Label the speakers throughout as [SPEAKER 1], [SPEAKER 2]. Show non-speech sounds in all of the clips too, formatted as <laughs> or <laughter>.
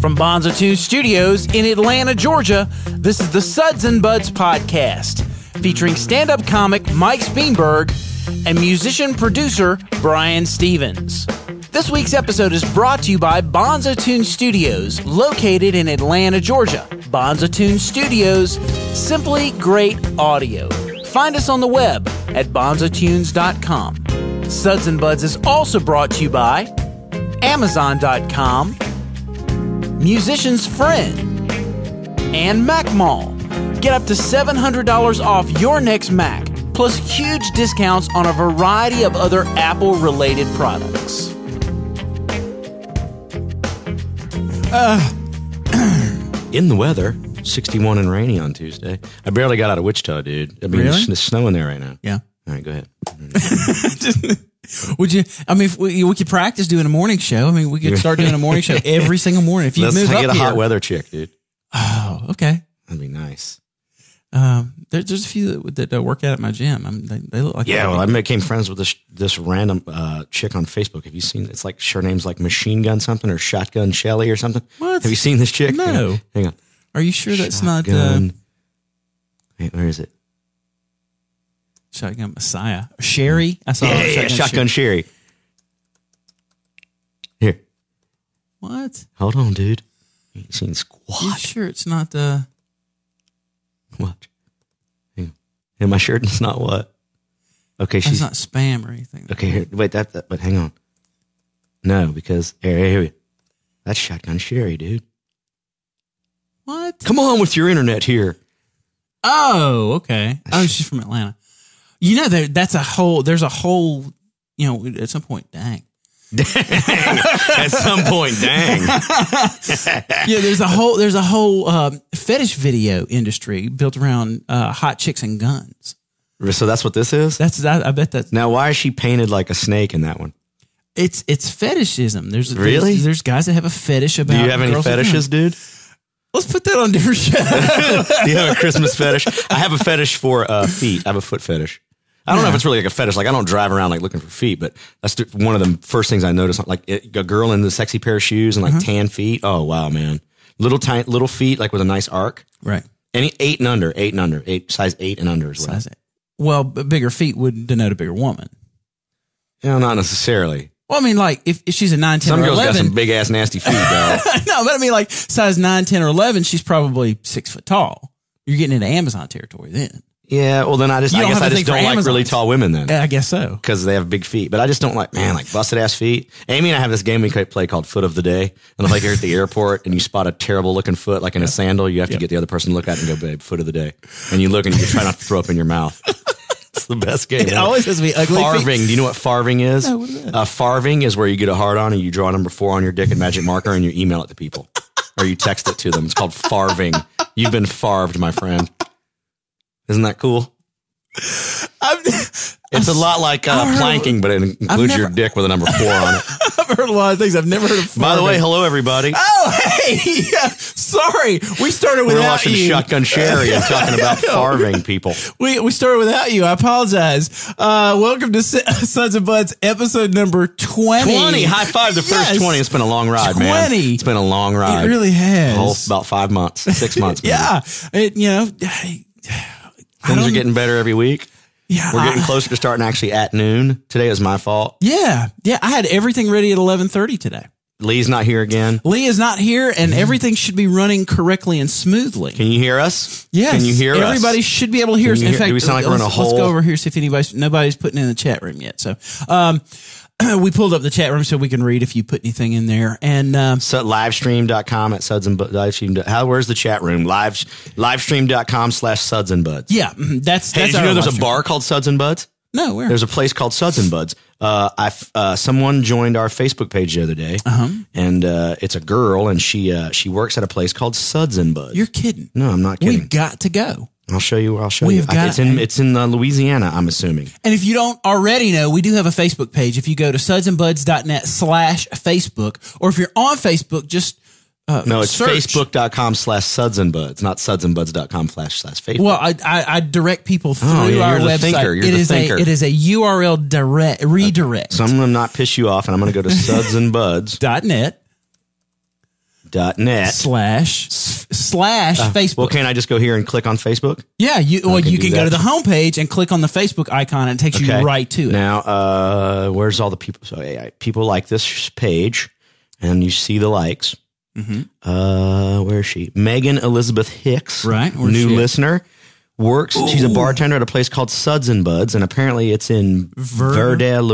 [SPEAKER 1] From Bonza 2 Studios in Atlanta, Georgia, this is the Suds and Buds podcast featuring stand up comic Mike Speenberg and musician producer Brian Stevens. This week's episode is brought to you by Bonza Tune Studios, located in Atlanta, Georgia. Bonza Tune Studios, simply great audio. Find us on the web at bonzatunes.com. Suds and Buds is also brought to you by Amazon.com, Musician's Friend, and MacMall. Get up to $700 off your next Mac, plus huge discounts on a variety of other Apple related products.
[SPEAKER 2] in the weather. 61 and rainy on Tuesday. I barely got out of Wichita, dude. I mean,
[SPEAKER 3] Really?
[SPEAKER 2] it's, it's snowing there right now.
[SPEAKER 3] Yeah. <laughs>
[SPEAKER 2] All right, go ahead.
[SPEAKER 3] Would you? I mean, if we, we could practice doing a morning show. I mean, we could start doing a
[SPEAKER 1] <laughs>
[SPEAKER 3] morning show every single morning. If you
[SPEAKER 2] Let's
[SPEAKER 3] move up
[SPEAKER 2] get a
[SPEAKER 3] here,
[SPEAKER 2] hot weather chick, dude.
[SPEAKER 3] Oh, okay.
[SPEAKER 2] That'd be nice.
[SPEAKER 3] Um, there, there's a few that, that, that work out at my gym. I mean, they, they look like
[SPEAKER 2] Yeah, well, I became friends with this this random uh, chick on Facebook. Have you seen? It's like her name's like Machine Gun something or Shotgun Shelly or something.
[SPEAKER 3] What?
[SPEAKER 2] Have you seen this chick?
[SPEAKER 3] No.
[SPEAKER 2] Hang on. Hang on.
[SPEAKER 3] Are you sure that's not uh,
[SPEAKER 2] Shotgun. Wait, where is it?
[SPEAKER 3] Shotgun Messiah? Sherry? I saw
[SPEAKER 2] yeah, yeah, yeah, Shotgun Sherry. Here,
[SPEAKER 3] What?
[SPEAKER 2] hold on, dude. You ain't seen squat.
[SPEAKER 3] You sure it's not uh
[SPEAKER 2] Watch. Hang on. Am I sure it's not what? Okay,
[SPEAKER 3] that's
[SPEAKER 2] she's
[SPEAKER 3] not spam or anything?
[SPEAKER 2] okay. Here, wait, that, that. But hang on. No, because here, here, here. That's shotgun Sherry, dude.
[SPEAKER 3] What?
[SPEAKER 2] Come on with your internet here.
[SPEAKER 3] Oh, okay. Oh, she's from Atlanta. You know, there, that's a whole. There's a whole. You know, at some point, dang.
[SPEAKER 2] At some point,
[SPEAKER 3] <laughs>
[SPEAKER 2] dang.
[SPEAKER 3] yeah, there's a whole there's a whole um, fetish video industry built around uh, hot chicks and guns.
[SPEAKER 2] So that's what this is.
[SPEAKER 3] That's I, I bet that's
[SPEAKER 2] Now, why is she painted like a snake in that one?
[SPEAKER 3] it's it's fetishism. There's there's-
[SPEAKER 2] Really?
[SPEAKER 3] there's, guys that have a fetish about.
[SPEAKER 2] Do you have any
[SPEAKER 3] girls with guns.
[SPEAKER 2] fetishes, dude?
[SPEAKER 3] Let's put that on different <laughs> show.
[SPEAKER 2] <laughs> Do you have a Christmas fetish? I have a fetish for uh, feet. I have a foot fetish. I don't know if it's really like a fetish. Like I don't drive around like looking for feet, but that's th- one of the first things I notice. Like it, a girl in the sexy pair of shoes and like
[SPEAKER 3] Mm-hmm.
[SPEAKER 2] tan feet. Oh wow, man! Little tiny little feet like with a nice arc.
[SPEAKER 3] right.
[SPEAKER 2] Any eight and under, eight and under, eight size eight and under is what. I-
[SPEAKER 3] That's it. Well, b- bigger feet would denote a bigger woman.
[SPEAKER 2] No, not necessarily.
[SPEAKER 3] Well, I mean, like if, if she's a nine, ten,
[SPEAKER 2] Some
[SPEAKER 3] or
[SPEAKER 2] girls got
[SPEAKER 3] eleven.
[SPEAKER 2] some big ass nasty
[SPEAKER 3] <laughs>
[SPEAKER 2] feet, dog.
[SPEAKER 3] no, but I mean, like size nine, ten, or eleven, she's probably six foot tall. You're getting into Amazon territory then.
[SPEAKER 2] yeah. Well, then I just
[SPEAKER 3] You
[SPEAKER 2] I
[SPEAKER 3] don't
[SPEAKER 2] guess
[SPEAKER 3] have a
[SPEAKER 2] I
[SPEAKER 3] thing
[SPEAKER 2] just
[SPEAKER 3] for
[SPEAKER 2] don't like really
[SPEAKER 3] Amazons.
[SPEAKER 2] tall women then.
[SPEAKER 3] Yeah, I guess so.
[SPEAKER 2] because they have big feet. But I just don't like, man, like busted ass feet. Amy and I have this game we play called Foot of the Day. And if like you're
[SPEAKER 3] <laughs>
[SPEAKER 2] at the airport and you spot a terrible looking foot, like in a sandal, you have to get the other person to look at it and go, babe, Foot of the Day. And you look and you try not to throw up in
[SPEAKER 3] <laughs>
[SPEAKER 2] your mouth. it's the best game.
[SPEAKER 3] It always has to be ugly feet.
[SPEAKER 2] Farving. Do you know what farving is?
[SPEAKER 3] No, what is that?
[SPEAKER 2] Uh, farving is where you get a hard on and you draw a number four on your dick in magic marker and you email it to people or you text it to them. It's called farving. You've been farved, my friend. Isn't that cool?
[SPEAKER 3] I've,
[SPEAKER 2] It's a lot like uh,
[SPEAKER 3] heard-
[SPEAKER 2] planking, but it includes your
[SPEAKER 3] never-
[SPEAKER 2] dick with a number four on
[SPEAKER 3] <laughs>
[SPEAKER 2] it.
[SPEAKER 3] I've heard a lot of things. I've never heard of.
[SPEAKER 2] By the way,
[SPEAKER 3] farming.
[SPEAKER 2] hello everybody.
[SPEAKER 3] oh hey, yeah, sorry, we started
[SPEAKER 2] We're
[SPEAKER 3] without
[SPEAKER 2] watching
[SPEAKER 3] you.
[SPEAKER 2] Shotgun Sherry and
[SPEAKER 3] <laughs>
[SPEAKER 2] talking about farving people.
[SPEAKER 3] We we started without you. I apologize. Uh, welcome to S- <laughs> Sons and Buds, episode number twenty.
[SPEAKER 2] Twenty, high five the
[SPEAKER 3] Yes.
[SPEAKER 2] first twenty. It's been a long ride, man.
[SPEAKER 3] 20.
[SPEAKER 2] It's been a long ride.
[SPEAKER 3] It really has.
[SPEAKER 2] Whole- about five months, six months. maybe.
[SPEAKER 3] <laughs> yeah, it, you know, I- I
[SPEAKER 2] things are
[SPEAKER 3] don't-
[SPEAKER 2] getting better every week.
[SPEAKER 3] Yeah,
[SPEAKER 2] We're getting
[SPEAKER 3] I-
[SPEAKER 2] closer to starting actually at noon. Today is my fault.
[SPEAKER 3] yeah, yeah. I had everything ready at eleven thirty today.
[SPEAKER 2] Lee's not here again.
[SPEAKER 3] Lee is not here, and everything should be running correctly and smoothly.
[SPEAKER 2] Mm-hmm. Can you hear us?
[SPEAKER 3] Yes,
[SPEAKER 2] Can you hear us?
[SPEAKER 3] Everybody should be able to hear us.
[SPEAKER 2] you
[SPEAKER 3] In
[SPEAKER 2] hear-
[SPEAKER 3] fact,
[SPEAKER 2] do we sound like we're in a
[SPEAKER 3] let's,
[SPEAKER 2] hole?
[SPEAKER 3] let's go over here see if anybody's nobody's putting in the chat room yet. So, um, <clears throat> we pulled up the chat room so we can read if you put anything in there. And um,
[SPEAKER 2] So livestream.com at suds and Bu- livestream. How where's the chat room? Live livestream.com slash suds and buds.
[SPEAKER 3] yeah, <clears throat> mm, that's
[SPEAKER 2] Hey,
[SPEAKER 3] that's
[SPEAKER 2] did you
[SPEAKER 3] our
[SPEAKER 2] know there's a
[SPEAKER 3] roster.
[SPEAKER 2] bar called Suds and Buds?
[SPEAKER 3] No, where
[SPEAKER 2] There's a place called Suds and Buds. Uh, I f- uh, someone joined our Facebook page the other day,
[SPEAKER 3] Uh-huh.
[SPEAKER 2] and uh, it's a girl, and she uh, she works at a place called Suds and Buds.
[SPEAKER 3] you're kidding.
[SPEAKER 2] no, I'm not kidding.
[SPEAKER 3] We've got to go.
[SPEAKER 2] I'll show you. I'll show
[SPEAKER 3] We've
[SPEAKER 2] you. I-
[SPEAKER 3] got-
[SPEAKER 2] it's in it's in uh, Louisiana. I'm assuming.
[SPEAKER 3] And if you don't already know, we do have a Facebook page. If you go to sudsandbuds.net slash Facebook, or if you're on Facebook, just
[SPEAKER 2] No, it's
[SPEAKER 3] Uh, search.
[SPEAKER 2] facebook.com slash suds and buds, not suds and buds.com slash slash Facebook.
[SPEAKER 3] Well, I, I I direct people through
[SPEAKER 2] Oh, yeah,
[SPEAKER 3] our
[SPEAKER 2] you're the
[SPEAKER 3] website.
[SPEAKER 2] thinker. You're
[SPEAKER 3] It
[SPEAKER 2] the
[SPEAKER 3] is
[SPEAKER 2] thinker.
[SPEAKER 3] a it is a URL direct redirect
[SPEAKER 2] so I'm going to not piss you off and I'm going to
[SPEAKER 3] <laughs>
[SPEAKER 2] go to sudsandbuds.net.
[SPEAKER 3] dot net slash s- slash Facebook.
[SPEAKER 2] Uh, Well, can't I just go here and click on Facebook?
[SPEAKER 3] yeah, you well
[SPEAKER 2] can
[SPEAKER 3] you
[SPEAKER 2] do
[SPEAKER 3] can
[SPEAKER 2] that.
[SPEAKER 3] go to the homepage and click on the Facebook icon and it takes you right to it.
[SPEAKER 2] Now, uh, where's all the people? So yeah, people like this page and you see the likes.
[SPEAKER 3] Mm-hmm.
[SPEAKER 2] Uh, where is she? Megan Elizabeth Hicks.
[SPEAKER 3] Right, where's
[SPEAKER 2] New
[SPEAKER 3] she at?
[SPEAKER 2] listener. Works. She's a bartender at a place called Suds and Buds, and apparently it's in
[SPEAKER 3] Ver-
[SPEAKER 2] Verde, Louisiana.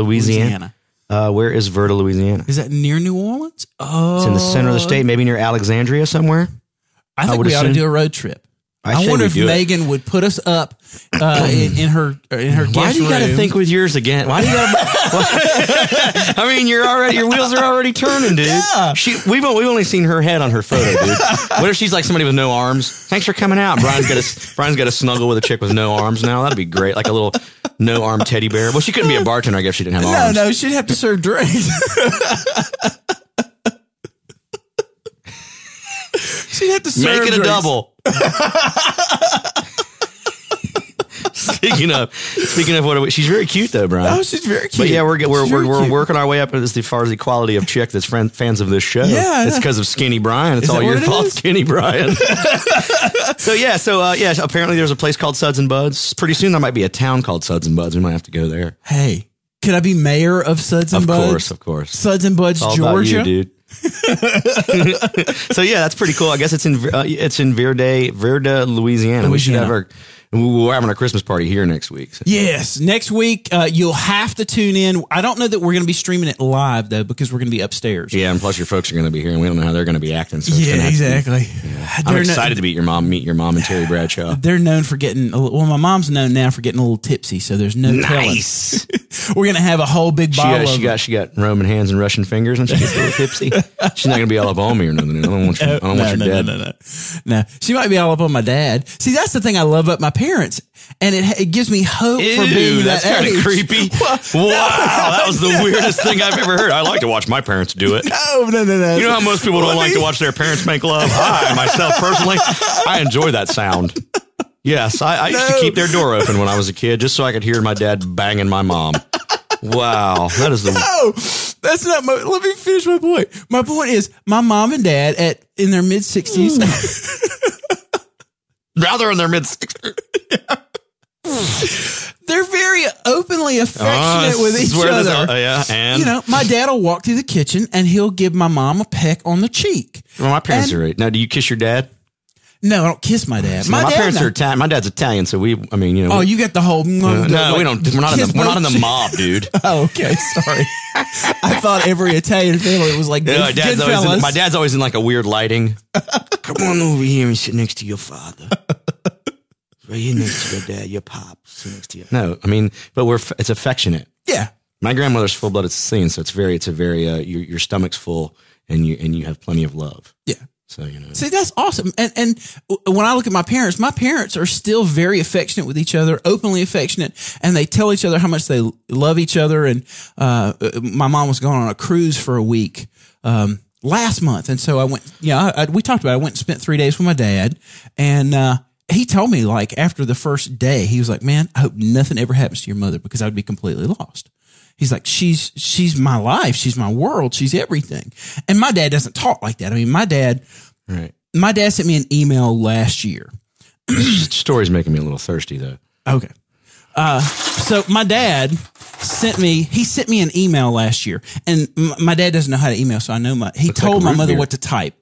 [SPEAKER 3] Louisiana.
[SPEAKER 2] Uh, where is Verde, Louisiana?
[SPEAKER 3] Is that near New Orleans? Oh,
[SPEAKER 2] It's in the center of the state, maybe near Alexandria somewhere.
[SPEAKER 3] I think
[SPEAKER 2] would
[SPEAKER 3] we ought to
[SPEAKER 2] assume-
[SPEAKER 3] do a road trip.
[SPEAKER 2] I
[SPEAKER 3] I,
[SPEAKER 2] say
[SPEAKER 3] wonder
[SPEAKER 2] we
[SPEAKER 3] if
[SPEAKER 2] do it.
[SPEAKER 3] Megan would put us up uh, in, in her in her guest
[SPEAKER 2] Why do you got to
[SPEAKER 3] room.
[SPEAKER 2] think with yours again? Why do
[SPEAKER 3] <laughs>
[SPEAKER 2] you got to? <laughs> I mean, you're already your wheels are already turning, dude.
[SPEAKER 3] Yeah.
[SPEAKER 2] She, we've we've only seen her head on her photo, dude. What if she's like somebody with no arms? Thanks for coming out, Brian's got to <laughs> Brian's got to snuggle with a chick with no arms now. That'd be great, like a little no arm teddy bear. Well, she couldn't be a bartender, I guess. She didn't have
[SPEAKER 3] No,
[SPEAKER 2] arms.
[SPEAKER 3] no, she'd have to serve
[SPEAKER 2] <laughs>
[SPEAKER 3] drinks. she'd have to serve
[SPEAKER 2] Make it a
[SPEAKER 3] drinks. <laughs>
[SPEAKER 2] double. <laughs> speaking of speaking of what are we- she's very cute though, Brian.
[SPEAKER 3] Oh, she's very cute.
[SPEAKER 2] But yeah, we're get- we're
[SPEAKER 3] She's
[SPEAKER 2] we're,
[SPEAKER 3] very
[SPEAKER 2] we're
[SPEAKER 3] cute.
[SPEAKER 2] working our way up as far as the quality of chick that's friend, fans of this show.
[SPEAKER 3] Yeah,
[SPEAKER 2] it's
[SPEAKER 3] yeah.
[SPEAKER 2] because of Skinny Brian. It's
[SPEAKER 3] Is
[SPEAKER 2] all
[SPEAKER 3] that
[SPEAKER 2] your
[SPEAKER 3] what it
[SPEAKER 2] fault,
[SPEAKER 3] is?
[SPEAKER 2] Skinny
[SPEAKER 3] <laughs>
[SPEAKER 2] Brian. so yeah, so uh, yeah, so apparently there's a place called Suds and Buds. Pretty soon there might be a town called Suds and Buds. We might have to go there.
[SPEAKER 3] Hey, could I be mayor of Suds and
[SPEAKER 2] Of
[SPEAKER 3] Buds?
[SPEAKER 2] course, of course.
[SPEAKER 3] Suds and Buds,
[SPEAKER 2] All about
[SPEAKER 3] Georgia.
[SPEAKER 2] you, dude. so yeah, that's pretty cool. I guess it's in uh, it's in Verde, Verde, Louisiana. We should
[SPEAKER 3] Louisiana.
[SPEAKER 2] have our we're having a Christmas party here next week. So-
[SPEAKER 3] Yes, next week uh, you'll have to tune in. I don't know that we're going to be streaming it live though, because we're going to be upstairs.
[SPEAKER 2] Yeah, and plus your folks are going to be here, and we don't know how they're going to be acting. So it's
[SPEAKER 3] Yeah,
[SPEAKER 2] gonna have to be-
[SPEAKER 3] exactly.
[SPEAKER 2] I'm
[SPEAKER 3] They're no-
[SPEAKER 2] excited to meet your mom, meet your mom and Terry Bradshaw.
[SPEAKER 3] they're known for getting a little, well. My mom's known now for getting a little tipsy, so there's no
[SPEAKER 2] <laughs> Nice.
[SPEAKER 3] telling. We're gonna have a whole big
[SPEAKER 2] She
[SPEAKER 3] bottle.
[SPEAKER 2] got,
[SPEAKER 3] of
[SPEAKER 2] she got she got Roman hands and Russian fingers, and she gets a little <laughs> tipsy. She's not gonna be all up on me or nothing. I don't want your, I don't
[SPEAKER 3] no,
[SPEAKER 2] want
[SPEAKER 3] no,
[SPEAKER 2] your dad.
[SPEAKER 3] No, no, no, no. She might be all up on my dad. See, that's the thing I love about my parents, and it, it gives me hope for being
[SPEAKER 2] Ew, that's
[SPEAKER 3] that
[SPEAKER 2] kind of
[SPEAKER 3] age.
[SPEAKER 2] <laughs> creepy. wow,
[SPEAKER 3] no.
[SPEAKER 2] that was <laughs> the weirdest thing I've ever heard. I like to watch my parents do it.
[SPEAKER 3] No, Oh, no, no, no.
[SPEAKER 2] You know how most people don't like to watch their parents make love? I, myself personally, I enjoy that sound. Yes, I, I used to
[SPEAKER 3] No.
[SPEAKER 2] keep their door open when I was a kid just so I could hear my dad banging my mom. Wow, that is <laughs> the
[SPEAKER 3] No, Oh, that's not my. Let me finish my point. My point is, my mom and dad at in their mid sixties.
[SPEAKER 2] Hmm. rather in their mid 60s.
[SPEAKER 3] <laughs> they're very openly
[SPEAKER 2] Ah,
[SPEAKER 3] affectionate with
[SPEAKER 2] this
[SPEAKER 3] each
[SPEAKER 2] is where this-
[SPEAKER 3] other.
[SPEAKER 2] uh, yeah, and
[SPEAKER 3] you know, my dad will walk through the kitchen and he'll give my mom a peck on the cheek.
[SPEAKER 2] well, my parents
[SPEAKER 3] and-
[SPEAKER 2] are right. Now, do you kiss your dad?
[SPEAKER 3] No, I don't kiss my dad.
[SPEAKER 2] My,
[SPEAKER 3] My, dad
[SPEAKER 2] parents
[SPEAKER 3] no.
[SPEAKER 2] are Italian. My dad's Italian, so we. I mean, you know.
[SPEAKER 3] Oh,
[SPEAKER 2] we- uh,
[SPEAKER 3] you got the whole.
[SPEAKER 2] no, we don't. We're not in the, we're not in the mob, <laughs> dude.
[SPEAKER 3] Oh, okay. <laughs> Sorry. I thought every Italian family was like
[SPEAKER 2] Yeah,
[SPEAKER 3] good,
[SPEAKER 2] my, dad's
[SPEAKER 3] good
[SPEAKER 2] always
[SPEAKER 3] fellas.
[SPEAKER 2] in, my dad's always in like a weird <laughs> lighting. Come on over here and sit next to your father. Right here next to your dad, your pop. Sit next to your. No, I mean, but we're f- it's affectionate.
[SPEAKER 3] yeah.
[SPEAKER 2] My grandmother's full blooded Sicilian, so it's very it's a very uh, your your stomach's full and you and you have plenty of love.
[SPEAKER 3] Yeah.
[SPEAKER 2] So you know.
[SPEAKER 3] See, that's awesome. And and w- when I look at my parents, my parents are still very affectionate with each other, openly affectionate, and they tell each other how much they l- love each other. And uh, uh, my mom was going on a cruise for a week um, last month, and so I went. Yeah, I, I, we talked about. It. I went and spent three days with my dad, and uh, he told me like after the first day, he was like, "Man, I hope nothing ever happens to your mother because I would be completely lost." He's like, she's she's my life, she's my world, she's everything. And my dad doesn't talk like that. I mean, my dad,
[SPEAKER 2] Right.
[SPEAKER 3] my dad sent me an email last year.
[SPEAKER 2] Story's making me a little thirsty though.
[SPEAKER 3] Okay. Uh, so my dad sent me, he sent me an email last year and m- my dad doesn't know how to email. So I know my, he
[SPEAKER 2] like
[SPEAKER 3] told my
[SPEAKER 2] root
[SPEAKER 3] mother
[SPEAKER 2] beer.
[SPEAKER 3] what to type.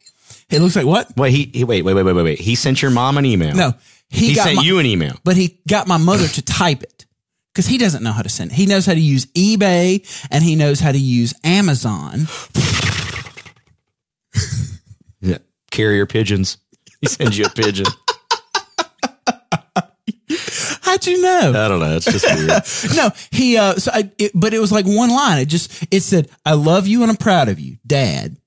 [SPEAKER 3] It looks like what?
[SPEAKER 2] Wait, he, he wait wait wait wait wait wait. He sent your mom an email.
[SPEAKER 3] No,
[SPEAKER 2] he,
[SPEAKER 3] he, got
[SPEAKER 2] sent
[SPEAKER 3] my,
[SPEAKER 2] you an email.
[SPEAKER 3] but he got my mother to type it because he doesn't know how to send it. He knows how to use eBay and he knows how to use Amazon.
[SPEAKER 2] Yeah. Carrier pigeons. <laughs> He sends you a pigeon.
[SPEAKER 3] How'd you know?
[SPEAKER 2] I don't know. It's just weird.
[SPEAKER 3] no, he. Uh, so I, it, but it was like one line. It just it said, "I love you and I'm proud of you, Dad."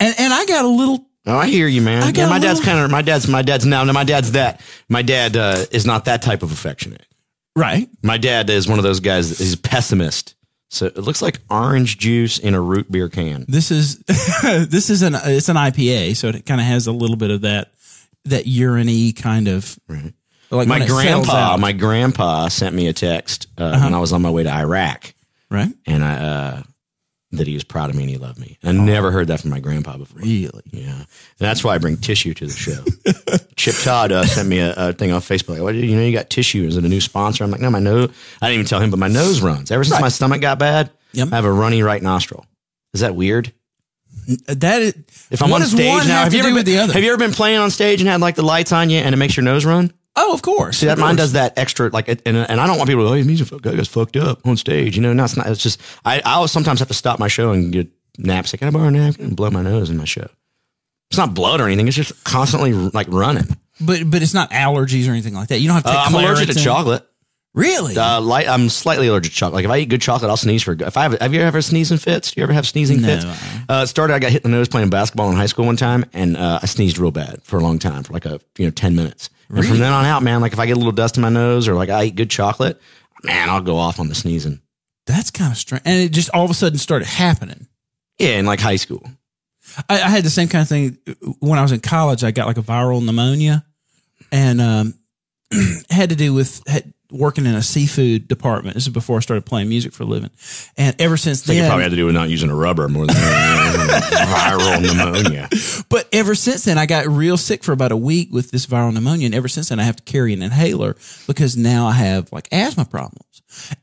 [SPEAKER 3] And and I got a little.
[SPEAKER 2] Oh, I hear you, man.
[SPEAKER 3] I
[SPEAKER 2] Yeah,
[SPEAKER 3] got
[SPEAKER 2] my
[SPEAKER 3] a
[SPEAKER 2] dad's
[SPEAKER 3] little-
[SPEAKER 2] kind of my dad's my dad's now. No, my dad's that. My dad uh, is not that type of affectionate.
[SPEAKER 3] Right.
[SPEAKER 2] My dad is one of those guys. that- He's a pessimist. So it looks like orange juice in a root beer can.
[SPEAKER 3] This is <laughs> this is an it's an IPA, so it kind of has a little bit of that that urine kind of like when
[SPEAKER 2] My
[SPEAKER 3] it settles
[SPEAKER 2] grandpa,
[SPEAKER 3] out,
[SPEAKER 2] my grandpa sent me a text uh, when I was on my way to Iraq,
[SPEAKER 3] right?
[SPEAKER 2] and I uh, that he was proud of me and he loved me. And I never heard that from my grandpa before.
[SPEAKER 3] Really,
[SPEAKER 2] Yeah, and that's why I bring tissue to the show.
[SPEAKER 3] <laughs>
[SPEAKER 2] Chip Todd uh, sent me a, a thing on Facebook. Like, what, you know, you got tissue. Is it a new sponsor? I'm like, no, my nose. I didn't even tell him, but my nose runs. Ever since my stomach got bad,
[SPEAKER 3] Yep.
[SPEAKER 2] I have a runny right nostril. Is that weird?
[SPEAKER 3] that is,
[SPEAKER 2] If I'm
[SPEAKER 3] what
[SPEAKER 2] on
[SPEAKER 3] does
[SPEAKER 2] stage
[SPEAKER 3] one have
[SPEAKER 2] now, have
[SPEAKER 3] to
[SPEAKER 2] you ever
[SPEAKER 3] do
[SPEAKER 2] been,
[SPEAKER 3] with the other?
[SPEAKER 2] Have you ever been playing on stage and had like the lights on you and it makes your nose run?
[SPEAKER 3] oh, of course.
[SPEAKER 2] See, that mine does that extra like, it- and, and I don't want people to go, "Oh, "Hey, music fuck- guy guy's fucked up on stage." You know, no, it's not. It's just I, I always sometimes have to stop my show and get naps. Like, can I borrow a napkin and blow my nose in my show? It's not blood or anything. It's just constantly like running.
[SPEAKER 3] but but it's not allergies or anything like that. You don't have to. Take
[SPEAKER 2] Uh, I'm allergic to
[SPEAKER 3] Claritin.
[SPEAKER 2] chocolate.
[SPEAKER 3] Really?
[SPEAKER 2] Uh, light, I'm slightly allergic to chocolate. Like if I eat good chocolate, I'll sneeze for. a go- If I have, have you ever had sneezing fits? Do you ever have sneezing
[SPEAKER 3] No. uh-uh.
[SPEAKER 2] fits? Uh, it started. I got hit in the nose playing basketball in high school one time, and uh, I sneezed real bad for a long time, for like a you know ten minutes. And from then on out, man, like if I get a little dust in my nose or like I eat good chocolate, man, I'll go off on the sneezing.
[SPEAKER 3] That's kind of strange. And it just all of a sudden started happening.
[SPEAKER 2] Yeah, in like high school.
[SPEAKER 3] I, I had the same kind of thing when I was in college. I got like a viral pneumonia, and um, <clears throat> had to do with had, working in a seafood department. This is before I started playing music for a living, and ever since
[SPEAKER 2] I think
[SPEAKER 3] then,
[SPEAKER 2] it probably had to do with not using a rubber more than <laughs> viral pneumonia.
[SPEAKER 3] But ever since then, I got real sick for about a week with this viral pneumonia. And ever since then, I have to carry an inhaler because now I have like asthma problems.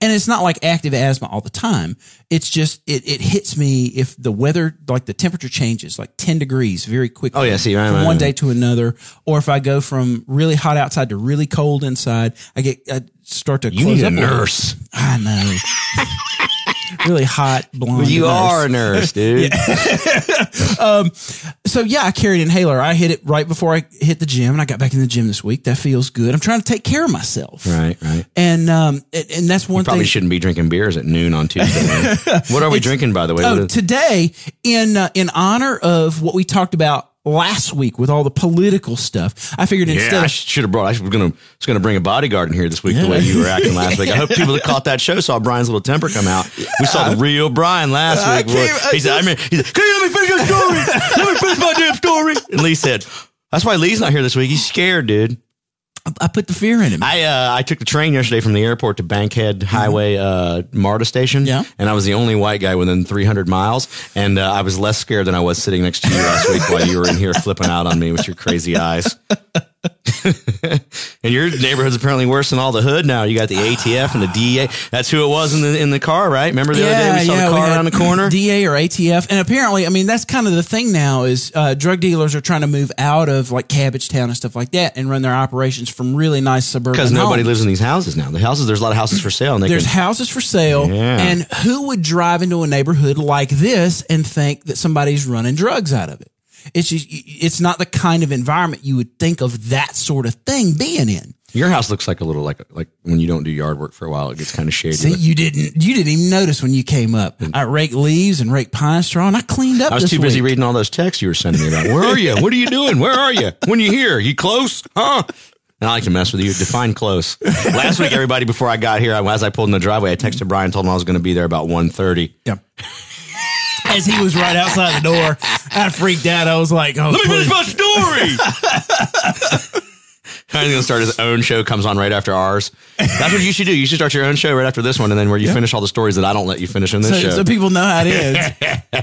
[SPEAKER 3] And it's not like active asthma all the time. It's just, it, it hits me if the weather, like the temperature changes like 10 degrees very quickly.
[SPEAKER 2] Oh, yeah, see, right,
[SPEAKER 3] From
[SPEAKER 2] right,
[SPEAKER 3] one
[SPEAKER 2] right.
[SPEAKER 3] day to another. Or if I go from really hot outside to really cold inside, I get, I start to
[SPEAKER 2] You
[SPEAKER 3] close
[SPEAKER 2] need a
[SPEAKER 3] up. a little.
[SPEAKER 2] nurse.
[SPEAKER 3] I know.
[SPEAKER 2] <laughs>
[SPEAKER 3] really hot, blonde.
[SPEAKER 2] You
[SPEAKER 3] nurse.
[SPEAKER 2] are a nurse,
[SPEAKER 3] <laughs>
[SPEAKER 2] dude.
[SPEAKER 3] So yeah, I carried an inhaler. I hit it right before I hit the gym, and I got back in the gym this week. That feels good. I'm trying to take care of myself,
[SPEAKER 2] Right, right.
[SPEAKER 3] And um, and, and that's one
[SPEAKER 2] Probably
[SPEAKER 3] thing.
[SPEAKER 2] shouldn't be drinking beers at noon on Tuesday.
[SPEAKER 3] <laughs>
[SPEAKER 2] man. what are we drinking, by the way?
[SPEAKER 3] Oh,
[SPEAKER 2] What is-
[SPEAKER 3] today in uh, in honor of what we talked about last week with all the political stuff, I figured instead
[SPEAKER 2] yeah, I
[SPEAKER 3] of
[SPEAKER 2] should have brought. I was gonna was gonna bring a bodyguard in here this week. The way you were
[SPEAKER 3] <laughs>
[SPEAKER 2] acting last week. I hope people that caught that show saw Brian's little temper come out. We saw the real Brian last
[SPEAKER 3] I
[SPEAKER 2] week.
[SPEAKER 3] came- I
[SPEAKER 2] he said, "I mean, he said, can you let me finish your story? let me finish my damn story." And Lee said, "That's why Lee's not here this week. He's scared, dude."
[SPEAKER 3] <laughs> I put the fear in him.
[SPEAKER 2] I uh, I took the train yesterday from the airport to Bankhead Highway uh, MARTA station.
[SPEAKER 3] Mm-hmm. Yeah.
[SPEAKER 2] and I was the only white guy within 300 miles, and uh, I was less scared than I was sitting next to you last week while you were in
[SPEAKER 3] <laughs>
[SPEAKER 2] here flipping out on me with your crazy eyes. <laughs> and your neighborhood's apparently worse than all the hood now. You got the ATF and the DEA. That's who it was in the in the car, right? Remember the other day we saw the car
[SPEAKER 3] had
[SPEAKER 2] around the corner.
[SPEAKER 3] DA or ATF, and apparently, I mean, that's kind of the thing now is uh, drug dealers are trying to move out of like Cabbage Town and stuff like that, and run their operations from really nice suburban
[SPEAKER 2] because nobody
[SPEAKER 3] homes.
[SPEAKER 2] lives in these houses now. The houses, there's a lot of houses for sale, and they
[SPEAKER 3] There's
[SPEAKER 2] can,
[SPEAKER 3] houses for sale,
[SPEAKER 2] Yeah.
[SPEAKER 3] and who would drive into a neighborhood like this and think that somebody's running drugs out of it? It's just, it's not the kind of environment you would think of that sort of thing being in.
[SPEAKER 2] your house looks like a little like like when you don't do yard work for a while, it gets kind of shady.
[SPEAKER 3] See,
[SPEAKER 2] but- Mm.
[SPEAKER 3] you didn't you didn't even notice when you came up. I raked leaves and raked pine straw, and I cleaned up.
[SPEAKER 2] I was
[SPEAKER 3] this
[SPEAKER 2] too busy
[SPEAKER 3] week.
[SPEAKER 2] reading all those texts you were sending me about. Where are you? What are you doing? Where are you? When you here? You close? Huh? And I like to mess with you. Define close. Last week, everybody, before I got here, I, as I pulled in the driveway, I texted Brian, told him I was going to be there about 1.30.
[SPEAKER 3] Yeah. As he was right outside the door, I freaked out. I was like, "Oh, please.
[SPEAKER 2] my <laughs> story. I'm going to start his own show, comes on right after ours. That's what you should do. You should start your own show right after this one, and then where you finish all the stories that I don't let you finish in this
[SPEAKER 3] so,
[SPEAKER 2] show.
[SPEAKER 3] so people know how it
[SPEAKER 2] <laughs>
[SPEAKER 3] is."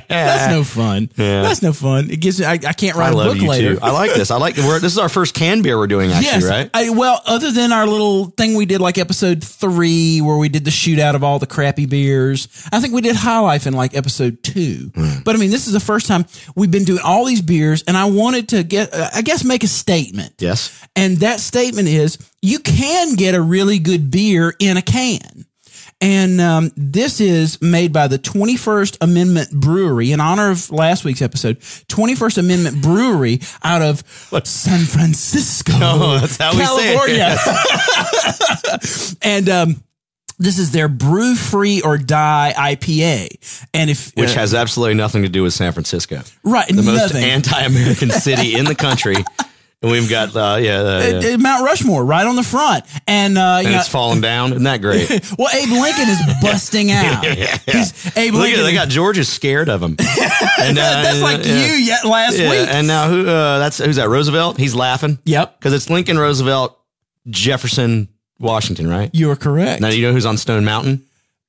[SPEAKER 3] That's no fun. That's no fun. It gives me. I, I can't write
[SPEAKER 2] I
[SPEAKER 3] a
[SPEAKER 2] love
[SPEAKER 3] book
[SPEAKER 2] you
[SPEAKER 3] later.
[SPEAKER 2] too. I like this. I like we're, this is our first can beer we're doing actually,
[SPEAKER 3] Yes.
[SPEAKER 2] right?
[SPEAKER 3] I, well, other than our little thing we did like episode three, where we did the shootout of all the crappy beers, I think we did High Life in like episode two.
[SPEAKER 2] Hmm.
[SPEAKER 3] But I mean, this is the first time we've been doing all these beers, and I wanted to get, uh, I guess, make a statement.
[SPEAKER 2] Yes.
[SPEAKER 3] And that statement is you can get a really good beer in a can. And um, this is made by the 21st Amendment Brewery in honor of last week's episode. 21st Amendment Brewery out of San Francisco,
[SPEAKER 2] <laughs> Oh, that's how we say it.
[SPEAKER 3] California. <laughs> and um, this is their Brew Free or Die IPA. And if
[SPEAKER 2] which
[SPEAKER 3] uh,
[SPEAKER 2] has absolutely nothing to do with San Francisco.
[SPEAKER 3] right,
[SPEAKER 2] The most
[SPEAKER 3] nothing.
[SPEAKER 2] anti-American city in the country. And we've got uh, yeah, uh, yeah.
[SPEAKER 3] It- it- Mount Rushmore right on the front, and uh, you
[SPEAKER 2] and
[SPEAKER 3] know,
[SPEAKER 2] it's falling down. Isn't that great?
[SPEAKER 3] well, Abe Lincoln
[SPEAKER 2] <laughs>
[SPEAKER 3] is busting out. He's, Abe
[SPEAKER 2] Look at
[SPEAKER 3] Lincoln.
[SPEAKER 2] it, they got Georgia scared of him. And, uh,
[SPEAKER 3] that's
[SPEAKER 2] and,
[SPEAKER 3] like
[SPEAKER 2] yeah.
[SPEAKER 3] you yet last
[SPEAKER 2] Yeah,
[SPEAKER 3] week.
[SPEAKER 2] and now who? Uh, that's who's that? Roosevelt. He's laughing.
[SPEAKER 3] yep,
[SPEAKER 2] because it's Lincoln, Roosevelt, Jefferson, Washington, right?
[SPEAKER 3] you are correct.
[SPEAKER 2] Now you know who's on Stone Mountain?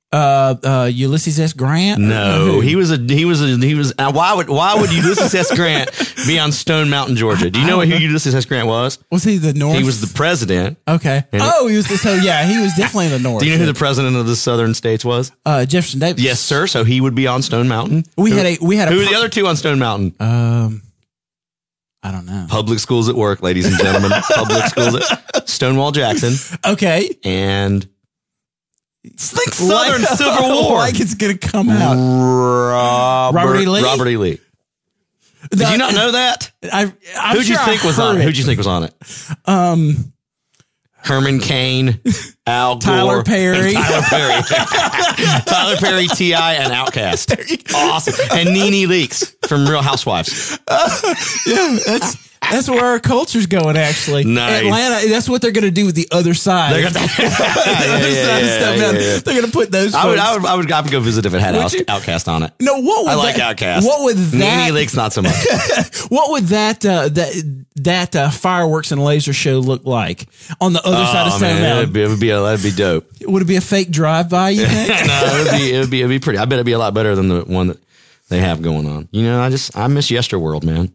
[SPEAKER 3] Uh, uh, Ulysses S. Grant. Uh,
[SPEAKER 2] No, he was a he was a he was. Uh, why would why would Ulysses S. Grant be on Stone Mountain, Georgia? Do you know who Ulysses S. Grant was?
[SPEAKER 3] was he the North?
[SPEAKER 2] He was the president.
[SPEAKER 3] okay. Oh, he was the so yeah. He was definitely in the North.
[SPEAKER 2] <laughs> Do you know who the president of the Southern states was?
[SPEAKER 3] uh, Jefferson Davis.
[SPEAKER 2] Yes, sir. So he would be on Stone Mountain.
[SPEAKER 3] We had a we had a
[SPEAKER 2] Who were
[SPEAKER 3] pub-
[SPEAKER 2] the other two on Stone Mountain?
[SPEAKER 3] um, I don't know.
[SPEAKER 2] Public schools at work, ladies and gentlemen. <laughs> Public schools at Stonewall Jackson
[SPEAKER 3] Okay,
[SPEAKER 2] and think Southern
[SPEAKER 3] Like- <laughs>
[SPEAKER 2] Civil War.
[SPEAKER 3] like it's gonna come out.
[SPEAKER 2] Robert,
[SPEAKER 3] Robert E. Lee?
[SPEAKER 2] Robert E. Lee. Did you not know that?
[SPEAKER 3] I, I'm
[SPEAKER 2] Who'd you
[SPEAKER 3] sure I
[SPEAKER 2] think was
[SPEAKER 3] heard
[SPEAKER 2] on it?
[SPEAKER 3] it?
[SPEAKER 2] Who'd you think was on it?
[SPEAKER 3] um,
[SPEAKER 2] Herman Cain, Al Gore,
[SPEAKER 3] Tyler
[SPEAKER 2] and
[SPEAKER 3] Perry.
[SPEAKER 2] Tyler Perry, <laughs> Tyler Perry, Ti, and Outcast. Awesome, and Nene Leakes from
[SPEAKER 3] <laughs>
[SPEAKER 2] Real Housewives.
[SPEAKER 3] that's that's where our culture's going. Actually,
[SPEAKER 2] Nice.
[SPEAKER 3] Atlanta. That's what they're gonna do with the other side.
[SPEAKER 2] They're gonna-
[SPEAKER 3] The
[SPEAKER 2] <laughs> Yeah,
[SPEAKER 3] other
[SPEAKER 2] yeah,
[SPEAKER 3] side of
[SPEAKER 2] yeah,
[SPEAKER 3] stuff
[SPEAKER 2] yeah,
[SPEAKER 3] down.
[SPEAKER 2] yeah.
[SPEAKER 3] They're gonna put those.
[SPEAKER 2] I would, I
[SPEAKER 3] folks-
[SPEAKER 2] would, I would, I would go visit if it had Out-
[SPEAKER 3] you?
[SPEAKER 2] Outcast on it.
[SPEAKER 3] no, what would
[SPEAKER 2] I like Mm-hmm.
[SPEAKER 3] that,
[SPEAKER 2] Outcast.
[SPEAKER 3] What would that?
[SPEAKER 2] Nene Leakes not
[SPEAKER 3] <laughs>
[SPEAKER 2] so much.
[SPEAKER 3] What would that uh, that that uh, fireworks and laser show look like on the other side of
[SPEAKER 2] Oh,
[SPEAKER 3] Stone
[SPEAKER 2] man,
[SPEAKER 3] Mountain?
[SPEAKER 2] it'd be, it'd be, that'd be dope.
[SPEAKER 3] Would it be a fake drive-by?
[SPEAKER 2] <laughs>
[SPEAKER 3] You think?
[SPEAKER 2] no, it'd be it'd be it'd be pretty. I bet it'd be a lot better than the one that they have going on. You know, I just I miss Yesterworld, man.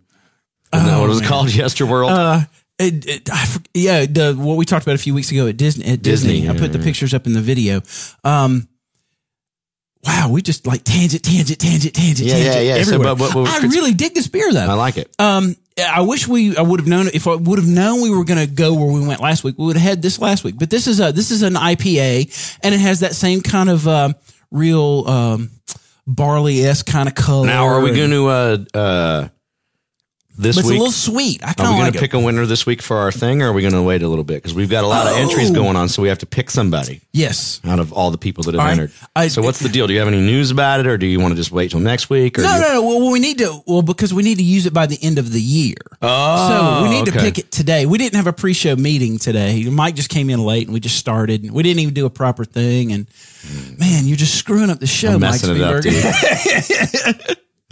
[SPEAKER 2] Isn't that what
[SPEAKER 3] Oh,
[SPEAKER 2] it was called? Yesterworld.
[SPEAKER 3] Uh, It, it, I, for- yeah, the, what we talked about a few weeks ago at Disney. At Disney,
[SPEAKER 2] Disney,
[SPEAKER 3] I put the
[SPEAKER 2] yeah.
[SPEAKER 3] pictures up in the video. Um, wow, we just like tangent, tangent, tangent, tangent,
[SPEAKER 2] Yeah, yeah,
[SPEAKER 3] tangent.
[SPEAKER 2] yeah. So,
[SPEAKER 3] Everywhere.
[SPEAKER 2] but what- what-
[SPEAKER 3] I really dig this beer though.
[SPEAKER 2] I like it.
[SPEAKER 3] Um, I wish we I would have known if I would have known we were going to go where we went last week. We would have had this last week. But this is a this is an IPA, and it has that same kind of um, real um, barley esque kind of color.
[SPEAKER 2] now, are we
[SPEAKER 3] and-
[SPEAKER 2] going to uh uh this
[SPEAKER 3] But it's a
[SPEAKER 2] week?
[SPEAKER 3] little sweet. I
[SPEAKER 2] are
[SPEAKER 3] kind
[SPEAKER 2] we
[SPEAKER 3] of
[SPEAKER 2] going
[SPEAKER 3] like
[SPEAKER 2] to
[SPEAKER 3] it.
[SPEAKER 2] pick a winner this week for our thing, or are we going to wait a little bit because we've got a lot of entries
[SPEAKER 3] Oh.
[SPEAKER 2] going on, so we have to pick somebody
[SPEAKER 3] Yes.
[SPEAKER 2] out of all the people that have
[SPEAKER 3] right.
[SPEAKER 2] entered.
[SPEAKER 3] I-
[SPEAKER 2] so, what's the deal? Do you have any news about it, or do you want to just wait till next week? Or
[SPEAKER 3] No,
[SPEAKER 2] you-
[SPEAKER 3] no, no. Well, we need to. Well, because we need to use it by the end of the year.
[SPEAKER 2] Oh,
[SPEAKER 3] so we need to
[SPEAKER 2] okay.
[SPEAKER 3] pick it today. We didn't have a pre-show meeting today. Mike just came in late, and we just started. We didn't even do a proper thing. And man, you're just screwing up the show, Mike
[SPEAKER 2] messing it
[SPEAKER 3] Spielberg.
[SPEAKER 2] up, dude. I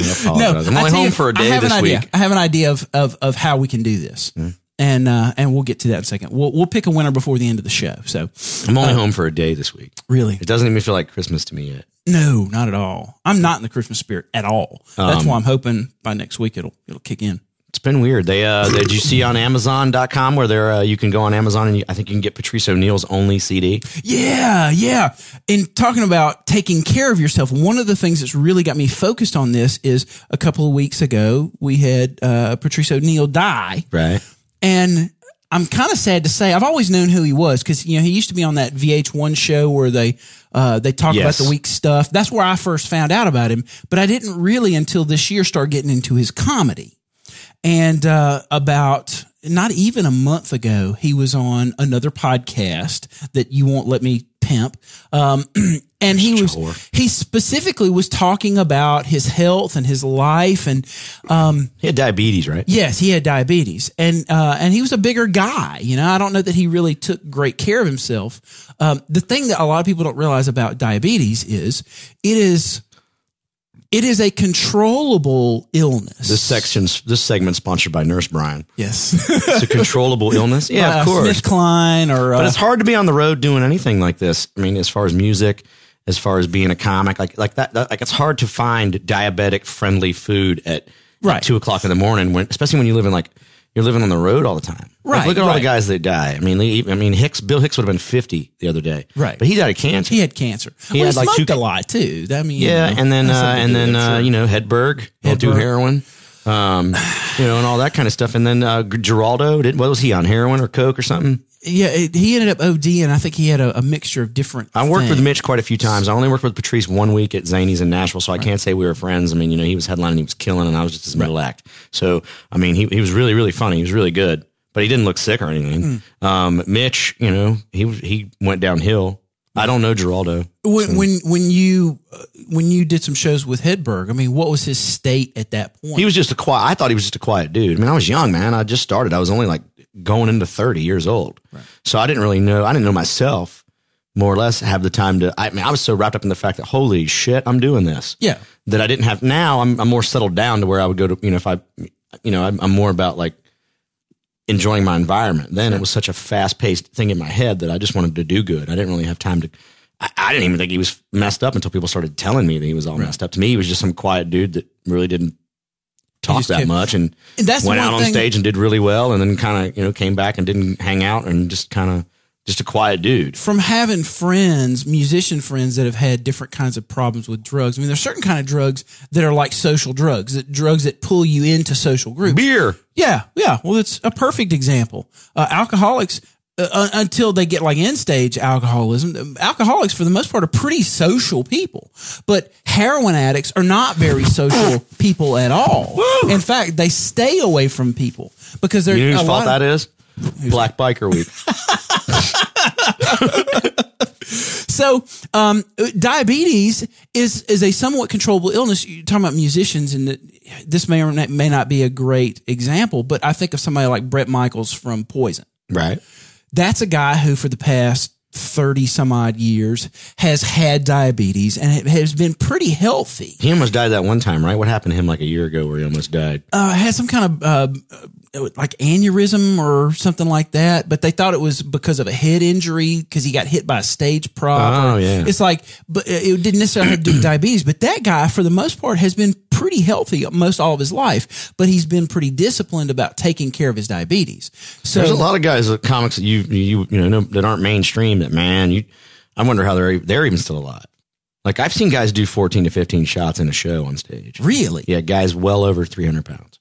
[SPEAKER 2] apologize. I'm
[SPEAKER 3] I tell
[SPEAKER 2] only home
[SPEAKER 3] you,
[SPEAKER 2] for a
[SPEAKER 3] I
[SPEAKER 2] day
[SPEAKER 3] have
[SPEAKER 2] this
[SPEAKER 3] an idea.
[SPEAKER 2] week. Hmm.
[SPEAKER 3] I have an idea of of, of how we can do this, and uh, and we'll get to that in a second. We'll we'll pick a winner before the end of the show. So
[SPEAKER 2] I'm only
[SPEAKER 3] Uh-huh.
[SPEAKER 2] home for a day this week.
[SPEAKER 3] really,
[SPEAKER 2] It doesn't even feel like Christmas to me yet.
[SPEAKER 3] no, not at all. I'm not in the Christmas spirit at all.
[SPEAKER 2] Um,
[SPEAKER 3] That's why I'm hoping by next week it'll it'll kick in.
[SPEAKER 2] It's been weird. They uh, did you see on Amazon.com where there uh, you can go on Amazon and you, I think you can get Patrice O'Neill's only CD.
[SPEAKER 3] Yeah, yeah. And talking about taking care of yourself, one of the things that's really got me focused on this is a couple of weeks ago we had uh, Patrice O'Neill die,
[SPEAKER 2] Right.
[SPEAKER 3] and I'm kind of sad to say I've always known who he was because you know he used to be on that VH1 show where they uh, they talk
[SPEAKER 2] Yes.
[SPEAKER 3] about the week's stuff. That's where I first found out about him, but I didn't really until this year start getting into his comedy. And uh, about not even a month ago, he was on another podcast that you won't let me pimp. Um, <clears throat> and he was he specifically was talking about his health and his life and
[SPEAKER 2] He had diabetes, right?
[SPEAKER 3] Yes, he had diabetes, and uh, and he was a bigger guy. You know, I don't know that he really took great care of himself. Um, the thing that a lot of people don't realize about diabetes is it is it is a controllable illness.
[SPEAKER 2] This section's this segment sponsored by Nurse Brian.
[SPEAKER 3] yes,
[SPEAKER 2] It's a controllable illness.
[SPEAKER 3] <laughs>
[SPEAKER 2] Yeah,
[SPEAKER 3] Uh,
[SPEAKER 2] of course.
[SPEAKER 3] Smith Klein or
[SPEAKER 2] but
[SPEAKER 3] uh,
[SPEAKER 2] it's hard to be on the road doing anything like this. I mean, as far as music, as far as being a comic, like like that, that- like it's hard to find diabetic friendly food at
[SPEAKER 3] Right.
[SPEAKER 2] two o'clock in the morning, when especially when you live in like you're living on the road all the time. Like,
[SPEAKER 3] Right,
[SPEAKER 2] look at all
[SPEAKER 3] right.
[SPEAKER 2] the guys that die. I mean, they, I mean Hicks, Bill Hicks would have been fifty the other day,
[SPEAKER 3] Right.
[SPEAKER 2] But he died of cancer.
[SPEAKER 3] he had cancer. He, well,
[SPEAKER 2] had,
[SPEAKER 3] he
[SPEAKER 2] like, two-
[SPEAKER 3] smoked a lot too. I mean,
[SPEAKER 2] Yeah,
[SPEAKER 3] you know,
[SPEAKER 2] and then
[SPEAKER 3] that's
[SPEAKER 2] uh,
[SPEAKER 3] something
[SPEAKER 2] and
[SPEAKER 3] to do, I'm
[SPEAKER 2] then uh,
[SPEAKER 3] sure.
[SPEAKER 2] you know Hedberg, he'll do
[SPEAKER 3] Hedberg.
[SPEAKER 2] heroin, um, you know, and all that kind of stuff. And then uh, Geraldo, did what was he on heroin or coke or something?
[SPEAKER 3] yeah, it, he ended up OD, and I think he had a, a mixture of different.
[SPEAKER 2] I worked with
[SPEAKER 3] things.
[SPEAKER 2] Mitch quite a few times. I only worked with Patrice one week at Zany's in Nashville, so I can't say we were friends. I mean, you know, he was headlining, he was killing, and I was just his middle act. So, I mean, he, he was really, really funny. He was really good, but he didn't look sick or anything. Um, Mitch, you know, he he went downhill. I don't know Geraldo.
[SPEAKER 3] When when when you uh, when you did some shows with Hedberg, I mean, what was his state at that point?
[SPEAKER 2] He was just a quiet. I thought he was just a quiet dude. I mean, I was young, man. I just started. I was only like going into thirty years old, so I didn't really know. I didn't know myself, more or less. Have the time to. I mean, I was so wrapped up in the fact that holy shit, I'm doing this.
[SPEAKER 3] yeah,
[SPEAKER 2] that I didn't have now. I'm, I'm more settled down to where I would go to, you know, if I, you know, I'm, I'm more about like enjoying my environment. Then it was such a fast paced thing in my head that I just wanted to do good. I didn't really have time to, I, I didn't even think he was messed up until people started telling me that he was all messed up. To me, he was just some quiet dude that really didn't talk
[SPEAKER 3] just
[SPEAKER 2] that
[SPEAKER 3] kept-
[SPEAKER 2] much and,
[SPEAKER 3] And that's the
[SPEAKER 2] went
[SPEAKER 3] one
[SPEAKER 2] out on
[SPEAKER 3] thing-
[SPEAKER 2] stage and did really well. And then kind of, you know, came back and didn't hang out and just kind of just a quiet dude.
[SPEAKER 3] from having friends, musician friends that have had different kinds of problems with drugs. I mean, there's certain kind of drugs that are like social drugs, that drugs that pull you into social groups.
[SPEAKER 2] Beer.
[SPEAKER 3] Yeah, yeah. Well, it's a perfect example. Uh, alcoholics, uh, un- until they get like end stage alcoholism, um, alcoholics for the most part are pretty social people. But heroin addicts are not very
[SPEAKER 2] <laughs>
[SPEAKER 3] social people at all. In fact, they stay away from people because they're
[SPEAKER 2] You know
[SPEAKER 3] a
[SPEAKER 2] whose fault
[SPEAKER 3] lot
[SPEAKER 2] that is? Black
[SPEAKER 3] <laughs>
[SPEAKER 2] Biker Week.
[SPEAKER 3] So, um, diabetes is is a somewhat controllable illness. You're talking about musicians, and the- this may or may not be a great example, but I think of somebody like Brett Michaels from Poison.
[SPEAKER 2] right.
[SPEAKER 3] That's a guy who, for the past thirty some odd years, has had diabetes and it has been pretty healthy.
[SPEAKER 2] He almost died that one time, right? What happened to him like a year ago where he almost died?
[SPEAKER 3] uh, had some kind of uh, like aneurysm or something like that, but they thought it was because of a head injury because he got hit by a stage prop.
[SPEAKER 2] Oh, yeah.
[SPEAKER 3] It's like, but it didn't necessarily have to do with diabetes. But that guy, for the most part, has been pretty healthy most all of his life, but he's been pretty disciplined about taking care of his diabetes. So
[SPEAKER 2] There's a lot of guys that comics that you you you know no- that aren't mainstream that man, you I wonder how they're they're even still alive. Like I've seen guys do 14 to 15 shots in a show on stage.
[SPEAKER 3] really,
[SPEAKER 2] Yeah, guys well over 300 pounds.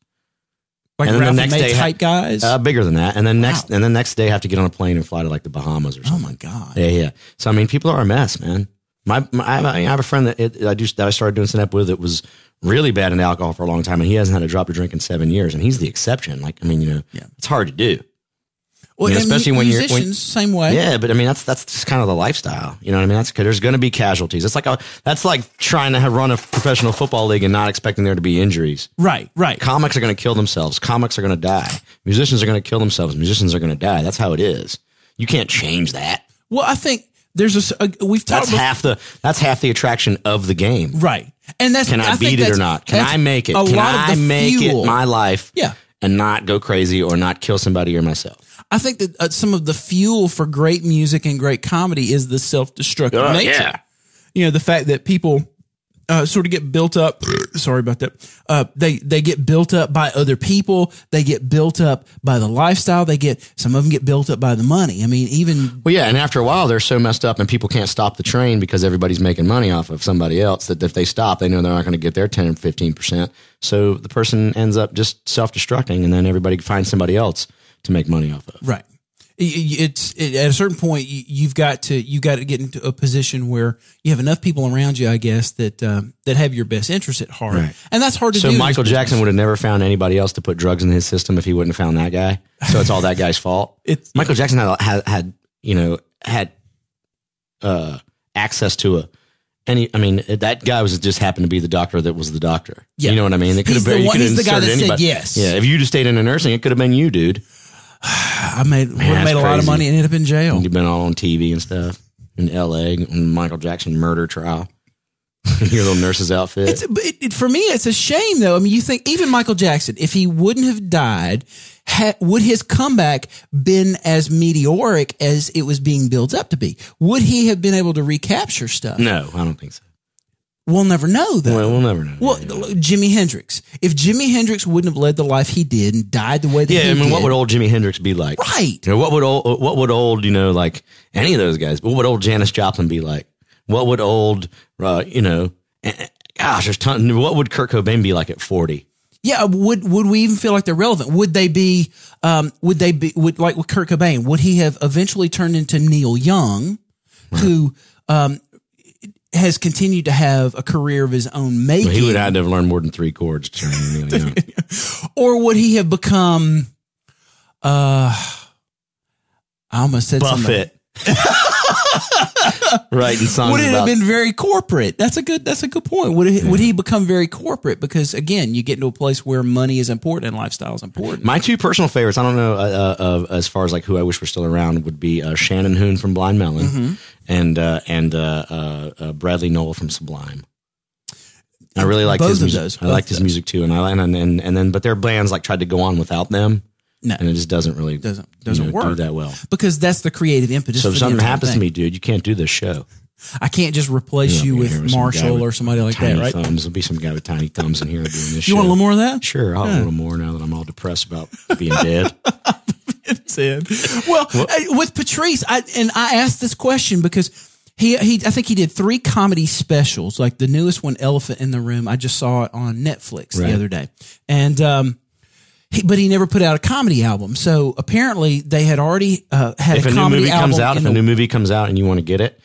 [SPEAKER 3] like
[SPEAKER 2] And then the
[SPEAKER 3] Ralphie
[SPEAKER 2] next
[SPEAKER 3] May
[SPEAKER 2] day ha-
[SPEAKER 3] type guys.
[SPEAKER 2] Uh, bigger than that. And then next and then next day have to get on a plane and fly to like the Bahamas or something.
[SPEAKER 3] oh my god.
[SPEAKER 2] Yeah, yeah. So I mean, people are a mess, man. My, my I have a- I have a friend that it, I do that I started doing stand up with that was really bad in alcohol for a long time, and he hasn't had a drop of drink in seven years, and he's the exception. Like, I mean, you know,
[SPEAKER 3] Yeah.
[SPEAKER 2] it's hard to do.
[SPEAKER 3] Well,
[SPEAKER 2] Yeah,
[SPEAKER 3] and
[SPEAKER 2] especially when you're- when-
[SPEAKER 3] musicians, same way.
[SPEAKER 2] Yeah, but I mean, that's that's just kind of the lifestyle. You know what I mean? That's 'cause there's going to be casualties. It's like a, that's like trying to have run a professional football league and not expecting there to be injuries.
[SPEAKER 3] Right, right.
[SPEAKER 2] Comics are going to kill themselves. Comics are going to die. Musicians are going to kill themselves. Musicians are going to die. That's how it is. You can't change that.
[SPEAKER 3] Well, I think there's a s- a, we've talked
[SPEAKER 2] That's
[SPEAKER 3] before-
[SPEAKER 2] half the that's half the attraction of the game.
[SPEAKER 3] Right. And that's
[SPEAKER 2] Can I,
[SPEAKER 3] think
[SPEAKER 2] beat it or
[SPEAKER 3] that's-
[SPEAKER 2] not? Can
[SPEAKER 3] that's
[SPEAKER 2] I make it?
[SPEAKER 3] A
[SPEAKER 2] Can
[SPEAKER 3] lot
[SPEAKER 2] I
[SPEAKER 3] of the
[SPEAKER 2] make
[SPEAKER 3] fuel.
[SPEAKER 2] it my life?
[SPEAKER 3] Yeah.
[SPEAKER 2] And not go crazy or not kill somebody or myself.
[SPEAKER 3] I think that uh, some of the fuel for great music and great comedy is the self-destructive
[SPEAKER 2] Oh,
[SPEAKER 3] nature.
[SPEAKER 2] yeah.
[SPEAKER 3] You know, the fact that people uh, sort of get built up. <clears throat> sorry about that. Uh, they they get built up by other people. They get built up by the lifestyle. They get some of them get built up by the money. I mean, even
[SPEAKER 2] Well, yeah. And after a while, they're so messed up and people can't stop the train because everybody's making money off of somebody else that if they stop, they know they're not going to get their 10 or 15%. So the person ends up just self destructing and then everybody finds somebody else to make money off of.
[SPEAKER 3] right. Y- y- It's it, at a certain point you, you've got to you got to get into a position where you have enough people around you, I guess, that um, that have your best interest at heart,
[SPEAKER 2] Right.
[SPEAKER 3] and that's hard to do.
[SPEAKER 2] So
[SPEAKER 3] in this
[SPEAKER 2] Michael
[SPEAKER 3] business.
[SPEAKER 2] Jackson would have never found anybody else to put drugs in his system if he wouldn't have found that guy. So it's all
[SPEAKER 3] <laughs>
[SPEAKER 2] that guy's fault.
[SPEAKER 3] It's-
[SPEAKER 2] Michael Jackson had, had had you know had uh, access to a any. I mean that guy was just happened to be the doctor that was the doctor.
[SPEAKER 3] Yeah.
[SPEAKER 2] You know what I mean? It could
[SPEAKER 3] He's
[SPEAKER 2] have been
[SPEAKER 3] the
[SPEAKER 2] you
[SPEAKER 3] one-
[SPEAKER 2] could have
[SPEAKER 3] he's the guy
[SPEAKER 2] inserted
[SPEAKER 3] that said
[SPEAKER 2] anybody.
[SPEAKER 3] yes.
[SPEAKER 2] Yeah, if you just stayed in a nursing, it could have been you, dude.
[SPEAKER 3] I made would've
[SPEAKER 2] that's
[SPEAKER 3] made a lot of
[SPEAKER 2] crazy.
[SPEAKER 3] money and ended up in jail.
[SPEAKER 2] You've been all on TV and stuff in L.A. on Michael Jackson murder trial. <laughs> Your little nurse's outfit.
[SPEAKER 3] It's, but it, it- for me, it's a shame though. I mean, you think even Michael Jackson, if he wouldn't have died, ha, would his comeback been as meteoric as it was being built up to be? Would he have been able to recapture stuff?
[SPEAKER 2] no, I don't think so.
[SPEAKER 3] We'll never know though.
[SPEAKER 2] Well, we'll never know.
[SPEAKER 3] Well, look, Jimi Hendrix. If Jimi Hendrix wouldn't have led the life he did and died the way that he
[SPEAKER 2] Yeah, I mean,
[SPEAKER 3] did,
[SPEAKER 2] what would old Jimi Hendrix be like?
[SPEAKER 3] Right.
[SPEAKER 2] You know, what would old what would old you know like any of those guys? What would old Janis Joplin be like? What would old uh, you know? eh, eh, Gosh, there's ton. What would Kurt Cobain be like at forty?
[SPEAKER 3] yeah, would would we even feel like they're relevant? Would they be? Um, would they be? Would like with Kurt Cobain? Would he have eventually turned into Neil Young, who um, has continued to have a career of his own making?
[SPEAKER 2] He would have had to have learned more than three chords. To turn
[SPEAKER 3] <laughs>
[SPEAKER 2] Neil Young.
[SPEAKER 3] or would he have become? Uh, I almost said something.
[SPEAKER 2] Buffett. <laughs> writing songs
[SPEAKER 3] Would it have
[SPEAKER 2] about
[SPEAKER 3] been very corporate? That's a good. That's a good point. Would it, would he become very corporate? Because again, you get into a place where money is important and lifestyle is important.
[SPEAKER 2] My two personal favorites, I don't know uh, uh, of as far as like who I wish were still around, would be uh, Shannon Hoon from Blind Melon
[SPEAKER 3] Mm-hmm.
[SPEAKER 2] and uh, and uh, uh, uh, Bradley Noel from Sublime. I really liked
[SPEAKER 3] Both
[SPEAKER 2] his
[SPEAKER 3] of
[SPEAKER 2] music.
[SPEAKER 3] those,
[SPEAKER 2] I
[SPEAKER 3] both
[SPEAKER 2] liked his
[SPEAKER 3] those.
[SPEAKER 2] music too, and I and, and and then but their bands like tried to go on without them,
[SPEAKER 3] No.
[SPEAKER 2] and it just doesn't really
[SPEAKER 3] doesn't doesn't
[SPEAKER 2] you know,
[SPEAKER 3] work
[SPEAKER 2] do that well.
[SPEAKER 3] because that's the creative impetus. for
[SPEAKER 2] So if
[SPEAKER 3] the
[SPEAKER 2] something
[SPEAKER 3] entire
[SPEAKER 2] happens
[SPEAKER 3] thing.
[SPEAKER 2] to me, dude, you can't do this show.
[SPEAKER 3] I can't just replace
[SPEAKER 2] Yeah,
[SPEAKER 3] you
[SPEAKER 2] I'm here with
[SPEAKER 3] with
[SPEAKER 2] some guy
[SPEAKER 3] Marshall
[SPEAKER 2] with
[SPEAKER 3] or somebody like
[SPEAKER 2] Tiny
[SPEAKER 3] that, right?
[SPEAKER 2] thumbs. There'll be some guy with tiny thumbs in here doing this.
[SPEAKER 3] You
[SPEAKER 2] show.
[SPEAKER 3] want a little more of that?
[SPEAKER 2] Sure, I'll have a little more now that I'm all depressed about being
[SPEAKER 3] <laughs>
[SPEAKER 2] dead.
[SPEAKER 3] said. Well, I- with Patrice, I, and I asked this question because he, he, I think he did three comedy specials, like the newest one, Elephant in the Room. I just saw it on Netflix
[SPEAKER 2] Right.
[SPEAKER 3] the other day, and um, he, but he never put out a comedy album. So apparently, they had already uh, had
[SPEAKER 2] if
[SPEAKER 3] a,
[SPEAKER 2] a new
[SPEAKER 3] comedy
[SPEAKER 2] movie
[SPEAKER 3] album
[SPEAKER 2] comes out,
[SPEAKER 3] in
[SPEAKER 2] if a
[SPEAKER 3] the-
[SPEAKER 2] new movie comes out and you want to get it,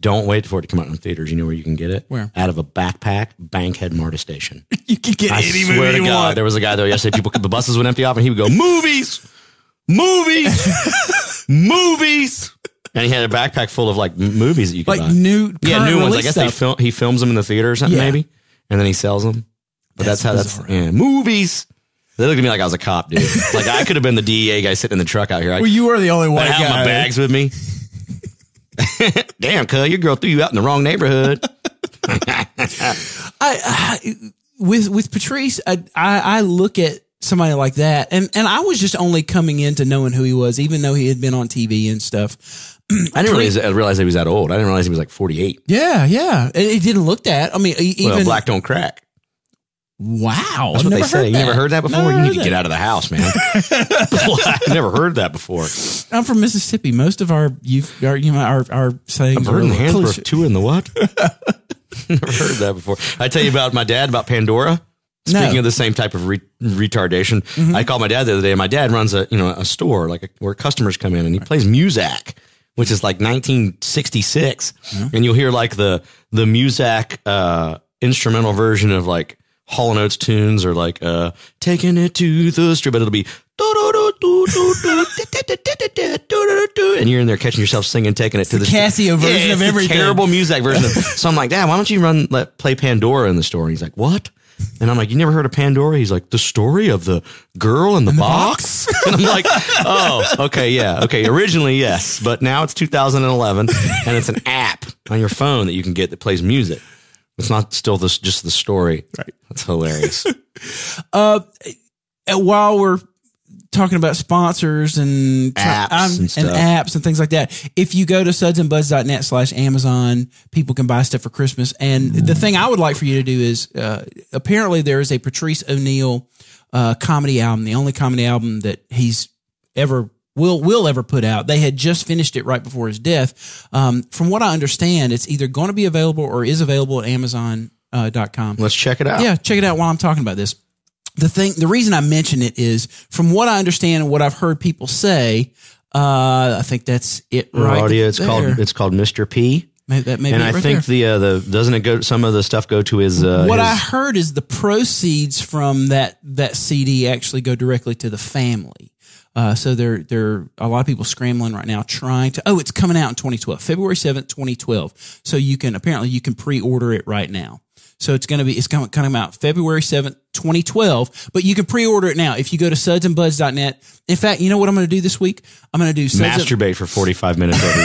[SPEAKER 2] don't wait for it to come out in theaters. You know where you can get it?
[SPEAKER 3] Where?
[SPEAKER 2] Out of a backpack, Bankhead MARTA station.
[SPEAKER 3] you can get <laughs>
[SPEAKER 2] I
[SPEAKER 3] any
[SPEAKER 2] swear
[SPEAKER 3] movie
[SPEAKER 2] to
[SPEAKER 3] you
[SPEAKER 2] God,
[SPEAKER 3] want.
[SPEAKER 2] there was a guy there yesterday. People, the buses would empty off, and he would go, "Movies,
[SPEAKER 3] <laughs>
[SPEAKER 2] movies, movies," and he had a backpack full of like m- movies that you could
[SPEAKER 3] Like
[SPEAKER 2] buy.
[SPEAKER 3] new,
[SPEAKER 2] yeah,
[SPEAKER 3] current
[SPEAKER 2] new ones. I
[SPEAKER 3] release
[SPEAKER 2] guess they
[SPEAKER 3] stuff.
[SPEAKER 2] film, he films them in the theater or something,
[SPEAKER 3] Yeah.
[SPEAKER 2] maybe, and then he sells them. But that's,
[SPEAKER 3] That's
[SPEAKER 2] how
[SPEAKER 3] bizarre.
[SPEAKER 2] that's yeah, movies. They looked at me like I was a cop, dude. like I could have been the DEA guy sitting in the truck out here. I
[SPEAKER 3] Well, you were the only one.
[SPEAKER 2] I have my bags with me. <laughs> Damn, cuz your girl threw you out in the wrong neighborhood.
[SPEAKER 3] I, I with with Patrice, I, I I look at somebody like that, and and I was just only coming into knowing who he was, even though he had been on TV and stuff. <clears throat>
[SPEAKER 2] I didn't realize, I realized he was that old. I didn't realize he was like 48.
[SPEAKER 3] Yeah, yeah. It, it didn't look that. I mean, e- even
[SPEAKER 2] well, black don't crack.
[SPEAKER 3] wow. I've
[SPEAKER 2] That's what they
[SPEAKER 3] never
[SPEAKER 2] say. You never
[SPEAKER 3] that.
[SPEAKER 2] heard that before?
[SPEAKER 3] Never
[SPEAKER 2] you
[SPEAKER 3] heard
[SPEAKER 2] need to
[SPEAKER 3] that.
[SPEAKER 2] get out of the house,
[SPEAKER 3] <laughs>
[SPEAKER 2] man. <laughs> I've never heard that before.
[SPEAKER 3] I'm from Mississippi. Most of our youth, our you know, our our sayings
[SPEAKER 2] A bird
[SPEAKER 3] are
[SPEAKER 2] in the hand
[SPEAKER 3] cliche.
[SPEAKER 2] for a two in the what? never heard that before. I tell you about my dad about Pandora.
[SPEAKER 3] No.
[SPEAKER 2] Speaking of the same type of re- retardation, I called my dad the other day. My dad runs a you know a store like a, where customers come in, and he plays Muzak, which is like 1966, and you'll hear like the the Muzak uh, instrumental version of like Hall and Oates tunes or like uh, taking it to the street, but it'll be. <laughs> And you're in there catching yourself singing, taking it to the,
[SPEAKER 3] the Casio version
[SPEAKER 2] it's
[SPEAKER 3] of
[SPEAKER 2] the
[SPEAKER 3] everything.
[SPEAKER 2] terrible music version
[SPEAKER 3] <laughs>
[SPEAKER 2] of. So I'm like, Dad, why don't you run let play Pandora in the store? And he's like, What? And I'm like, You never heard of Pandora? He's like, The story of the girl in the, box? <laughs> and I'm like, Oh, okay, yeah, okay. Originally, yes, but now it's 2011, and it's an app on your phone that you can get that plays music. It's not still this just the story. Right. That's
[SPEAKER 3] <laughs>
[SPEAKER 2] hilarious.
[SPEAKER 3] And uh, while we're talking about sponsors and
[SPEAKER 2] Apps and stuff.
[SPEAKER 3] apps and things like that, if you go to sudsandbuds.net slash Amazon, people can buy stuff for Christmas. And the thing I would like for you to do is uh, apparently there is a Patrice O'Neill uh, comedy album, the only comedy album that he's ever will will ever put out. They had just finished it right before his death. Um, from what I understand, it's either going to be available or is available at Amazon.com. Uh, dot com.
[SPEAKER 2] Let's check it out.
[SPEAKER 3] Yeah, check it out while I'm talking about this. The thing, the reason I mention it is from what I understand and what I've heard people say. Uh, I think that's it,
[SPEAKER 2] Our
[SPEAKER 3] right?
[SPEAKER 2] audio. It's
[SPEAKER 3] there.
[SPEAKER 2] called it's called Mr. P.
[SPEAKER 3] May- that may
[SPEAKER 2] And
[SPEAKER 3] be
[SPEAKER 2] I
[SPEAKER 3] it right
[SPEAKER 2] think
[SPEAKER 3] there.
[SPEAKER 2] the uh, the doesn't it go some of the stuff go to his uh,
[SPEAKER 3] what
[SPEAKER 2] his-
[SPEAKER 3] I heard is the proceeds from that that CD actually go directly to the family. Uh, so there there are a lot of people scrambling right now trying to. Oh, it's coming out in 2012, February 7th, 2012. So you can apparently you can pre-order it right now. So it's going to be it's going to come out February 7th, 2012, but you can pre-order it now if you go to sudsandbuds.net. In fact, you know what I'm going to do this week? I'm going to do suds and-
[SPEAKER 2] masturbate for 45 minutes every <laughs>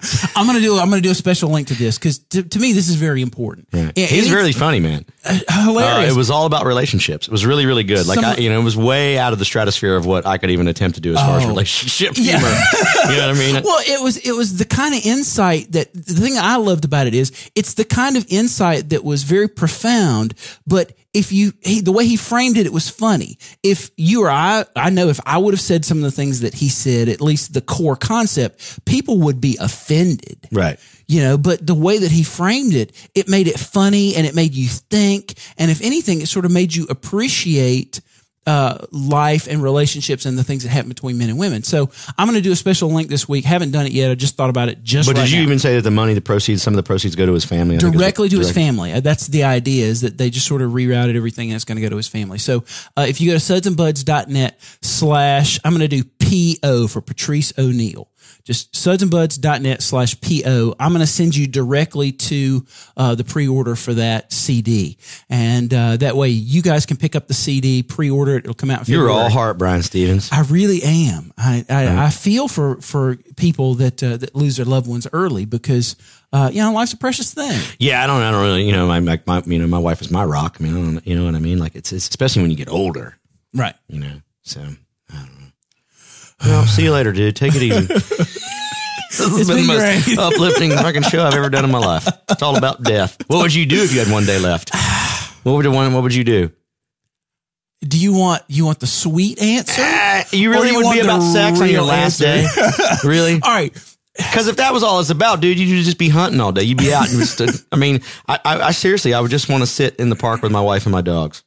[SPEAKER 2] day.
[SPEAKER 3] I'm going to do I'm going to do a special link to this cuz to, to me this is very important. Yeah,
[SPEAKER 2] He's
[SPEAKER 3] it's
[SPEAKER 2] really funny, man. Uh,
[SPEAKER 3] hilarious.
[SPEAKER 2] it was all about relationships. It was really, really good. Like,
[SPEAKER 3] Some-
[SPEAKER 2] I, you know, it was way out of the stratosphere of what I could even attempt to do as far as
[SPEAKER 3] Oh.
[SPEAKER 2] <laughs> relationship humor. you know what I <laughs> mean?
[SPEAKER 3] Well, it was it was the kind of insight that the thing I loved about it is it's the kind of insight that was very profound. But if you he, the way he framed it, it was funny. If you or I, I know if I would have said some of the things that he said, at least the core concept, people would be offended
[SPEAKER 2] right.
[SPEAKER 3] you know but the way that he framed it it made it funny and it made you think and if anything it sort of made you appreciate uh, life and relationships and the things that happen between men and women so i'm going to do a special link this week haven't done it yet i just thought about it just
[SPEAKER 2] But
[SPEAKER 3] right
[SPEAKER 2] did you
[SPEAKER 3] now.
[SPEAKER 2] even say that the money, the proceeds, some of the proceeds go to his family? I think is what-
[SPEAKER 3] directly to his
[SPEAKER 2] direct-
[SPEAKER 3] family Uh, that's the idea is that they just sort of rerouted everything and it's going to go to his family so uh, if you go to sudsandbuds.net slash i'm going to do PO for Patrice O'Neill. Just sudsandbuds.net slash PO. I'm going to send you directly to uh, the pre order for that CD. And uh, that way you guys can pick up the CD, pre order it. It'll come out in
[SPEAKER 2] You're
[SPEAKER 3] February.
[SPEAKER 2] all heart, Brian Stevens.
[SPEAKER 3] I really am. I, I, I feel for, for people that uh, that lose their loved ones early because uh, you know life's a precious thing.
[SPEAKER 2] Yeah, I don't, I don't really, you know, I'm like my, you know, my wife is my rock. I mean, I don't, you know what I mean? Like it's, it's especially when you get older,
[SPEAKER 3] Right.
[SPEAKER 2] you know. So I don't know. Well, see you later, dude. Take it <laughs> easy. this has been,
[SPEAKER 3] been
[SPEAKER 2] the most
[SPEAKER 3] great.
[SPEAKER 2] uplifting fucking show I've ever done in my life. It's all about death. What would you do if you had one day left? What would you want? What would you do?
[SPEAKER 3] Do you want you want the sweet
[SPEAKER 2] <laughs>
[SPEAKER 3] answer?
[SPEAKER 2] Ah, You
[SPEAKER 3] Or
[SPEAKER 2] really
[SPEAKER 3] you
[SPEAKER 2] would
[SPEAKER 3] want
[SPEAKER 2] be
[SPEAKER 3] the
[SPEAKER 2] about sex on your
[SPEAKER 3] real
[SPEAKER 2] last
[SPEAKER 3] answer.
[SPEAKER 2] <laughs> day, really?
[SPEAKER 3] All
[SPEAKER 2] <laughs>
[SPEAKER 3] right.
[SPEAKER 2] Because if that was all it's about, dude, you'd just be hunting all day. You'd be out. And just, I mean, I, I, I seriously, I would just want to sit in the park with my wife and my dogs,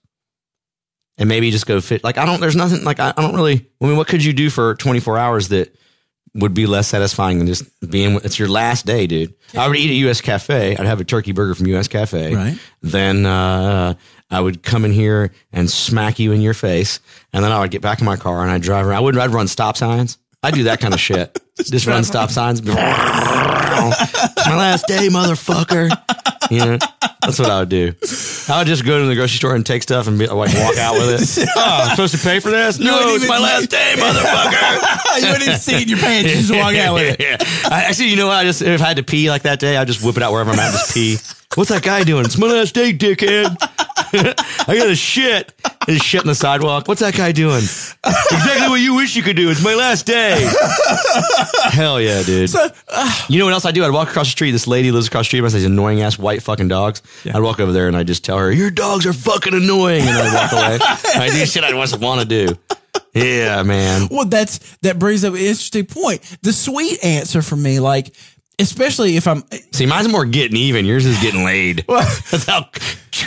[SPEAKER 2] and maybe just go fit. Like I don't. There's nothing. Like I, I don't really. I mean, what could you do for 24 hours that would be less satisfying than just being? It's your last day, dude. I would eat at U.S. Cafe. I'd have a turkey burger from U.S. Cafe.
[SPEAKER 3] Right.
[SPEAKER 2] Then uh, I would come in here and smack you in your face, and then I would get back in my car and I'd drive around. I would. I'd run stop signs. I'd do that kind of shit. Just run stop signs. <laughs> It's <laughs> my last day, motherfucker. You know, that's what I would do. I would just go to the grocery store and take stuff and be, like walk out with <laughs> it. Oh, I'm supposed to pay for this? No,
[SPEAKER 3] wouldn't
[SPEAKER 2] it's my
[SPEAKER 3] even-
[SPEAKER 2] last day, <laughs> motherfucker.
[SPEAKER 3] you wouldn't even see it in your pants. You
[SPEAKER 2] <laughs>
[SPEAKER 3] just walk out with it.
[SPEAKER 2] Yeah. I, actually, you know what? I just if I had to pee like that day, I'd just whip it out wherever I'm at. and Just pee.
[SPEAKER 3] <laughs>
[SPEAKER 2] What's that guy doing? It's my last day, dickhead. <laughs> I got a shit. And just shit on the sidewalk. What's that guy doing? Exactly what you wish you could do. It's my last day. Hell yeah, dude. You know what else I do? I'd walk across the street. This lady lives across the street. I these annoying ass white fucking dogs. I'd walk over there and I'd just tell her, "Your dogs are fucking annoying," and I'd walk
[SPEAKER 3] <laughs>
[SPEAKER 2] away. I do shit I wasn't want to do. Yeah, man.
[SPEAKER 3] <laughs> Well, that's that brings up an interesting point. The sweet answer for me, like especially if I'm
[SPEAKER 2] See, mine's more getting even. Yours is
[SPEAKER 3] <laughs>
[SPEAKER 2] getting laid. <laughs> That's how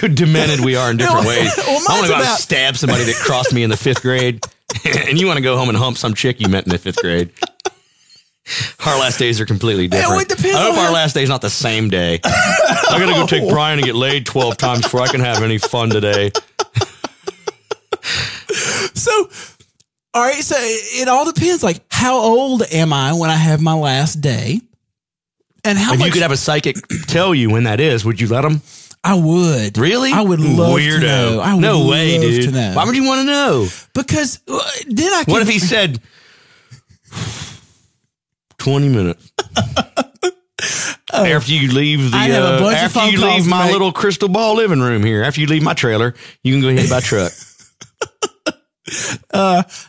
[SPEAKER 2] demented we are in different
[SPEAKER 3] No,
[SPEAKER 2] ways.
[SPEAKER 3] well, mine's
[SPEAKER 2] I want to go out and
[SPEAKER 3] about-
[SPEAKER 2] stab somebody that crossed me in the
[SPEAKER 3] <laughs>
[SPEAKER 2] fifth grade, <laughs> and you want to go home and hump some chick you met in the fifth grade. Our last days are completely different.
[SPEAKER 3] well, it depends
[SPEAKER 2] I hope
[SPEAKER 3] on
[SPEAKER 2] our
[SPEAKER 3] how-
[SPEAKER 2] last day's not the same day. I gotta
[SPEAKER 3] <laughs>
[SPEAKER 2] go take Brian and get laid twelve times before I can have any fun today.
[SPEAKER 3] so all right, so it all depends like how old am I when I have my last day? And how
[SPEAKER 2] If
[SPEAKER 3] much
[SPEAKER 2] you could have a psychic tell you when that is, would you let them?
[SPEAKER 3] I would.
[SPEAKER 2] Really?
[SPEAKER 3] I would love
[SPEAKER 2] Weirdo.
[SPEAKER 3] to know. I would
[SPEAKER 2] no way,
[SPEAKER 3] love
[SPEAKER 2] dude.
[SPEAKER 3] to know.
[SPEAKER 2] Why would you want to know?
[SPEAKER 3] Because uh, then I can
[SPEAKER 2] What if he said 20 minutes? after you leave the
[SPEAKER 3] I have a
[SPEAKER 2] uh,
[SPEAKER 3] bunch of
[SPEAKER 2] after
[SPEAKER 3] phone
[SPEAKER 2] you
[SPEAKER 3] calls
[SPEAKER 2] leave
[SPEAKER 3] to
[SPEAKER 2] my
[SPEAKER 3] make.
[SPEAKER 2] little crystal ball living room here, after you leave my trailer, you can go hit my truck.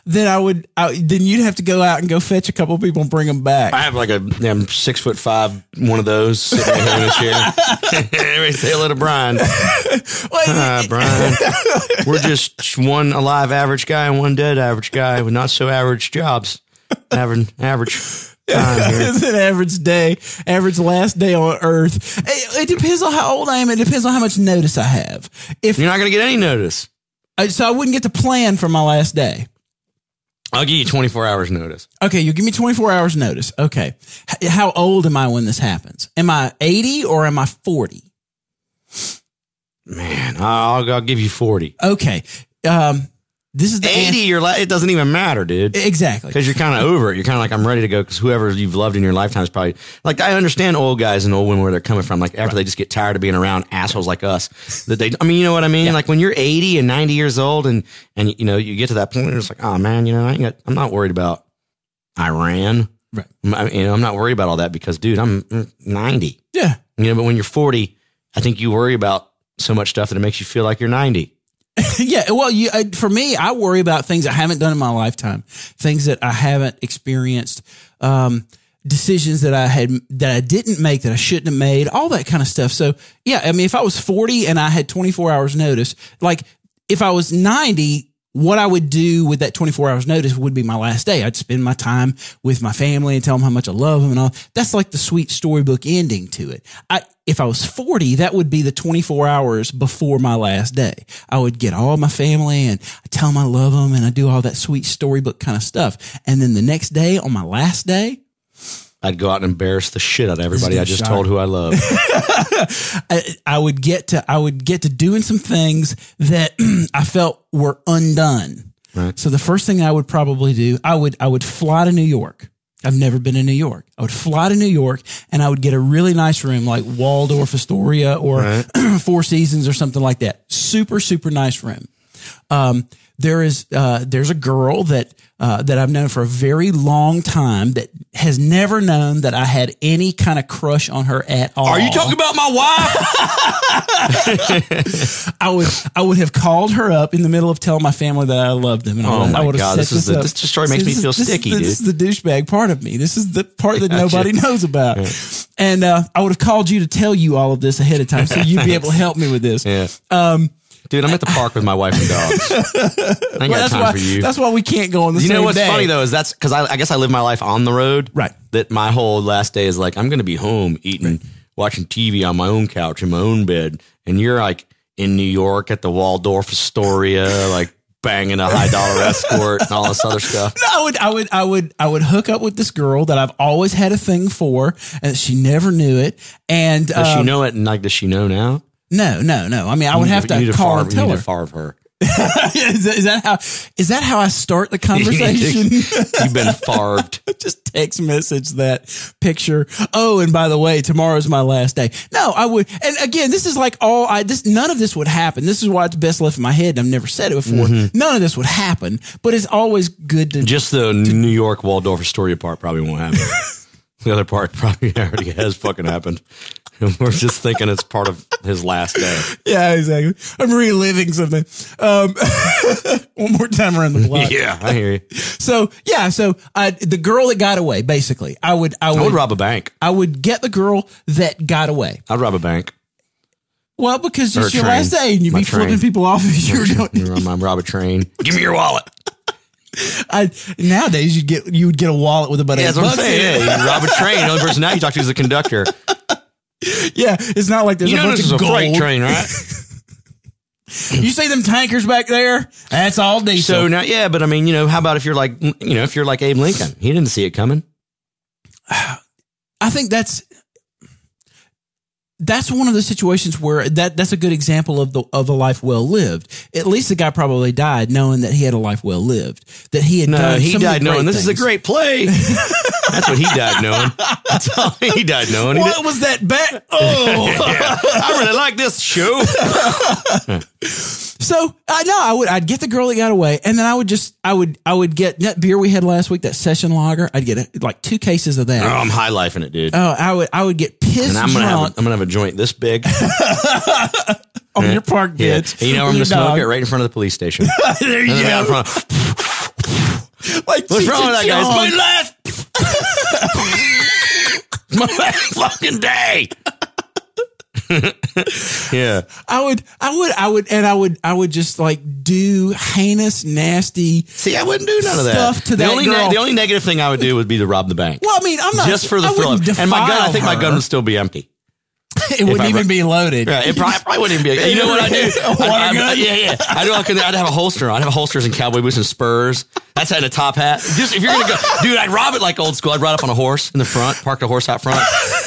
[SPEAKER 3] then I would I, then you'd have to go out and go fetch a couple people and bring them back.
[SPEAKER 2] <laughs> I have like a damn six foot five one of those sitting in a chair. <laughs> Everybody say hello to Brian.
[SPEAKER 3] Well,
[SPEAKER 2] Hi, Brian. We're just one alive average guy and one dead average guy with not so average jobs. Average average time
[SPEAKER 3] <laughs>
[SPEAKER 2] here.
[SPEAKER 3] it's an average day, average last day on earth. It, it depends on how old I am. It depends on how much notice I have. If
[SPEAKER 2] You're not gonna get any notice.
[SPEAKER 3] I- so, I wouldn't get to plan for my last day.
[SPEAKER 2] I'll give you 24 hours notice.
[SPEAKER 3] Okay, you give me 24 hours notice. Okay. H- how old am I when this happens? Am I 80 or am I 40?
[SPEAKER 2] Man, I'll, I'll give you 40.
[SPEAKER 3] Okay. Um, this is the
[SPEAKER 2] 80,
[SPEAKER 3] an-
[SPEAKER 2] you're like, it doesn't even matter, dude.
[SPEAKER 3] exactly.
[SPEAKER 2] Because you're kind of over it. You're kind of like, I'm ready to go. Because whoever you've loved in your lifetime is probably like, I understand old guys and old women where they're coming from. Like, after they just get tired of being around assholes like us, that they, I mean, you know what I mean? Like, when you're 80 and 90 years old and, and, you know, you get to that point, you're just like, oh, man, you know, I ain't got, I'm not worried about Iran.
[SPEAKER 3] Right.
[SPEAKER 2] I'm- I- you know, I'm not worried about all that because, dude, I'm mm, 90.
[SPEAKER 3] Yeah.
[SPEAKER 2] You know, but when you're 40, I think you worry about so much stuff that it makes you feel like you're 90.
[SPEAKER 3] <laughs> Yeah, well, you, I, for me, I worry about things I haven't done in my lifetime, things that I haven't experienced, um, decisions that I had that I didn't make that I shouldn't have made, all that kind of stuff. So, yeah, I mean, if I was forty and I had twenty four hours notice, like if I was ninety, what I would do with that twenty four hours notice would be my last day. I'd spend my time with my family and tell them how much I love them and all. That's like the sweet storybook ending to it. I if I was 40, that would be the 24 hours before my last day. I would get all my family and I tell them I love them and I do all that sweet storybook kind of stuff. And then the next day on my last day,
[SPEAKER 2] I'd go out and embarrass the shit out of everybody
[SPEAKER 3] dude
[SPEAKER 2] I just
[SPEAKER 3] shot.
[SPEAKER 2] told who
[SPEAKER 3] <laughs>
[SPEAKER 2] I love.
[SPEAKER 3] I, I would <clears throat> get to, I would get to doing some things that I felt were undone.
[SPEAKER 2] Right.
[SPEAKER 3] So the first thing I would probably do, I would I would fly to New York. I've never been to New York. I would fly to New York and I would get a really nice room like Waldorf Astoria or <clears throat> Four Seasons or something like that. Super super nice room. Um, there is uh, there's a girl that uh, that I've known for a very long time that has never known that I had any kind of crush on her at all.
[SPEAKER 2] Are you talking about my wife?
[SPEAKER 3] I would I would have called her up in the middle of telling my family that I loved them, and I
[SPEAKER 2] Oh
[SPEAKER 3] would,
[SPEAKER 2] my
[SPEAKER 3] I would have
[SPEAKER 2] God,
[SPEAKER 3] set
[SPEAKER 2] this is the-
[SPEAKER 3] up.
[SPEAKER 2] this just story makes
[SPEAKER 3] This
[SPEAKER 2] me
[SPEAKER 3] is-
[SPEAKER 2] feel
[SPEAKER 3] this is
[SPEAKER 2] sticky,
[SPEAKER 3] the-
[SPEAKER 2] dude.
[SPEAKER 3] This is the douchebag part of me. This is the part
[SPEAKER 2] <laughs>
[SPEAKER 3] that nobody knows about. And uh, I would have called you to tell you all of this ahead of time, so you'd be able to help me with this.
[SPEAKER 2] <laughs> Yeah. Dude, I'm at the park with my wife and
[SPEAKER 3] <laughs>
[SPEAKER 2] dogs. I ain't
[SPEAKER 3] Um, Well,
[SPEAKER 2] got
[SPEAKER 3] that's
[SPEAKER 2] time
[SPEAKER 3] why
[SPEAKER 2] for you.
[SPEAKER 3] that's why we can't go on the
[SPEAKER 2] You
[SPEAKER 3] same
[SPEAKER 2] know what's
[SPEAKER 3] day.
[SPEAKER 2] funny though is that's because I, I guess I live my life on the road.
[SPEAKER 3] Right.
[SPEAKER 2] That my whole last day is like I'm going to be home eating, watching TV on my own couch in my own bed, and you're like in New York at the Waldorf
[SPEAKER 3] <laughs>
[SPEAKER 2] Astoria, like banging a high dollar escort and all this other stuff.
[SPEAKER 3] No, I would, I would, I would, I would hook up with this girl that I've always had a thing for, and she never knew it. And
[SPEAKER 2] Does
[SPEAKER 3] uh,
[SPEAKER 2] she know it? And like, does she know now?
[SPEAKER 3] no, no, no. I mean, I would have
[SPEAKER 2] you
[SPEAKER 3] to
[SPEAKER 2] need
[SPEAKER 3] call
[SPEAKER 2] far,
[SPEAKER 3] and tell
[SPEAKER 2] you need
[SPEAKER 3] her.
[SPEAKER 2] to farve her.
[SPEAKER 3] <laughs> is, that, is that how? Is that how I start
[SPEAKER 2] <laughs>
[SPEAKER 3] the conversation?
[SPEAKER 2] You've been farved.
[SPEAKER 3] <laughs> Just text message that picture. Oh, and by the way, tomorrow's my last day. No, I would. And again, this is like all I. This none of this would happen. This is why it's best left in my head. and I've never said it before. None of this would happen. But it's always good to
[SPEAKER 2] Just the New York Waldorf Astoria part probably won't happen. the other part probably already has fucking happened. And we're just thinking it's part of his last day.
[SPEAKER 3] <laughs> Yeah, exactly. I'm reliving something. Um, <laughs> one more time around the <laughs> block.
[SPEAKER 2] yeah, I hear you.
[SPEAKER 3] So yeah, so I, the girl that got away, basically, I would, I would,
[SPEAKER 2] I would rob a bank.
[SPEAKER 3] I would get the girl that got away.
[SPEAKER 2] I'd rob a bank.
[SPEAKER 3] Well, because
[SPEAKER 2] Or
[SPEAKER 3] it's your
[SPEAKER 2] train.
[SPEAKER 3] last day and you'd
[SPEAKER 2] My
[SPEAKER 3] be
[SPEAKER 2] train.
[SPEAKER 3] flipping people off <laughs> if you were doing.
[SPEAKER 2] You know, I'd rob a train. Give me your wallet.
[SPEAKER 3] I, nowadays, you get you would get a wallet with about
[SPEAKER 2] Yeah,
[SPEAKER 3] eight
[SPEAKER 2] that's what I'm
[SPEAKER 3] bucks in
[SPEAKER 2] saying.
[SPEAKER 3] it.
[SPEAKER 2] Yeah, you rob a train. The only person now you talk to is the conductor.
[SPEAKER 3] Yeah, it's not like there's
[SPEAKER 2] You
[SPEAKER 3] a
[SPEAKER 2] know
[SPEAKER 3] bunch
[SPEAKER 2] this is a
[SPEAKER 3] of
[SPEAKER 2] freight
[SPEAKER 3] gold.
[SPEAKER 2] train, <laughs> right?
[SPEAKER 3] You see them tankers back there? That's all diesel.
[SPEAKER 2] So now, yeah, but I mean, you know, how about if you're like, you know, if you're like Abe Lincoln, he didn't see it coming.
[SPEAKER 3] I think that's that's one of those situations where that that's a good example of the of a life well lived. At least the guy probably died knowing that he had a life well lived. That he had
[SPEAKER 2] No,
[SPEAKER 3] done
[SPEAKER 2] Uh, he
[SPEAKER 3] so many
[SPEAKER 2] died knowing
[SPEAKER 3] great
[SPEAKER 2] this is a
[SPEAKER 3] things.
[SPEAKER 2] great <laughs> play. That's what he died knowing. That's all he died knowing. He did-
[SPEAKER 3] What was that back?
[SPEAKER 2] <laughs>
[SPEAKER 3] Oh,
[SPEAKER 2] I really like this show.
[SPEAKER 3] so I know I would. I'd get the girl that got away, and then I would just I would I would get that beer we had last week, that session lager. I'd get uh, like two cases of that.
[SPEAKER 2] Oh, I'm high lifing it, dude.
[SPEAKER 3] Oh, I would I would get pissed
[SPEAKER 2] and I'm gonna have a,
[SPEAKER 3] drunk
[SPEAKER 2] I'm gonna have a joint this <laughs> big.
[SPEAKER 3] on your park
[SPEAKER 2] Yeah.
[SPEAKER 3] bench.
[SPEAKER 2] And you know
[SPEAKER 3] with
[SPEAKER 2] I'm gonna
[SPEAKER 3] your
[SPEAKER 2] smoke
[SPEAKER 3] dog.
[SPEAKER 2] it right in front of the police <laughs> station.
[SPEAKER 3] <laughs> there
[SPEAKER 2] And
[SPEAKER 3] you
[SPEAKER 2] then out
[SPEAKER 3] go.
[SPEAKER 2] front of-
[SPEAKER 3] Like
[SPEAKER 2] What's
[SPEAKER 3] Cheech
[SPEAKER 2] wrong with that
[SPEAKER 3] and
[SPEAKER 2] guy?
[SPEAKER 3] Chong.
[SPEAKER 2] It's my last. It's <laughs> my last fucking <laughs> day. yeah.
[SPEAKER 3] I would, I would, I would, and I would, I would just like do heinous, nasty.
[SPEAKER 2] See, I wouldn't do none of that.
[SPEAKER 3] Stuff to
[SPEAKER 2] the
[SPEAKER 3] that
[SPEAKER 2] only
[SPEAKER 3] girl.
[SPEAKER 2] the only negative thing I would do would be to rob the bank.
[SPEAKER 3] Well, I mean, I'm not
[SPEAKER 2] Just for the
[SPEAKER 3] I
[SPEAKER 2] thrill.
[SPEAKER 3] wouldn't
[SPEAKER 2] of- And my gun, I
[SPEAKER 3] defile
[SPEAKER 2] think my
[SPEAKER 3] her.
[SPEAKER 2] gun would still be empty.
[SPEAKER 3] <laughs> it wouldn't
[SPEAKER 2] I
[SPEAKER 3] even
[SPEAKER 2] ru-
[SPEAKER 3] be loaded.
[SPEAKER 2] Yeah, it probably, probably wouldn't even be.
[SPEAKER 3] <laughs>
[SPEAKER 2] A, you know what I do?
[SPEAKER 3] A water
[SPEAKER 2] I'd- I'd-
[SPEAKER 3] gun?
[SPEAKER 2] yeah, yeah. I do. I could, I'd have a holster. I'd have holsters and cowboy boots and spurs. That's had a top hat. Just if you're
[SPEAKER 3] <laughs>
[SPEAKER 2] gonna go, dude, I'd rob it like old school. I'd ride up on a horse in the front, park the horse out front,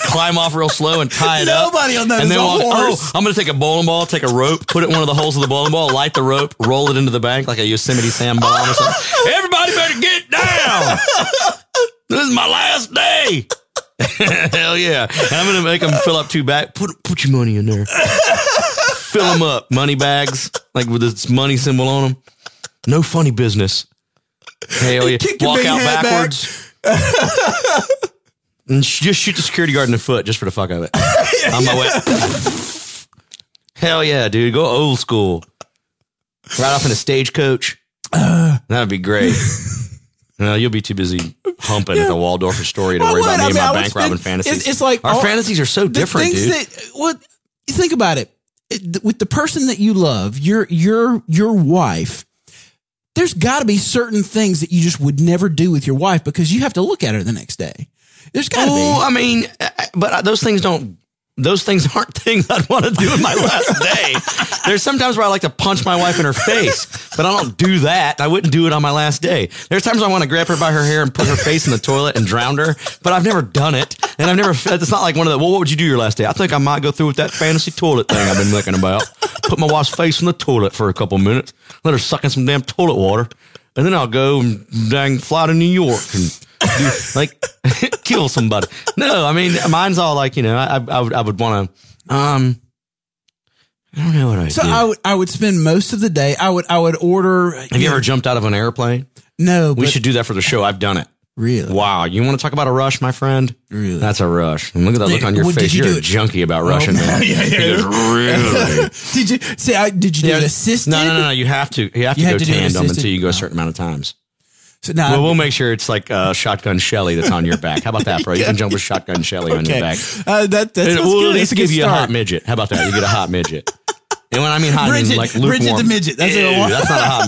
[SPEAKER 2] climb off real slow and tie it
[SPEAKER 3] <laughs> <laughs>
[SPEAKER 2] up.
[SPEAKER 3] Nobody on that is a horse.
[SPEAKER 2] Oh, I'm gonna take a bowling ball, take a rope, put it in one of the holes of the bowling ball, light the rope, roll it into the bank like a Yosemite Sam bomb or something. <laughs> Everybody better get down. <laughs> This is my last day. <laughs> Hell yeah. And I'm going to make them fill up two bags. Put, put your money in there. fill them up. Money bags, like with this money symbol on them. No funny business. Hell yeah.
[SPEAKER 3] Kick your
[SPEAKER 2] Walk
[SPEAKER 3] big
[SPEAKER 2] out
[SPEAKER 3] head back.
[SPEAKER 2] backwards. and sh- just shoot the security guard in the foot just for the
[SPEAKER 3] <laughs>
[SPEAKER 2] fuck of it. On my way. Hell yeah, dude. Go old school. Right off in a stagecoach. That'd
[SPEAKER 3] <laughs>
[SPEAKER 2] be great. No, you'll be too busy humping at the Waldorf Astoria to
[SPEAKER 3] I
[SPEAKER 2] worry
[SPEAKER 3] would.
[SPEAKER 2] about me
[SPEAKER 3] I
[SPEAKER 2] and
[SPEAKER 3] mean, I
[SPEAKER 2] my
[SPEAKER 3] would
[SPEAKER 2] bank robbing
[SPEAKER 3] spend-
[SPEAKER 2] fantasies.
[SPEAKER 3] it's- it's like
[SPEAKER 2] our
[SPEAKER 3] all-
[SPEAKER 2] fantasies are so
[SPEAKER 3] The
[SPEAKER 2] different,
[SPEAKER 3] things
[SPEAKER 2] dude.
[SPEAKER 3] that what you think about it. It- with the person that you love, your your your wife. There's got to be certain things that you just would never do with your wife because you have to look at her the next day. There's got to
[SPEAKER 2] oh,
[SPEAKER 3] be.
[SPEAKER 2] I mean, uh, but uh, those things don't. Those things <laughs> aren't things I'd want to do in
[SPEAKER 3] <laughs>
[SPEAKER 2] my last day. There's sometimes where I like to punch my wife in her face, but I don't do that. I wouldn't do it on my last day. There's times I want to grab her by her hair and put her face in the toilet and drown her, but I've never done it. And I've never, it's not like one of the, well, what would you do your last day? I think I might go through with that fantasy toilet thing I've been thinking about. Put my wife's face in the toilet for a couple minutes, let her suck in some damn toilet water. and then I'll go and dang fly to New York and do, like <laughs> kill somebody. No, I mean mine's all like you know I I, would I would want to um I don't know what I
[SPEAKER 3] So
[SPEAKER 2] do.
[SPEAKER 3] I would I would spend most of the day. I would I would order.
[SPEAKER 2] Have you ever jumped out of an airplane?
[SPEAKER 3] No,
[SPEAKER 2] We
[SPEAKER 3] but
[SPEAKER 2] should do that for the show. I've done it.
[SPEAKER 3] really.
[SPEAKER 2] Wow, you want to talk about a rush, my friend?
[SPEAKER 3] Really?
[SPEAKER 2] That's a rush. And look at that look on your
[SPEAKER 3] Well, did
[SPEAKER 2] face.
[SPEAKER 3] you
[SPEAKER 2] You
[SPEAKER 3] do
[SPEAKER 2] are a
[SPEAKER 3] it- Oh,
[SPEAKER 2] junkie
[SPEAKER 3] <laughs>
[SPEAKER 2] about rushing. man.
[SPEAKER 3] yeah, yeah.
[SPEAKER 2] He goes, really?
[SPEAKER 3] <laughs> did you see? I, did you do it assisted?
[SPEAKER 2] No, no, no, no. You have to. You have to
[SPEAKER 3] You
[SPEAKER 2] go
[SPEAKER 3] have to do it
[SPEAKER 2] tandem
[SPEAKER 3] assisted? Oh.
[SPEAKER 2] until you go a certain amount of times.
[SPEAKER 3] So, no,
[SPEAKER 2] Well, we'll make sure it's like uh, shotgun Shelly that's on your back. How about that, bro? You can jump with shotgun Shelly on your
[SPEAKER 3] okay.
[SPEAKER 2] back.
[SPEAKER 3] Uh, that that
[SPEAKER 2] And
[SPEAKER 3] sounds
[SPEAKER 2] we'll
[SPEAKER 3] good.
[SPEAKER 2] at
[SPEAKER 3] That's
[SPEAKER 2] least
[SPEAKER 3] a
[SPEAKER 2] give
[SPEAKER 3] good
[SPEAKER 2] you a
[SPEAKER 3] start.
[SPEAKER 2] hot midget. How about that? You get a hot midget. <laughs> And when I mean hot, I mean
[SPEAKER 3] Bridget,
[SPEAKER 2] like lukewarm.
[SPEAKER 3] Bridget the midget. That's the
[SPEAKER 2] Ew,
[SPEAKER 3] one.
[SPEAKER 2] that's not a hot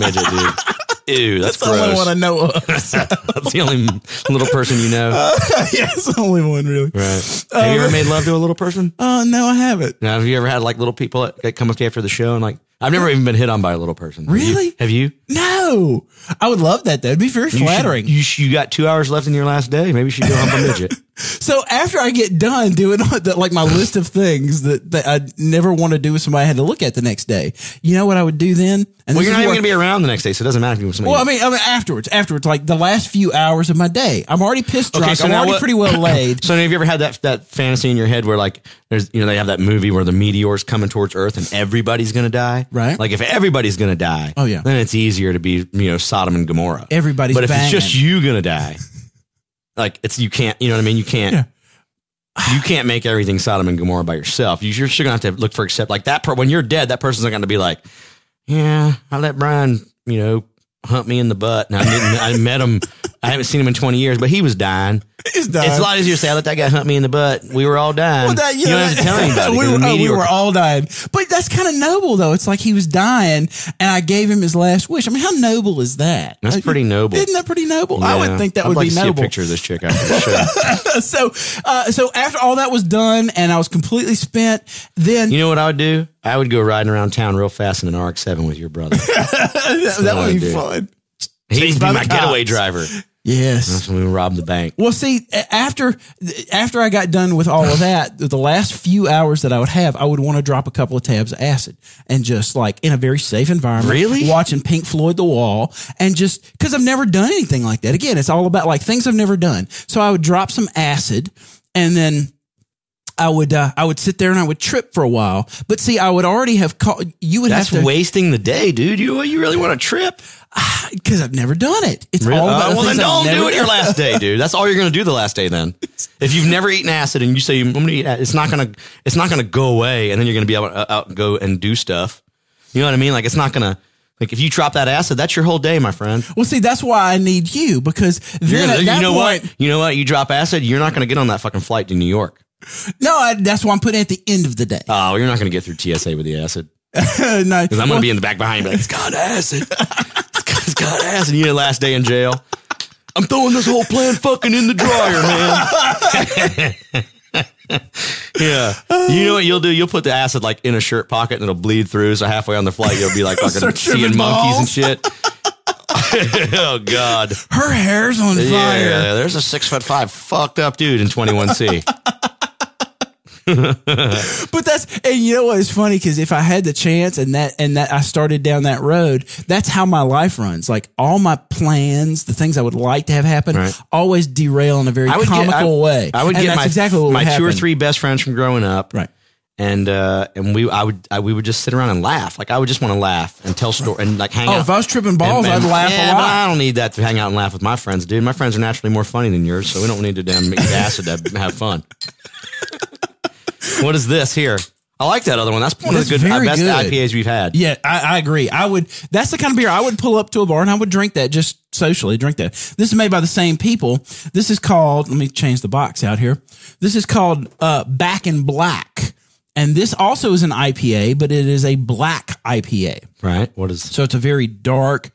[SPEAKER 3] <laughs>
[SPEAKER 2] midget, dude. Ew, that's,
[SPEAKER 3] That's the only
[SPEAKER 2] gross.
[SPEAKER 3] one I know
[SPEAKER 2] <laughs>
[SPEAKER 3] Uh, of.
[SPEAKER 2] that's the only little person you know.
[SPEAKER 3] <laughs> yeah, it's the only one really.
[SPEAKER 2] Right. Have you ever made love to a little person?
[SPEAKER 3] Oh no, I haven't.
[SPEAKER 2] Now, have you ever had like little people that- that come up to you after the show and like, I've never even been hit on by a little person. Have you-
[SPEAKER 3] Really?
[SPEAKER 2] Have you?
[SPEAKER 3] No, I would love that. That'd be very
[SPEAKER 2] You should-
[SPEAKER 3] flattering.
[SPEAKER 2] You, sh- you got two hours left in your last day. Maybe you should go hump a
[SPEAKER 3] <laughs>
[SPEAKER 2] midget.
[SPEAKER 3] so after I get done doing all the, like my list of things that, that I never want to do with somebody I had to look at the next day, you know what I would do then? And
[SPEAKER 2] Well,
[SPEAKER 3] this
[SPEAKER 2] you're
[SPEAKER 3] is
[SPEAKER 2] not even
[SPEAKER 3] where-
[SPEAKER 2] going to be around the next day, so it doesn't matter if you want somebody.
[SPEAKER 3] Well, I mean, I mean, afterwards, afterwards, like the last few hours of my day, I'm already pissed drunk.
[SPEAKER 2] so
[SPEAKER 3] I'm
[SPEAKER 2] now
[SPEAKER 3] already
[SPEAKER 2] what-
[SPEAKER 3] pretty well
[SPEAKER 2] <laughs>
[SPEAKER 3] laid.
[SPEAKER 2] so have you ever had that that fantasy in your head where like there's you know they have that movie where the meteor's coming towards Earth and everybody's gonna die
[SPEAKER 3] Right.
[SPEAKER 2] like if everybody's gonna die
[SPEAKER 3] Oh, yeah.
[SPEAKER 2] then it's easier to be you know Sodom and Gomorrah
[SPEAKER 3] Everybody's
[SPEAKER 2] but if
[SPEAKER 3] banging.
[SPEAKER 2] it's just you gonna die like it's you can't you know what I mean you can't you can't make everything Sodom and Gomorrah by yourself you, you're sure gonna have to look for accept like that per- when you're dead that person's not gonna be like yeah, I let Brian, you know, hump me in the butt. And I didn't, I met him. I haven't seen him in 20 years, but he was dying.
[SPEAKER 3] He's dying.
[SPEAKER 2] It's a lot easier to say, I let that guy hump me in the butt. We were all dying.
[SPEAKER 3] Well, that-
[SPEAKER 2] you don't have to tell anybody.
[SPEAKER 3] <laughs> we,
[SPEAKER 2] 'cause
[SPEAKER 3] were,
[SPEAKER 2] the
[SPEAKER 3] oh, we
[SPEAKER 2] meteor-
[SPEAKER 3] were all dying. But that's kind of noble, though. It's like he was dying, and I gave him his last wish. I mean, how noble is that?
[SPEAKER 2] That's
[SPEAKER 3] Like,
[SPEAKER 2] pretty noble.
[SPEAKER 3] Isn't that pretty noble? I
[SPEAKER 2] Yeah.
[SPEAKER 3] would think that
[SPEAKER 2] I'd
[SPEAKER 3] would
[SPEAKER 2] like
[SPEAKER 3] be
[SPEAKER 2] to See
[SPEAKER 3] noble.
[SPEAKER 2] a picture of this chick after the show.
[SPEAKER 3] <laughs> so, uh, so after all that was done, and I was completely spent, then
[SPEAKER 2] You
[SPEAKER 3] <laughs>
[SPEAKER 2] know what I would do? I would go riding around town real fast in an RX-7 with
[SPEAKER 3] <laughs>
[SPEAKER 2] your brother.
[SPEAKER 3] that, that
[SPEAKER 2] what I
[SPEAKER 3] would be
[SPEAKER 2] do.
[SPEAKER 3] fun.
[SPEAKER 2] He'd be
[SPEAKER 3] by the
[SPEAKER 2] my getaway
[SPEAKER 3] cops.
[SPEAKER 2] driver.
[SPEAKER 3] Yes.
[SPEAKER 2] That's when we robbed the bank.
[SPEAKER 3] Well, see, a- after after I got done with all of that, the last few hours that I would have, I would want to drop a couple of tabs of acid and just like in a very safe environment,
[SPEAKER 2] Really?
[SPEAKER 3] watching Pink Floyd The Wall, and just because I've never done anything like that. Again, it's all about like things I've never done. So I would drop some acid, and then. I would uh, I would sit there and I would trip for a while, but see, I would already have caught. You would
[SPEAKER 2] That's
[SPEAKER 3] have to
[SPEAKER 2] wasting the day, dude. You you really want a trip?
[SPEAKER 3] because I've never done it. It's all
[SPEAKER 2] Uh,
[SPEAKER 3] about the
[SPEAKER 2] well, then
[SPEAKER 3] things I've
[SPEAKER 2] don't
[SPEAKER 3] never
[SPEAKER 2] do it
[SPEAKER 3] done.
[SPEAKER 2] your last day, dude. That's all you're going to do the last day.
[SPEAKER 3] <laughs>
[SPEAKER 2] Then, if you've never eaten acid and you say I'm going to eat, acid, it's not going to it's not going to go away, and then you're going to be able to uh, out and go and do stuff. You know what I mean? Like it's not going to like if you drop that acid, that's your whole day, my friend.
[SPEAKER 3] Well, see, that's why I need you because then
[SPEAKER 2] You're gonna-
[SPEAKER 3] at that
[SPEAKER 2] you know
[SPEAKER 3] point,
[SPEAKER 2] what? You know what? You drop acid, you're not going to get on that fucking flight to New York.
[SPEAKER 3] No, I, that's why I'm putting it at the end of the day. <laughs>
[SPEAKER 2] Oh, you're not going to get through TSA with the acid.
[SPEAKER 3] no,
[SPEAKER 2] Because I'm going to be in the back behind you, like, it's got acid. It's got, it's got acid. You know, last day in jail. I'm throwing this whole plan fucking in the dryer, man. <laughs> yeah. You know what you'll do? You'll put the acid like in a shirt pocket and it'll bleed through. So halfway on the flight, you'll be like fucking
[SPEAKER 3] Start
[SPEAKER 2] seeing
[SPEAKER 3] tripping
[SPEAKER 2] monkeys and
[SPEAKER 3] balls.
[SPEAKER 2] shit. <laughs> oh, God.
[SPEAKER 3] her hair's on
[SPEAKER 2] Yeah,
[SPEAKER 3] fire.
[SPEAKER 2] yeah, yeah. There's a six foot five fucked up dude in 21C.
[SPEAKER 3] But that's and you know what? It's funny because if I had the chance and that and that I started down that road, that's how my life runs. Like all my plans, the things I would like to have happen,
[SPEAKER 2] Right.
[SPEAKER 3] always derail in a very comical
[SPEAKER 2] I,
[SPEAKER 3] way.
[SPEAKER 2] I would
[SPEAKER 3] and
[SPEAKER 2] get
[SPEAKER 3] that's
[SPEAKER 2] my,
[SPEAKER 3] exactly what would
[SPEAKER 2] my two or
[SPEAKER 3] happen.
[SPEAKER 2] three best friends from growing up.
[SPEAKER 3] Right.
[SPEAKER 2] And uh, and we I would I, we would just sit around and laugh. Like I would just want to laugh and tell story and like hang out.
[SPEAKER 3] Oh, if I was tripping balls,
[SPEAKER 2] And- and-
[SPEAKER 3] I'd laugh
[SPEAKER 2] yeah,
[SPEAKER 3] a
[SPEAKER 2] But
[SPEAKER 3] lot.
[SPEAKER 2] I don't need that to hang out and laugh with my friends, dude. My friends are naturally more funny than yours, so we don't need to damn make acid to have fun. what is this here? I like that other one. That's one
[SPEAKER 3] That's
[SPEAKER 2] of the good,
[SPEAKER 3] very
[SPEAKER 2] best
[SPEAKER 3] good.
[SPEAKER 2] IPAs we've had.
[SPEAKER 3] Yeah, I, I agree. I would. That's the kind of beer I would pull up to a bar and I would drink that just socially. Drink that. This is made by the same people. This is called. Let me change the box out here. This is called uh, Back in Black, and this also is an IPA, but it is a black IPA.
[SPEAKER 2] Right? What is?
[SPEAKER 3] So it's a very dark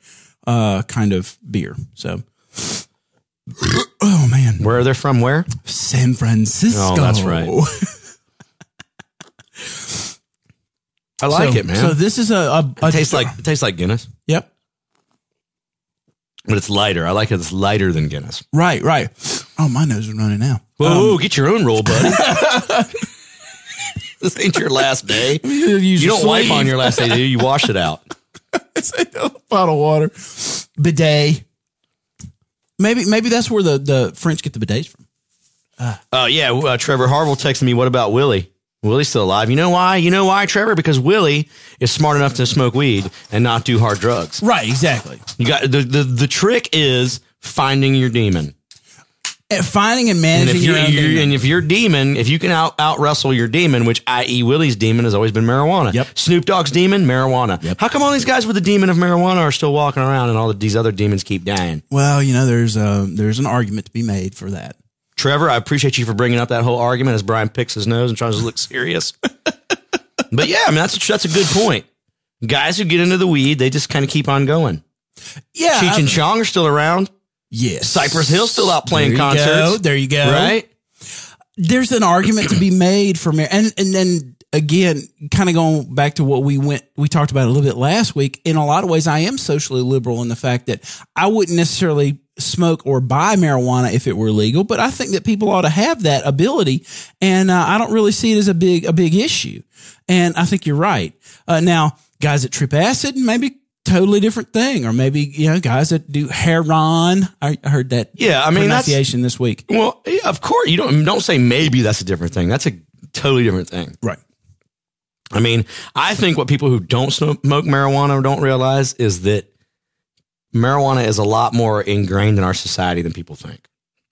[SPEAKER 3] uh, kind of beer. So. Oh man,
[SPEAKER 2] Where are they from? Where?
[SPEAKER 3] San Francisco.
[SPEAKER 2] Oh,
[SPEAKER 3] <laughs>
[SPEAKER 2] that's right. I like
[SPEAKER 3] so,
[SPEAKER 2] it, man.
[SPEAKER 3] So this is a, a, a
[SPEAKER 2] it tastes like it tastes like Guinness.
[SPEAKER 3] yep.
[SPEAKER 2] but it's lighter. I like it. It's lighter than Guinness.
[SPEAKER 3] Right, right. Oh, my nose is running now.
[SPEAKER 2] Whoa, get your own roll, buddy. <laughs> this ain't your last day.
[SPEAKER 3] <laughs>
[SPEAKER 2] <laughs> You don't wipe on your last day, do you? You wash it out.
[SPEAKER 3] It's a bottle of water. bidet. Maybe maybe that's where the, the French get the bidets from.
[SPEAKER 2] Uh, yeah, uh, Trevor Harville texted me, what about Willie? Willie's still alive. You know why? You know why, Trevor? Because Willie is smart enough to smoke weed and not do hard drugs.
[SPEAKER 3] Right, exactly.
[SPEAKER 2] You got the the, the trick is finding your demon.
[SPEAKER 3] And finding and
[SPEAKER 2] And
[SPEAKER 3] managing
[SPEAKER 2] if you
[SPEAKER 3] your own
[SPEAKER 2] you-
[SPEAKER 3] demon.
[SPEAKER 2] and if your demon, if you can out out wrestle your demon, which i.e. Willie's demon has always been marijuana.
[SPEAKER 3] Yep.
[SPEAKER 2] Snoop Dogg's demon, marijuana. How come all these guys with the demon of marijuana are still walking around and all of these other demons keep dying?
[SPEAKER 3] well, you know, there's a, there's an argument to be made for that.
[SPEAKER 2] Trevor, I appreciate you for bringing up that whole argument as Brian picks his nose and tries to look serious. <laughs> but yeah, I mean that's that's a good point. Guys who get into the weed, they just kind of keep on going.
[SPEAKER 3] Yeah.
[SPEAKER 2] Cheech and
[SPEAKER 3] I-
[SPEAKER 2] Chong are still around.
[SPEAKER 3] yes.
[SPEAKER 2] Cypress Hill's still out playing
[SPEAKER 3] there you
[SPEAKER 2] concerts.
[SPEAKER 3] Go, there you go.
[SPEAKER 2] Right?
[SPEAKER 3] there's an argument to be made for mar- and and then again kind of going back to what we went we talked about a little bit last week in a lot of ways i am socially liberal in the fact that i wouldn't necessarily smoke or buy marijuana if it were legal but i think that people ought to have that ability and uh, i don't really see it as a big a big issue and i think you're right uh, now guys that trip acid maybe totally different thing or maybe you know guys that do heroin i I heard that
[SPEAKER 2] Yeah, I mean, that's-
[SPEAKER 3] pronunciation this week
[SPEAKER 2] Well, yeah, of course you don't don't say maybe that's a different thing. That's a totally different thing.
[SPEAKER 3] right
[SPEAKER 2] I mean, I think what people who don't smoke marijuana don't realize is that marijuana is a lot more ingrained in our society than people think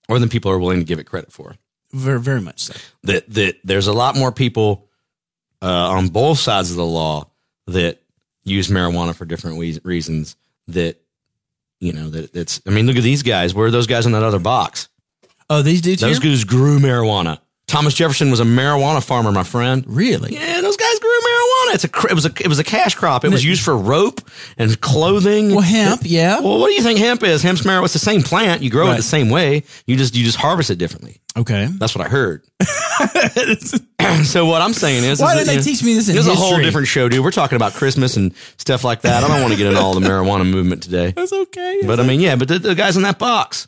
[SPEAKER 2] or than people are willing to give it credit for.
[SPEAKER 3] very very much so
[SPEAKER 2] that that there's a lot more people uh, on both sides of the law that use marijuana for different we- reasons that you know that it's i mean look at these guys where are those guys in that other box
[SPEAKER 3] Oh, these dudes
[SPEAKER 2] those
[SPEAKER 3] here?
[SPEAKER 2] guys grew marijuana thomas jefferson was a marijuana farmer my friend
[SPEAKER 3] Really?
[SPEAKER 2] yeah those guys grew marijuana it's a cr- it was a it was a cash crop it was used for rope and clothing
[SPEAKER 3] Well, hemp, yeah.
[SPEAKER 2] well what do you think hemp is hemp's marijuana it's the same plant you grow it
[SPEAKER 3] Right.
[SPEAKER 2] the same way you just you just harvest it differently <laughs>
[SPEAKER 3] Okay.
[SPEAKER 2] that's what I heard. <clears throat> so what I'm saying
[SPEAKER 3] <laughs>
[SPEAKER 2] is,
[SPEAKER 3] Why
[SPEAKER 2] is
[SPEAKER 3] didn't they
[SPEAKER 2] you know,
[SPEAKER 3] teach me this in
[SPEAKER 2] This is a whole
[SPEAKER 3] history?
[SPEAKER 2] different show, dude. We're talking about Christmas and stuff like that. I don't want to get into all the marijuana movement today,
[SPEAKER 3] That's okay.
[SPEAKER 2] but I mean, yeah. But the, the guys in that box,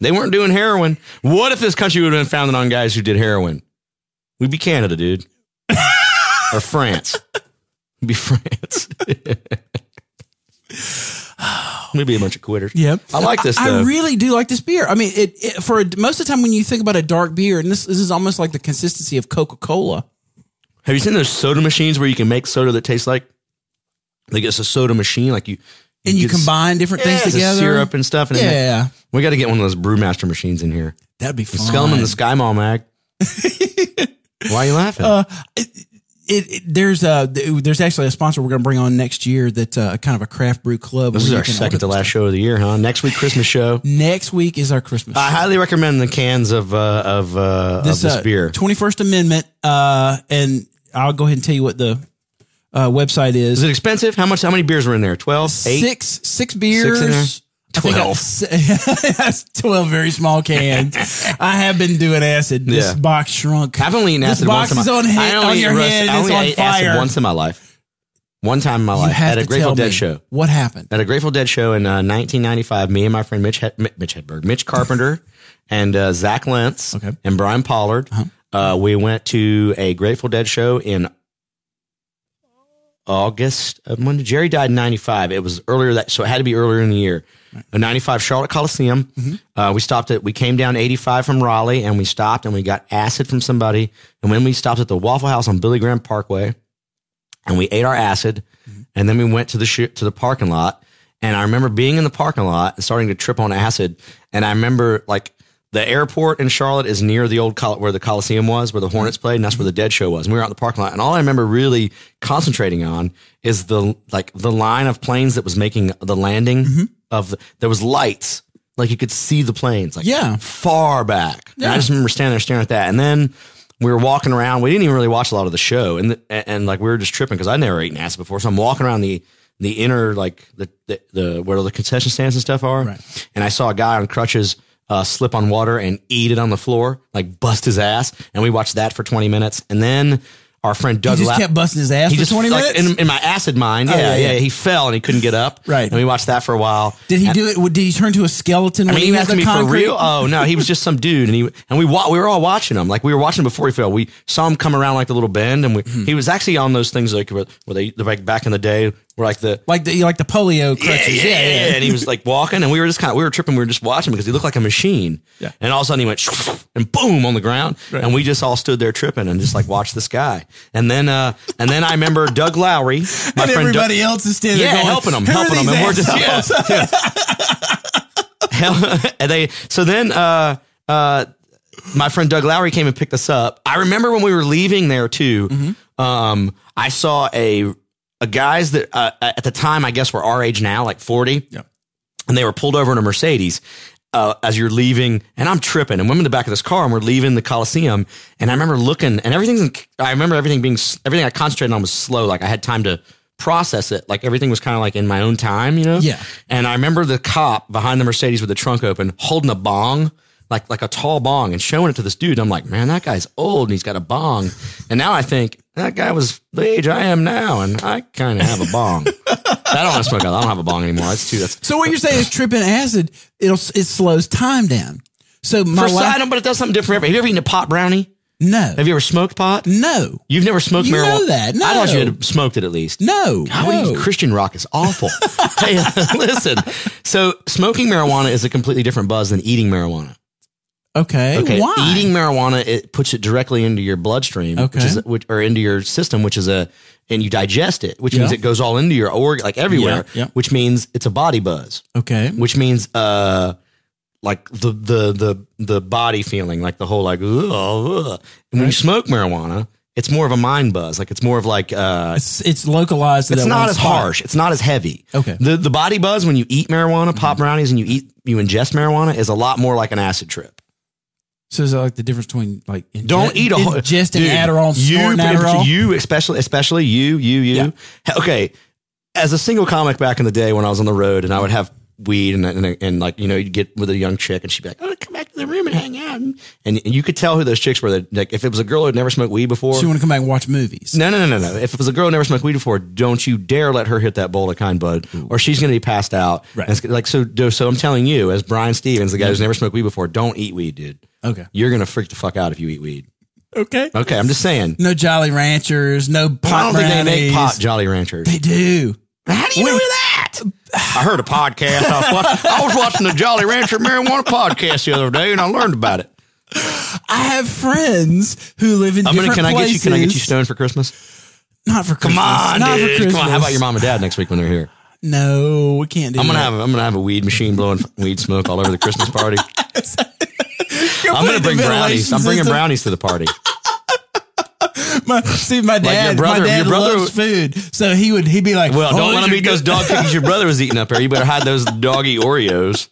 [SPEAKER 2] they weren't doing heroin. What if this country would have been founded on guys who did heroin? We'd be
[SPEAKER 3] <laughs>
[SPEAKER 2] Canada, dude, or France. We'd be France.
[SPEAKER 3] <sighs>
[SPEAKER 2] We'd be a bunch of quitters.
[SPEAKER 3] Yep.
[SPEAKER 2] I like this.
[SPEAKER 3] I
[SPEAKER 2] though.
[SPEAKER 3] really do like this beer. I mean, it, it for a, most of the time when you think about a dark beer, and this, this is almost like the consistency of Coca Cola.
[SPEAKER 2] Have you seen those soda machines where you can make soda that tastes like like it's a soda machine? Like you
[SPEAKER 3] And you
[SPEAKER 2] get s-
[SPEAKER 3] combine different
[SPEAKER 2] yeah,
[SPEAKER 3] things
[SPEAKER 2] it's a
[SPEAKER 3] together.
[SPEAKER 2] syrup and stuff. And it-
[SPEAKER 3] Yeah.
[SPEAKER 2] we got to get one of those brewmaster machines in here.
[SPEAKER 3] That'd be fun.
[SPEAKER 2] Skull 'em in the sky,
[SPEAKER 3] <laughs>
[SPEAKER 2] mall mag. Why are you laughing?
[SPEAKER 3] It, it- there's a there's actually a sponsor we're going to bring on next year that's uh, kind of a craft brew club.
[SPEAKER 2] this
[SPEAKER 3] where
[SPEAKER 2] is
[SPEAKER 3] you
[SPEAKER 2] our
[SPEAKER 3] can
[SPEAKER 2] second
[SPEAKER 3] order
[SPEAKER 2] to
[SPEAKER 3] this
[SPEAKER 2] last
[SPEAKER 3] stuff.
[SPEAKER 2] show of the year, huh? Next week, Christmas show.
[SPEAKER 3] Next week is our Christmas.
[SPEAKER 2] I highly recommend the cans of uh, of, uh, of this beer.
[SPEAKER 3] Twenty First Amendment, uh, and I'll go ahead and tell you what the uh, website
[SPEAKER 2] Is it expensive? How much? How many beers were in there? Twelve, eight.
[SPEAKER 3] six six beers.
[SPEAKER 2] in there?
[SPEAKER 3] I think I-
[SPEAKER 2] Twelve.
[SPEAKER 3] se- <laughs> That's twelve very small cans. I have been doing acid. This
[SPEAKER 2] Yeah.
[SPEAKER 3] box shrunk.
[SPEAKER 2] I've only eaten
[SPEAKER 3] This
[SPEAKER 2] acid
[SPEAKER 3] box is
[SPEAKER 2] once in my
[SPEAKER 3] on hand-
[SPEAKER 2] I only
[SPEAKER 3] on
[SPEAKER 2] ate
[SPEAKER 3] your
[SPEAKER 2] roast-
[SPEAKER 3] hand and
[SPEAKER 2] I
[SPEAKER 3] it's
[SPEAKER 2] only
[SPEAKER 3] on
[SPEAKER 2] ate acid
[SPEAKER 3] fire.
[SPEAKER 2] once in my life. One time in my
[SPEAKER 3] You
[SPEAKER 2] life
[SPEAKER 3] have
[SPEAKER 2] at a
[SPEAKER 3] to
[SPEAKER 2] Grateful
[SPEAKER 3] tell
[SPEAKER 2] Dead
[SPEAKER 3] me
[SPEAKER 2] show.
[SPEAKER 3] What happened?
[SPEAKER 2] at a Grateful Dead show in uh, 1995, me and my friend Mitch, Hed- Mi- Mitch Hedberg, Mitch Carpenter, <laughs> and uh, Zach Lentz,
[SPEAKER 3] Okay.
[SPEAKER 2] and Brian Pollard, uh, we went to a Grateful Dead show in August. Of when Jerry died in 95. It was earlier that, so it had to be earlier in the year. A 95 Charlotte Coliseum. Uh, we stopped at, we came down 85 from Raleigh and we stopped and we got acid from somebody. And when we stopped at the Waffle House on Billy Graham Parkway, and we ate our acid, and then we went to the sh- to the parking lot. And I remember being in the parking lot and starting to trip on acid. And I remember like the airport in Charlotte is near the old col- where the Coliseum was, where the Hornets played, and that's where the Dead Show was. And we were out in the parking lot, and all I remember really concentrating on is the like the line of planes that was making the landing of the, there was lights. Like you could see the planes, like
[SPEAKER 3] Yeah.
[SPEAKER 2] far back. And I just remember standing there staring at that. And then we were walking around. We didn't even really watch a lot of the show, and the, and, and like we were just tripping because I never eaten acid before. So I'm walking around the the inner like the the, the where the concession stands and stuff are,
[SPEAKER 3] Right.
[SPEAKER 2] and I saw a guy on crutches. Uh, slip on water and eat it on the floor, like bust his ass. And we watched that for 20 minutes. And then our friend Doug
[SPEAKER 3] He just
[SPEAKER 2] Lap-
[SPEAKER 3] kept busting his ass
[SPEAKER 2] he
[SPEAKER 3] for
[SPEAKER 2] just
[SPEAKER 3] twenty
[SPEAKER 2] like,
[SPEAKER 3] minutes. Oh,
[SPEAKER 2] in, in my acid mind. Yeah,
[SPEAKER 3] yeah,
[SPEAKER 2] yeah,
[SPEAKER 3] yeah.
[SPEAKER 2] He fell and he couldn't get up.
[SPEAKER 3] Right.
[SPEAKER 2] And we watched that for a while.
[SPEAKER 3] did he do it? Did he turn to a skeleton?
[SPEAKER 2] I
[SPEAKER 3] when
[SPEAKER 2] mean,
[SPEAKER 3] he
[SPEAKER 2] you
[SPEAKER 3] was
[SPEAKER 2] asking
[SPEAKER 3] the
[SPEAKER 2] me for
[SPEAKER 3] concrete?
[SPEAKER 2] real? Oh no, he was just some dude, and he and we wa- we were all watching him. Like we were watching him before he fell. We
[SPEAKER 3] Hmm.
[SPEAKER 2] saw him come around like the little bend, and we, he was actually on those things like where, where they like back in the day Where like the
[SPEAKER 3] like the like the polio crutches. Yeah, yeah.
[SPEAKER 2] And he was like walking, and we were just kind of we were tripping. We were just watching because he looked like a machine.
[SPEAKER 3] Yeah.
[SPEAKER 2] And all of a sudden he went and boom on the ground, and we just all stood there tripping and just like watched this guy. And then uh and then I remember
[SPEAKER 3] <laughs>
[SPEAKER 2] Doug Lowry, my
[SPEAKER 3] And
[SPEAKER 2] friend. Doug,
[SPEAKER 3] everybody else is standing
[SPEAKER 2] yeah,
[SPEAKER 3] there going,
[SPEAKER 2] helping them,
[SPEAKER 3] "Who are
[SPEAKER 2] helping them,
[SPEAKER 3] these
[SPEAKER 2] and we're just
[SPEAKER 3] assholes?"
[SPEAKER 2] yeah,
[SPEAKER 3] <laughs>
[SPEAKER 2] yeah. Hell, <laughs> and they so then uh uh my friend Doug Lowry came and picked us up. I remember when we were leaving there too.
[SPEAKER 3] Mm-hmm.
[SPEAKER 2] Um, I saw a a guys that uh, at the time I guess were our age now, like forty.
[SPEAKER 3] Yeah.
[SPEAKER 2] And they were pulled over in a Mercedes. Uh, as you're leaving, and I'm tripping, and I'm in the back of this car, and we're leaving the Coliseum, and I remember looking, and everything's, in, I remember everything being, s- everything I concentrated on was slow, like I had time to process it, like everything was kind of like in my own time, you know?
[SPEAKER 3] Yeah.
[SPEAKER 2] And I remember the cop behind the Mercedes with the trunk open holding a bong, like like a tall bong, and showing it to this dude. I'm like, man, that guy's old and he's got a bong. And now I think that guy was the age I am now, and I kind of have a bong. I don't want to smoke. I don't have a bong anymore. That's too. That's
[SPEAKER 3] So what you're saying is tripping acid, it'll it slows time down. So my
[SPEAKER 2] first
[SPEAKER 3] life,
[SPEAKER 2] item, but it does something different. for everybody. Have you ever eaten a pot brownie?
[SPEAKER 3] no,
[SPEAKER 2] Have you ever smoked pot?
[SPEAKER 3] no,
[SPEAKER 2] You've never smoked
[SPEAKER 3] You know
[SPEAKER 2] marijuana.
[SPEAKER 3] that.
[SPEAKER 2] I thought
[SPEAKER 3] No.
[SPEAKER 2] you had smoked it at least.
[SPEAKER 3] no,
[SPEAKER 2] How
[SPEAKER 3] no.
[SPEAKER 2] you- Christian rock is
[SPEAKER 3] <laughs>
[SPEAKER 2] awful. hey, <laughs> listen. So smoking marijuana is a completely different buzz than eating marijuana.
[SPEAKER 3] Okay,
[SPEAKER 2] Okay.
[SPEAKER 3] why?
[SPEAKER 2] Eating marijuana, it puts it directly into your bloodstream, which
[SPEAKER 3] Okay.
[SPEAKER 2] is, which, or into your system, which is a, and you digest it, which means
[SPEAKER 3] Yeah.
[SPEAKER 2] it goes all into your organ, like everywhere,
[SPEAKER 3] Yeah, yeah.
[SPEAKER 2] which means it's a body buzz,
[SPEAKER 3] okay,
[SPEAKER 2] which means, uh, like the, the, the, the body feeling, like the whole, like, ugh, ugh. And when you smoke marijuana, it's more of a mind buzz. Like it's more of like, uh,
[SPEAKER 3] it's it's localized. To
[SPEAKER 2] it's
[SPEAKER 3] that
[SPEAKER 2] not
[SPEAKER 3] one
[SPEAKER 2] as
[SPEAKER 3] spot.
[SPEAKER 2] harsh. It's not as heavy.
[SPEAKER 3] Okay. Mm-hmm.
[SPEAKER 2] The the body buzz when you eat marijuana, pop brownies, and you eat you ingest marijuana is a lot more like an acid trip.
[SPEAKER 3] So is that like the difference between like ingest-
[SPEAKER 2] Don't eat a whole
[SPEAKER 3] ingesting
[SPEAKER 2] Dude,
[SPEAKER 3] Adderall, and
[SPEAKER 2] you,
[SPEAKER 3] snorting Adderall?
[SPEAKER 2] You especially, especially you, you, you. Okay, as a single comic back in the day when I was on the road and I would have weed and and, and like you know you'd get with a young chick and she'd be like, oh, come back to the room and hang out, and, and you could tell who those chicks were. That like if it was a girl who'd never smoked weed before.
[SPEAKER 3] so you want to come back and watch movies?
[SPEAKER 2] no, no, no, no, no. If it was a girl who never smoked weed before, don't you dare let her hit that bowl of kind bud, or she's going to be passed out.
[SPEAKER 3] Right.
[SPEAKER 2] And it's like so, so I'm telling you, as Brian Stevens, the guy who's never smoked weed before, don't eat weed, dude.
[SPEAKER 3] Okay,
[SPEAKER 2] You're going to freak the fuck out if you eat weed.
[SPEAKER 3] okay.
[SPEAKER 2] Okay, I'm just saying.
[SPEAKER 3] No Jolly Ranchers, no pot
[SPEAKER 2] I don't think they
[SPEAKER 3] brownies.
[SPEAKER 2] make pot Jolly Ranchers.
[SPEAKER 3] They do.
[SPEAKER 2] How do you
[SPEAKER 3] Wait.
[SPEAKER 2] know that? I heard a podcast. I was, watch, I was watching the Jolly Rancher marijuana podcast the other day, and I learned about it.
[SPEAKER 3] I have friends who live in
[SPEAKER 2] I'm gonna.
[SPEAKER 3] different
[SPEAKER 2] Can I get
[SPEAKER 3] places.
[SPEAKER 2] you? Can I get you stoned for Christmas?
[SPEAKER 3] Not for Christmas.
[SPEAKER 2] Come on,
[SPEAKER 3] Not
[SPEAKER 2] dude.
[SPEAKER 3] for Christmas.
[SPEAKER 2] Come on. How about your mom and dad next week when they're here?
[SPEAKER 3] No, we can't do.
[SPEAKER 2] I'm gonna
[SPEAKER 3] that.
[SPEAKER 2] have. I'm gonna have a weed machine blowing weed smoke all over the
[SPEAKER 3] <laughs>
[SPEAKER 2] Christmas party.
[SPEAKER 3] You're
[SPEAKER 2] I'm gonna
[SPEAKER 3] putting the
[SPEAKER 2] bring brownies.
[SPEAKER 3] ventilation
[SPEAKER 2] I'm bringing
[SPEAKER 3] system-
[SPEAKER 2] brownies to the party.
[SPEAKER 3] My, see, my dad,
[SPEAKER 2] brother-
[SPEAKER 3] my dad
[SPEAKER 2] your brother-
[SPEAKER 3] loves food, so he would he'd be like,
[SPEAKER 2] Well,
[SPEAKER 3] "Oh,
[SPEAKER 2] don't let them
[SPEAKER 3] you're
[SPEAKER 2] eat those
[SPEAKER 3] good."
[SPEAKER 2] dog cookies your brother was eating up there. You better hide those doggy Oreos.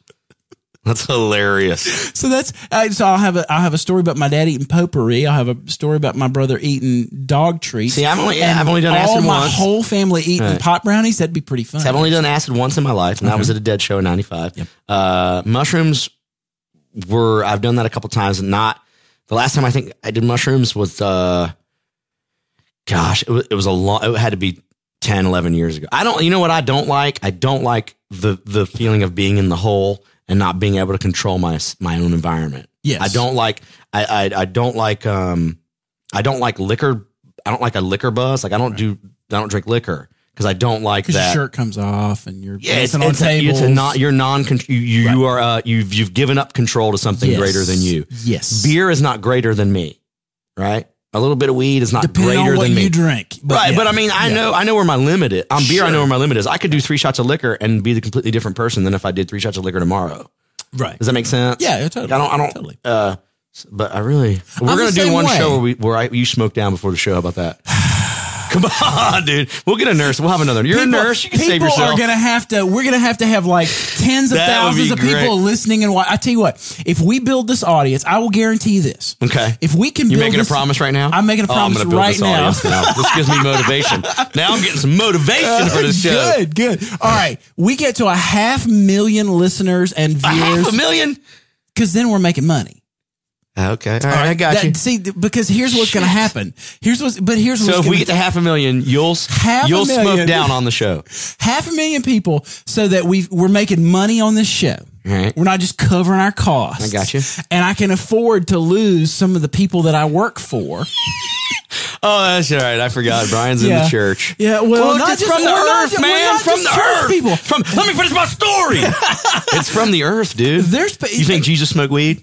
[SPEAKER 2] That's hilarious.
[SPEAKER 3] So that's uh, so I'll have a I'll have a story about my dad eating potpourri. I'll have a story about my brother eating dog treats.
[SPEAKER 2] See, I've only- yeah,
[SPEAKER 3] And
[SPEAKER 2] I've only done
[SPEAKER 3] all
[SPEAKER 2] acid
[SPEAKER 3] my
[SPEAKER 2] once.
[SPEAKER 3] whole family eating
[SPEAKER 2] Right.
[SPEAKER 3] pot brownies. That'd be pretty fun.
[SPEAKER 2] I've only done acid once in my life, and that was at a dead show in '95. Uh, mushrooms were I've done that a couple times, and not the last time I think I did mushrooms was uh, gosh, it was, it was a long. It had to be 10, 11 years ago. I don't. You know what I don't like? I don't like the the feeling of being in the hole and not being able to control my s- my own environment.
[SPEAKER 3] Yes.
[SPEAKER 2] I don't like. I I, I don't like. Um, I don't like liquor. I don't like a liquor buzz. Like I don't do. I don't drink liquor because I don't like
[SPEAKER 3] because your
[SPEAKER 2] that.
[SPEAKER 3] shirt comes off and you're
[SPEAKER 2] Yeah, it's,
[SPEAKER 3] dancing on
[SPEAKER 2] it's, a,
[SPEAKER 3] tables.
[SPEAKER 2] it's a non, you're non, you, you, you are, uh, you've, you've given up control to something
[SPEAKER 3] Yes.
[SPEAKER 2] greater than you.
[SPEAKER 3] Yes,
[SPEAKER 2] Beer is not greater than me, right? A little bit of weed is not
[SPEAKER 3] Depending
[SPEAKER 2] greater
[SPEAKER 3] on what
[SPEAKER 2] than me.
[SPEAKER 3] you drink,
[SPEAKER 2] right,
[SPEAKER 3] yeah.
[SPEAKER 2] but I mean, I
[SPEAKER 3] Yeah.
[SPEAKER 2] know, I know where my limit is. On beer, I know where my limit is. I could do three shots of liquor and be the completely different person than if I did three shots of liquor tomorrow.
[SPEAKER 3] right.
[SPEAKER 2] Does that make sense?
[SPEAKER 3] Yeah, yeah, totally.
[SPEAKER 2] I don't, I don't,
[SPEAKER 3] Totally.
[SPEAKER 2] uh, s- but I really, we're
[SPEAKER 3] I'm
[SPEAKER 2] going
[SPEAKER 3] the
[SPEAKER 2] to do
[SPEAKER 3] same
[SPEAKER 2] one
[SPEAKER 3] way.
[SPEAKER 2] show where we, where I, you smoke down before the show. How about that? <sighs> Come on, dude. We'll get a nurse. We'll have another. You're
[SPEAKER 3] People-
[SPEAKER 2] a nurse. You can save
[SPEAKER 3] people
[SPEAKER 2] yourself.
[SPEAKER 3] are gonna have to. We're gonna have to have like tens of
[SPEAKER 2] That would be
[SPEAKER 3] thousands of
[SPEAKER 2] great.
[SPEAKER 3] people listening and. wa- I tell you what, if we build this audience, I will guarantee you this.
[SPEAKER 2] Okay.
[SPEAKER 3] If we can,
[SPEAKER 2] You're
[SPEAKER 3] build
[SPEAKER 2] making
[SPEAKER 3] this-
[SPEAKER 2] a
[SPEAKER 3] <laughs>
[SPEAKER 2] promise right now?
[SPEAKER 3] I'm making a
[SPEAKER 2] Oh, I'm
[SPEAKER 3] promise
[SPEAKER 2] gonna build
[SPEAKER 3] right
[SPEAKER 2] this
[SPEAKER 3] now.
[SPEAKER 2] audience now. This gives <laughs> me motivation. Now I'm getting some motivation for this show.
[SPEAKER 3] Uh, Good, good. All right, we get to a half million listeners and
[SPEAKER 2] A half a
[SPEAKER 3] viewers
[SPEAKER 2] million?
[SPEAKER 3] because then we're making money.
[SPEAKER 2] Okay. All right, I got
[SPEAKER 3] That-
[SPEAKER 2] you.
[SPEAKER 3] See, th- because here's what's going to happen. Here's what's, but here's what's
[SPEAKER 2] So if
[SPEAKER 3] gonna,
[SPEAKER 2] we get to half a million, you'll
[SPEAKER 3] Half a
[SPEAKER 2] you'll smoke
[SPEAKER 3] million.
[SPEAKER 2] down on the show.
[SPEAKER 3] half a million people, so that we we're making money on this show.
[SPEAKER 2] Right.
[SPEAKER 3] We're not just covering our costs.
[SPEAKER 2] I got you.
[SPEAKER 3] And I can afford to lose some of the people that I work for.
[SPEAKER 2] <laughs> Oh, that's all right. I forgot. Brian's in the church.
[SPEAKER 3] Yeah, well,
[SPEAKER 2] Look,
[SPEAKER 3] not
[SPEAKER 2] it's
[SPEAKER 3] just-
[SPEAKER 2] from the
[SPEAKER 3] we're not
[SPEAKER 2] earth,
[SPEAKER 3] ju- we're
[SPEAKER 2] man.
[SPEAKER 3] not
[SPEAKER 2] From
[SPEAKER 3] just
[SPEAKER 2] the
[SPEAKER 3] church
[SPEAKER 2] earth.
[SPEAKER 3] people.
[SPEAKER 2] From let me finish my <laughs> story. it's from the earth, dude.
[SPEAKER 3] There's pa-
[SPEAKER 2] you think Jesus smoked weed?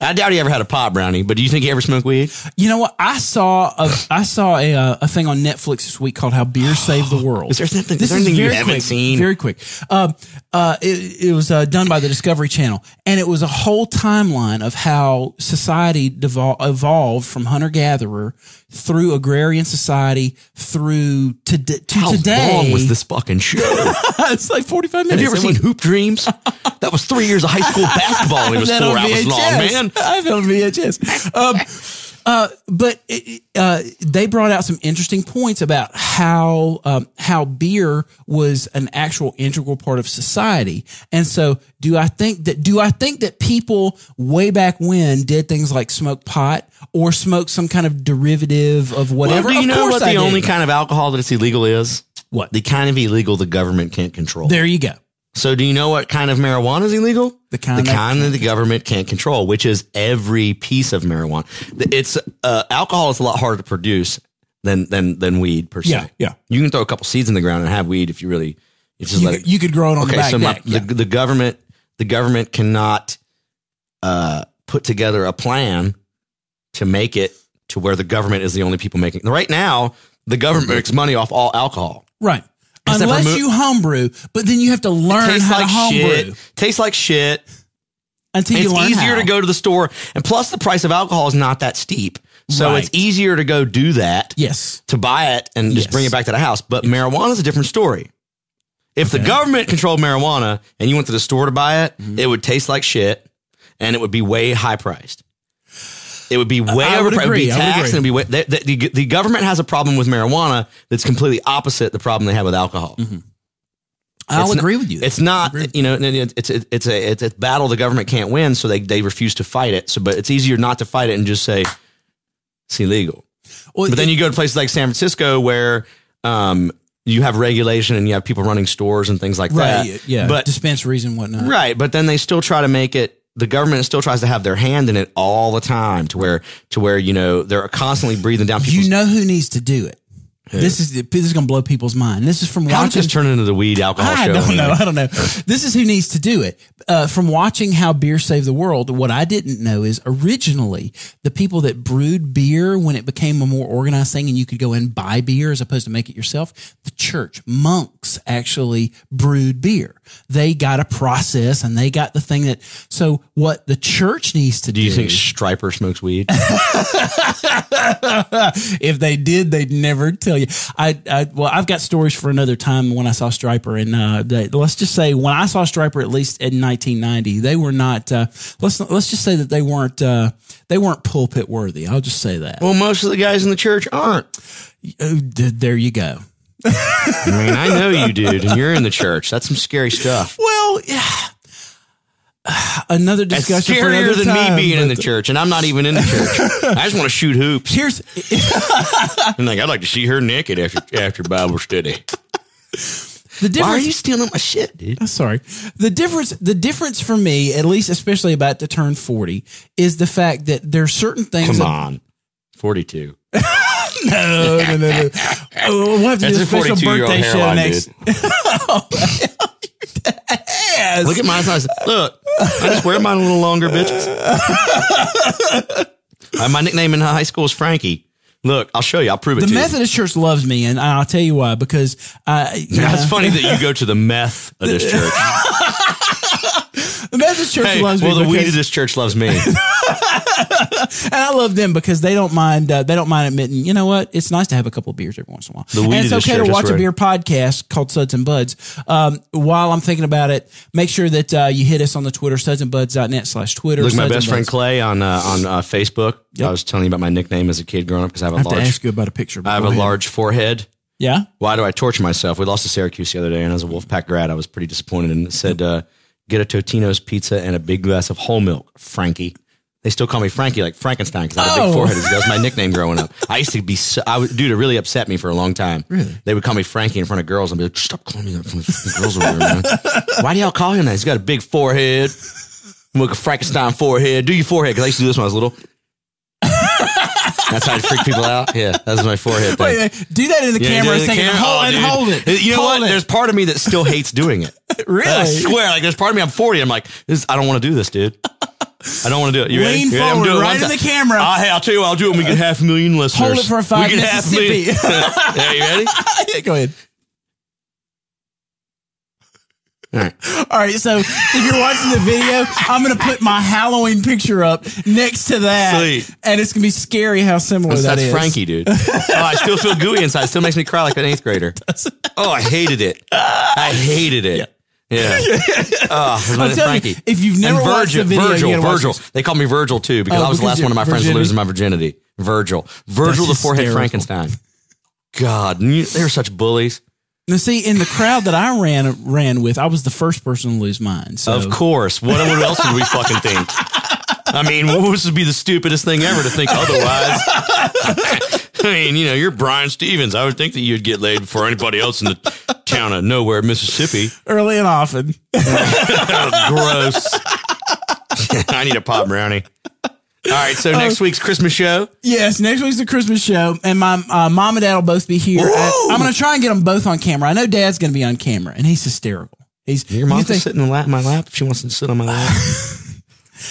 [SPEAKER 2] I doubt he ever had a pot brownie, but do you think he ever smoked weed?
[SPEAKER 3] You know what? I saw a I saw a, uh, a thing on Netflix this week called "How Beer Saved the World."
[SPEAKER 2] <gasps> Is there something- is there anything you haven't
[SPEAKER 3] quick,
[SPEAKER 2] seen?
[SPEAKER 3] Very quick. Uh, uh, it, it was uh, done by the Discovery Channel, and it was a whole timeline of how society devol- evolved from hunter gatherer through agrarian society through to, to
[SPEAKER 2] How
[SPEAKER 3] today.
[SPEAKER 2] long was this fucking show?
[SPEAKER 3] <laughs> it's like forty five
[SPEAKER 2] Have
[SPEAKER 3] minutes.
[SPEAKER 2] you ever
[SPEAKER 3] It
[SPEAKER 2] seen
[SPEAKER 3] was- <laughs>
[SPEAKER 2] Hoop Dreams? That was three years of high school basketball. and It was
[SPEAKER 3] I've had
[SPEAKER 2] four
[SPEAKER 3] on
[SPEAKER 2] hours long,
[SPEAKER 3] VHS.
[SPEAKER 2] man.
[SPEAKER 3] I've had on VHS. Um, uh, but it, uh, they brought out some interesting points about how um, how beer was an actual integral part of society. And so, do I think that do I think that people way back when did things like smoke pot or smoke some kind of derivative of whatever?
[SPEAKER 2] Well, do you
[SPEAKER 3] of
[SPEAKER 2] know
[SPEAKER 3] course
[SPEAKER 2] what the
[SPEAKER 3] I do.
[SPEAKER 2] only kind of alcohol that's illegal is?
[SPEAKER 3] What?
[SPEAKER 2] The kind of illegal the government can't control.
[SPEAKER 3] there you go.
[SPEAKER 2] So do you know what kind of marijuana is illegal?
[SPEAKER 3] The kind
[SPEAKER 2] the
[SPEAKER 3] that
[SPEAKER 2] kind that the government can't control, which is every piece of marijuana. It's uh, alcohol is a lot harder to produce than than than weed per se.
[SPEAKER 3] Yeah, yeah.
[SPEAKER 2] You can throw a couple seeds in the ground and have weed if you really. It's just
[SPEAKER 3] You,
[SPEAKER 2] like
[SPEAKER 3] could- you could grow it on the
[SPEAKER 2] okay,
[SPEAKER 3] back
[SPEAKER 2] so my,
[SPEAKER 3] deck. Yeah.
[SPEAKER 2] the, the government the government cannot uh, put together a plan to make it to where the government is the only people making. Right now, the government makes money off all alcohol.
[SPEAKER 3] Right.
[SPEAKER 2] Except for
[SPEAKER 3] Unless
[SPEAKER 2] mo-
[SPEAKER 3] you homebrew, but then you have to learn
[SPEAKER 2] tastes
[SPEAKER 3] how
[SPEAKER 2] like
[SPEAKER 3] to homebrew
[SPEAKER 2] shit. Tastes like shit.
[SPEAKER 3] until you
[SPEAKER 2] It's
[SPEAKER 3] learn
[SPEAKER 2] easier
[SPEAKER 3] how.
[SPEAKER 2] to go to the store, and plus the price of alcohol is not that steep, so
[SPEAKER 3] Right.
[SPEAKER 2] it's easier to go do that
[SPEAKER 3] Yes.
[SPEAKER 2] to buy it and just
[SPEAKER 3] Yes.
[SPEAKER 2] bring it back to the house. But marijuana is a different story. If the government controlled marijuana and you went to the store to buy it,
[SPEAKER 3] Mm-hmm.
[SPEAKER 2] it would taste like shit, and it would be way high priced. It would be way
[SPEAKER 3] I
[SPEAKER 2] over.
[SPEAKER 3] would
[SPEAKER 2] It would
[SPEAKER 3] agree,
[SPEAKER 2] be
[SPEAKER 3] I would
[SPEAKER 2] taxed. And it'd be way, the, the, the, the government has a problem with marijuana that's completely opposite the problem they have with alcohol.
[SPEAKER 3] I'll
[SPEAKER 2] It's not-
[SPEAKER 3] Mm-hmm. agree with you.
[SPEAKER 2] It's not, you know, it's it's it's a it's a battle the government can't win, so they they refuse to fight it. So, but it's easier not to fight it and just say it's illegal.
[SPEAKER 3] Well,
[SPEAKER 2] But then you go to places like San Francisco where um, you have regulation and you have people running stores and things like
[SPEAKER 3] right,
[SPEAKER 2] that.
[SPEAKER 3] yeah,
[SPEAKER 2] but
[SPEAKER 3] dispensaries and whatnot.
[SPEAKER 2] right, but then they still try to make it. The government still tries to have their hand in it all the time, to where to where you know they're constantly breathing down people's.
[SPEAKER 3] You know who needs to do it. This is this is going to blow people's mind. This is from
[SPEAKER 2] How did
[SPEAKER 3] watching.
[SPEAKER 2] this turn into the weed alcohol
[SPEAKER 3] I
[SPEAKER 2] show?
[SPEAKER 3] don't know. I don't know. This is who needs to do it. Uh, from watching how beer saved the world, what I didn't know is originally the people that brewed beer when it became a more organized thing and you could go and buy beer as opposed to make it yourself, the church, monks actually brewed beer. They got a process and they got the thing that, so what the church needs to
[SPEAKER 2] Do you think Striper smokes weed? <laughs>
[SPEAKER 3] <laughs> if they did, they'd never tell you. I, I well, I've got stories for another time when I saw Striper, and uh, they, let's just say when I saw Striper, at least in 1990, they were not. Uh, let's let's just say that they weren't uh, they weren't pulpit worthy. I'll just say that.
[SPEAKER 2] well, most of the guys in the church aren't.
[SPEAKER 3] Oh, d- there you go.
[SPEAKER 2] I mean, I know you, dude, and you're in the church. That's some scary stuff.
[SPEAKER 3] Well, yeah. <sighs> Another
[SPEAKER 2] It's
[SPEAKER 3] discussion for another
[SPEAKER 2] scarier than
[SPEAKER 3] time,
[SPEAKER 2] me being in
[SPEAKER 3] but
[SPEAKER 2] the church, and I'm not even in the
[SPEAKER 3] <laughs>
[SPEAKER 2] church. I just want to shoot hoops.
[SPEAKER 3] Here's
[SPEAKER 2] And like, I'd like to see her
[SPEAKER 3] <laughs>
[SPEAKER 2] naked after after Bible study.
[SPEAKER 3] the
[SPEAKER 2] Why are
[SPEAKER 3] difference.
[SPEAKER 2] you stealing my shit, dude?
[SPEAKER 3] I'm sorry. The difference, the difference for me, at least, especially about to turn forty, is the fact that there are certain things.
[SPEAKER 2] Come
[SPEAKER 3] that-
[SPEAKER 2] on, forty-two.
[SPEAKER 3] no, no, no, no. Oh, we'll have to
[SPEAKER 2] That's
[SPEAKER 3] do
[SPEAKER 2] a
[SPEAKER 3] a special
[SPEAKER 2] forty-two-year-old
[SPEAKER 3] birthday show
[SPEAKER 2] hairline,
[SPEAKER 3] next.
[SPEAKER 2] dude.
[SPEAKER 3] <laughs> Yes.
[SPEAKER 2] Look at my size. Look, I just wear mine a little longer,
[SPEAKER 3] <laughs>
[SPEAKER 2] bitches. Uh, my nickname in high school is Frankie. Look, I'll show you. I'll prove it
[SPEAKER 3] the
[SPEAKER 2] to <laughs> you.
[SPEAKER 3] Methodist Church loves me, and I'll tell you why. Because I,
[SPEAKER 2] Yeah, it's
[SPEAKER 3] uh,
[SPEAKER 2] funny that you go to the meth
[SPEAKER 3] <laughs>
[SPEAKER 2] of this church.
[SPEAKER 3] the Methodist Church
[SPEAKER 2] Hey, well,
[SPEAKER 3] loves
[SPEAKER 2] the
[SPEAKER 3] me,
[SPEAKER 2] weed
[SPEAKER 3] because,
[SPEAKER 2] of this church loves
[SPEAKER 3] <laughs>
[SPEAKER 2] me.
[SPEAKER 3] and I love them because they don't mind. Uh, they don't mind admitting. You know what? It's nice to have a couple of beers every once in a while.
[SPEAKER 2] weed
[SPEAKER 3] and
[SPEAKER 2] of
[SPEAKER 3] it's
[SPEAKER 2] this
[SPEAKER 3] okay
[SPEAKER 2] church,
[SPEAKER 3] to
[SPEAKER 2] that's
[SPEAKER 3] watch a
[SPEAKER 2] right.
[SPEAKER 3] beer podcast called Suds and Buds. Um, while I'm thinking about it, make sure that uh, you hit us on the Twitter sudsandbuds.net slash Twitter.
[SPEAKER 2] Look, my
[SPEAKER 3] Suds and
[SPEAKER 2] best friend
[SPEAKER 3] Buds.
[SPEAKER 2] Clay on uh, on uh, Facebook. I was telling you about my nickname as a kid growing up because I have a
[SPEAKER 3] I have to
[SPEAKER 2] large
[SPEAKER 3] ask you about a picture.
[SPEAKER 2] I have a large forehead.
[SPEAKER 3] Yeah.
[SPEAKER 2] Why do I torture myself? We lost to Syracuse the other day, and as a Wolfpack grad, I was pretty disappointed. And it said, uh, "Get a Totino's pizza and a big glass of whole milk, Frankie." They still call me Frankie, like Frankenstein, because I had a
[SPEAKER 3] Oh.
[SPEAKER 2] big forehead. That was my nickname growing up. I used to be, so, I would, dude, it really upset me for a long time. Really? They would call me Frankie in front of girls and be like, "Stop calling me that in front of fucking girls over there, man." Why do y'all call him that? He's got a big forehead. Look, a Frankenstein forehead. Do your forehead because I used to do this when I was little. That's how I freak people out. Yeah, that was my forehead thing.
[SPEAKER 3] Wait a minute, do that in the
[SPEAKER 2] Yeah, you
[SPEAKER 3] camera
[SPEAKER 2] do the
[SPEAKER 3] thing and
[SPEAKER 2] camera-
[SPEAKER 3] hold,
[SPEAKER 2] oh,
[SPEAKER 3] and
[SPEAKER 2] dude.
[SPEAKER 3] hold it.
[SPEAKER 2] You know
[SPEAKER 3] Hold
[SPEAKER 2] what?
[SPEAKER 3] it.
[SPEAKER 2] There's part of me that still hates doing it.
[SPEAKER 3] <laughs> Really?
[SPEAKER 2] I swear, like there's part of me. I'm 40. I'm like, this, I don't want to do this, dude. I don't want to do it. You
[SPEAKER 3] Lean
[SPEAKER 2] ready? Yeah, I'm
[SPEAKER 3] forward,
[SPEAKER 2] doing it
[SPEAKER 3] right
[SPEAKER 2] one
[SPEAKER 3] in
[SPEAKER 2] time.
[SPEAKER 3] the camera. Uh,
[SPEAKER 2] I, hey, I'll tell you what I'll do when we get half a million listeners.
[SPEAKER 3] Hold it for five
[SPEAKER 2] we get half a million- <laughs> yeah,
[SPEAKER 3] <laughs>
[SPEAKER 2] you ready?
[SPEAKER 3] Yeah, Go ahead.
[SPEAKER 2] All right.
[SPEAKER 3] All right, so if you're watching the video, I'm going to put my Halloween picture up next to that,
[SPEAKER 2] Sweet.
[SPEAKER 3] and it's going to be scary how similar that
[SPEAKER 2] That's
[SPEAKER 3] is.
[SPEAKER 2] Frankie,
[SPEAKER 3] <laughs>
[SPEAKER 2] dude. oh, I still feel gooey inside. Still makes me cry like an eighth grader. Oh, I hated it. I hated it. Yeah.
[SPEAKER 3] <laughs>
[SPEAKER 2] Oh, I'm
[SPEAKER 3] telling you,
[SPEAKER 2] Frankie.
[SPEAKER 3] if you've never
[SPEAKER 2] and
[SPEAKER 3] watched
[SPEAKER 2] Virgil,
[SPEAKER 3] the video, you
[SPEAKER 2] Virgil,
[SPEAKER 3] gotta watch
[SPEAKER 2] Virgil.
[SPEAKER 3] this.
[SPEAKER 2] They called me Virgil too because
[SPEAKER 3] Oh,
[SPEAKER 2] I was the
[SPEAKER 3] because
[SPEAKER 2] last
[SPEAKER 3] you're
[SPEAKER 2] one of my friends to
[SPEAKER 3] virginity?
[SPEAKER 2] lose my virginity. Virgil, Virgil,
[SPEAKER 3] That's
[SPEAKER 2] the forehead
[SPEAKER 3] hysterical.
[SPEAKER 2] Frankenstein. God, you- they were such bullies.
[SPEAKER 3] Now, see, in the crowd that I ran ran with, I was the first person to lose mine. So
[SPEAKER 2] Of course. What, what else would we fucking think? I mean, what would be the stupidest thing ever to think otherwise? <laughs> I mean, you know, you're Brian Stevens. I would think that you'd get laid before anybody else in the town of nowhere, Mississippi. <laughs>
[SPEAKER 3] early and often. <laughs>
[SPEAKER 2] Gross. <laughs> I need a pop brownie. All right, so next
[SPEAKER 3] Oh.
[SPEAKER 2] week's Christmas show.
[SPEAKER 3] Yes, next week's the Christmas show, and my uh, mom and dad will both be here. I, am going to try and get them both on camera. I know dad's going to be on camera, and he's hysterical. He's
[SPEAKER 2] Your mom
[SPEAKER 3] you
[SPEAKER 2] can sit in the lap, my lap if she wants to sit on my lap.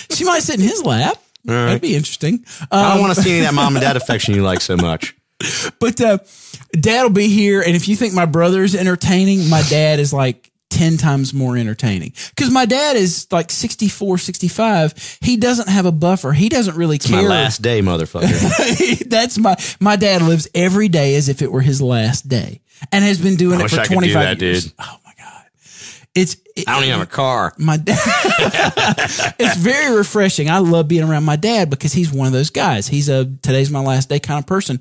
[SPEAKER 3] she might sit in his lap.
[SPEAKER 2] right.
[SPEAKER 3] That'd be interesting.
[SPEAKER 2] <laughs> I
[SPEAKER 3] Um,
[SPEAKER 2] don't want to see any of that mom and dad affection you like so much.
[SPEAKER 3] but uh, dad will be here, and if you think my brother's entertaining, my dad is like. 10 times more entertaining because my dad is like 64 65 he doesn't have a buffer he doesn't really
[SPEAKER 2] My
[SPEAKER 3] care
[SPEAKER 2] last day, motherfucker.
[SPEAKER 3] <laughs> That's my my dad lives every day as if it were his last day, and has been doing it
[SPEAKER 2] I wish
[SPEAKER 3] for
[SPEAKER 2] I could
[SPEAKER 3] twenty
[SPEAKER 2] do
[SPEAKER 3] five
[SPEAKER 2] that,
[SPEAKER 3] years.
[SPEAKER 2] dude.
[SPEAKER 3] Oh my god, it's it-
[SPEAKER 2] I don't even have a car.
[SPEAKER 3] my dad. <laughs> it's very refreshing. I love being around my dad because he's one of those guys. He's a today's my last day kind of person,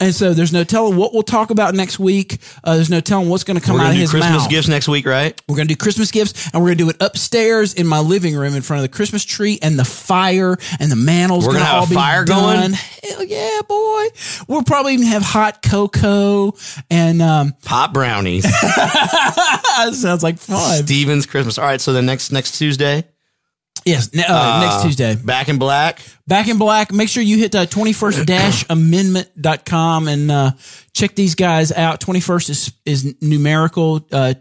[SPEAKER 3] and so there's no telling what we'll talk about next week. Uh, there's no telling what's going to come
[SPEAKER 2] We're
[SPEAKER 3] out
[SPEAKER 2] gonna
[SPEAKER 3] of
[SPEAKER 2] do
[SPEAKER 3] his
[SPEAKER 2] Christmas
[SPEAKER 3] mouth.
[SPEAKER 2] gifts next week, right?
[SPEAKER 3] We're going to do Christmas gifts and we're going to do it upstairs in my living room in front of the Christmas tree and the fire and the mantle's
[SPEAKER 2] We're
[SPEAKER 3] going
[SPEAKER 2] gonna
[SPEAKER 3] to all
[SPEAKER 2] have a
[SPEAKER 3] be
[SPEAKER 2] fire
[SPEAKER 3] done.
[SPEAKER 2] going?
[SPEAKER 3] Hell yeah, boy. We'll probably even have hot cocoa and um <laughs>
[SPEAKER 2] Pop <laughs> brownies.
[SPEAKER 3] that sounds like fun.
[SPEAKER 2] Steven's Christmas. All right, so the next next Tuesday,
[SPEAKER 3] Yes, ne- uh, next Tuesday.
[SPEAKER 2] Back in Black.
[SPEAKER 3] Back in Black. Make sure you hit uh, 21st-amendment.com and uh, check these guys out. 21st is is numerical uh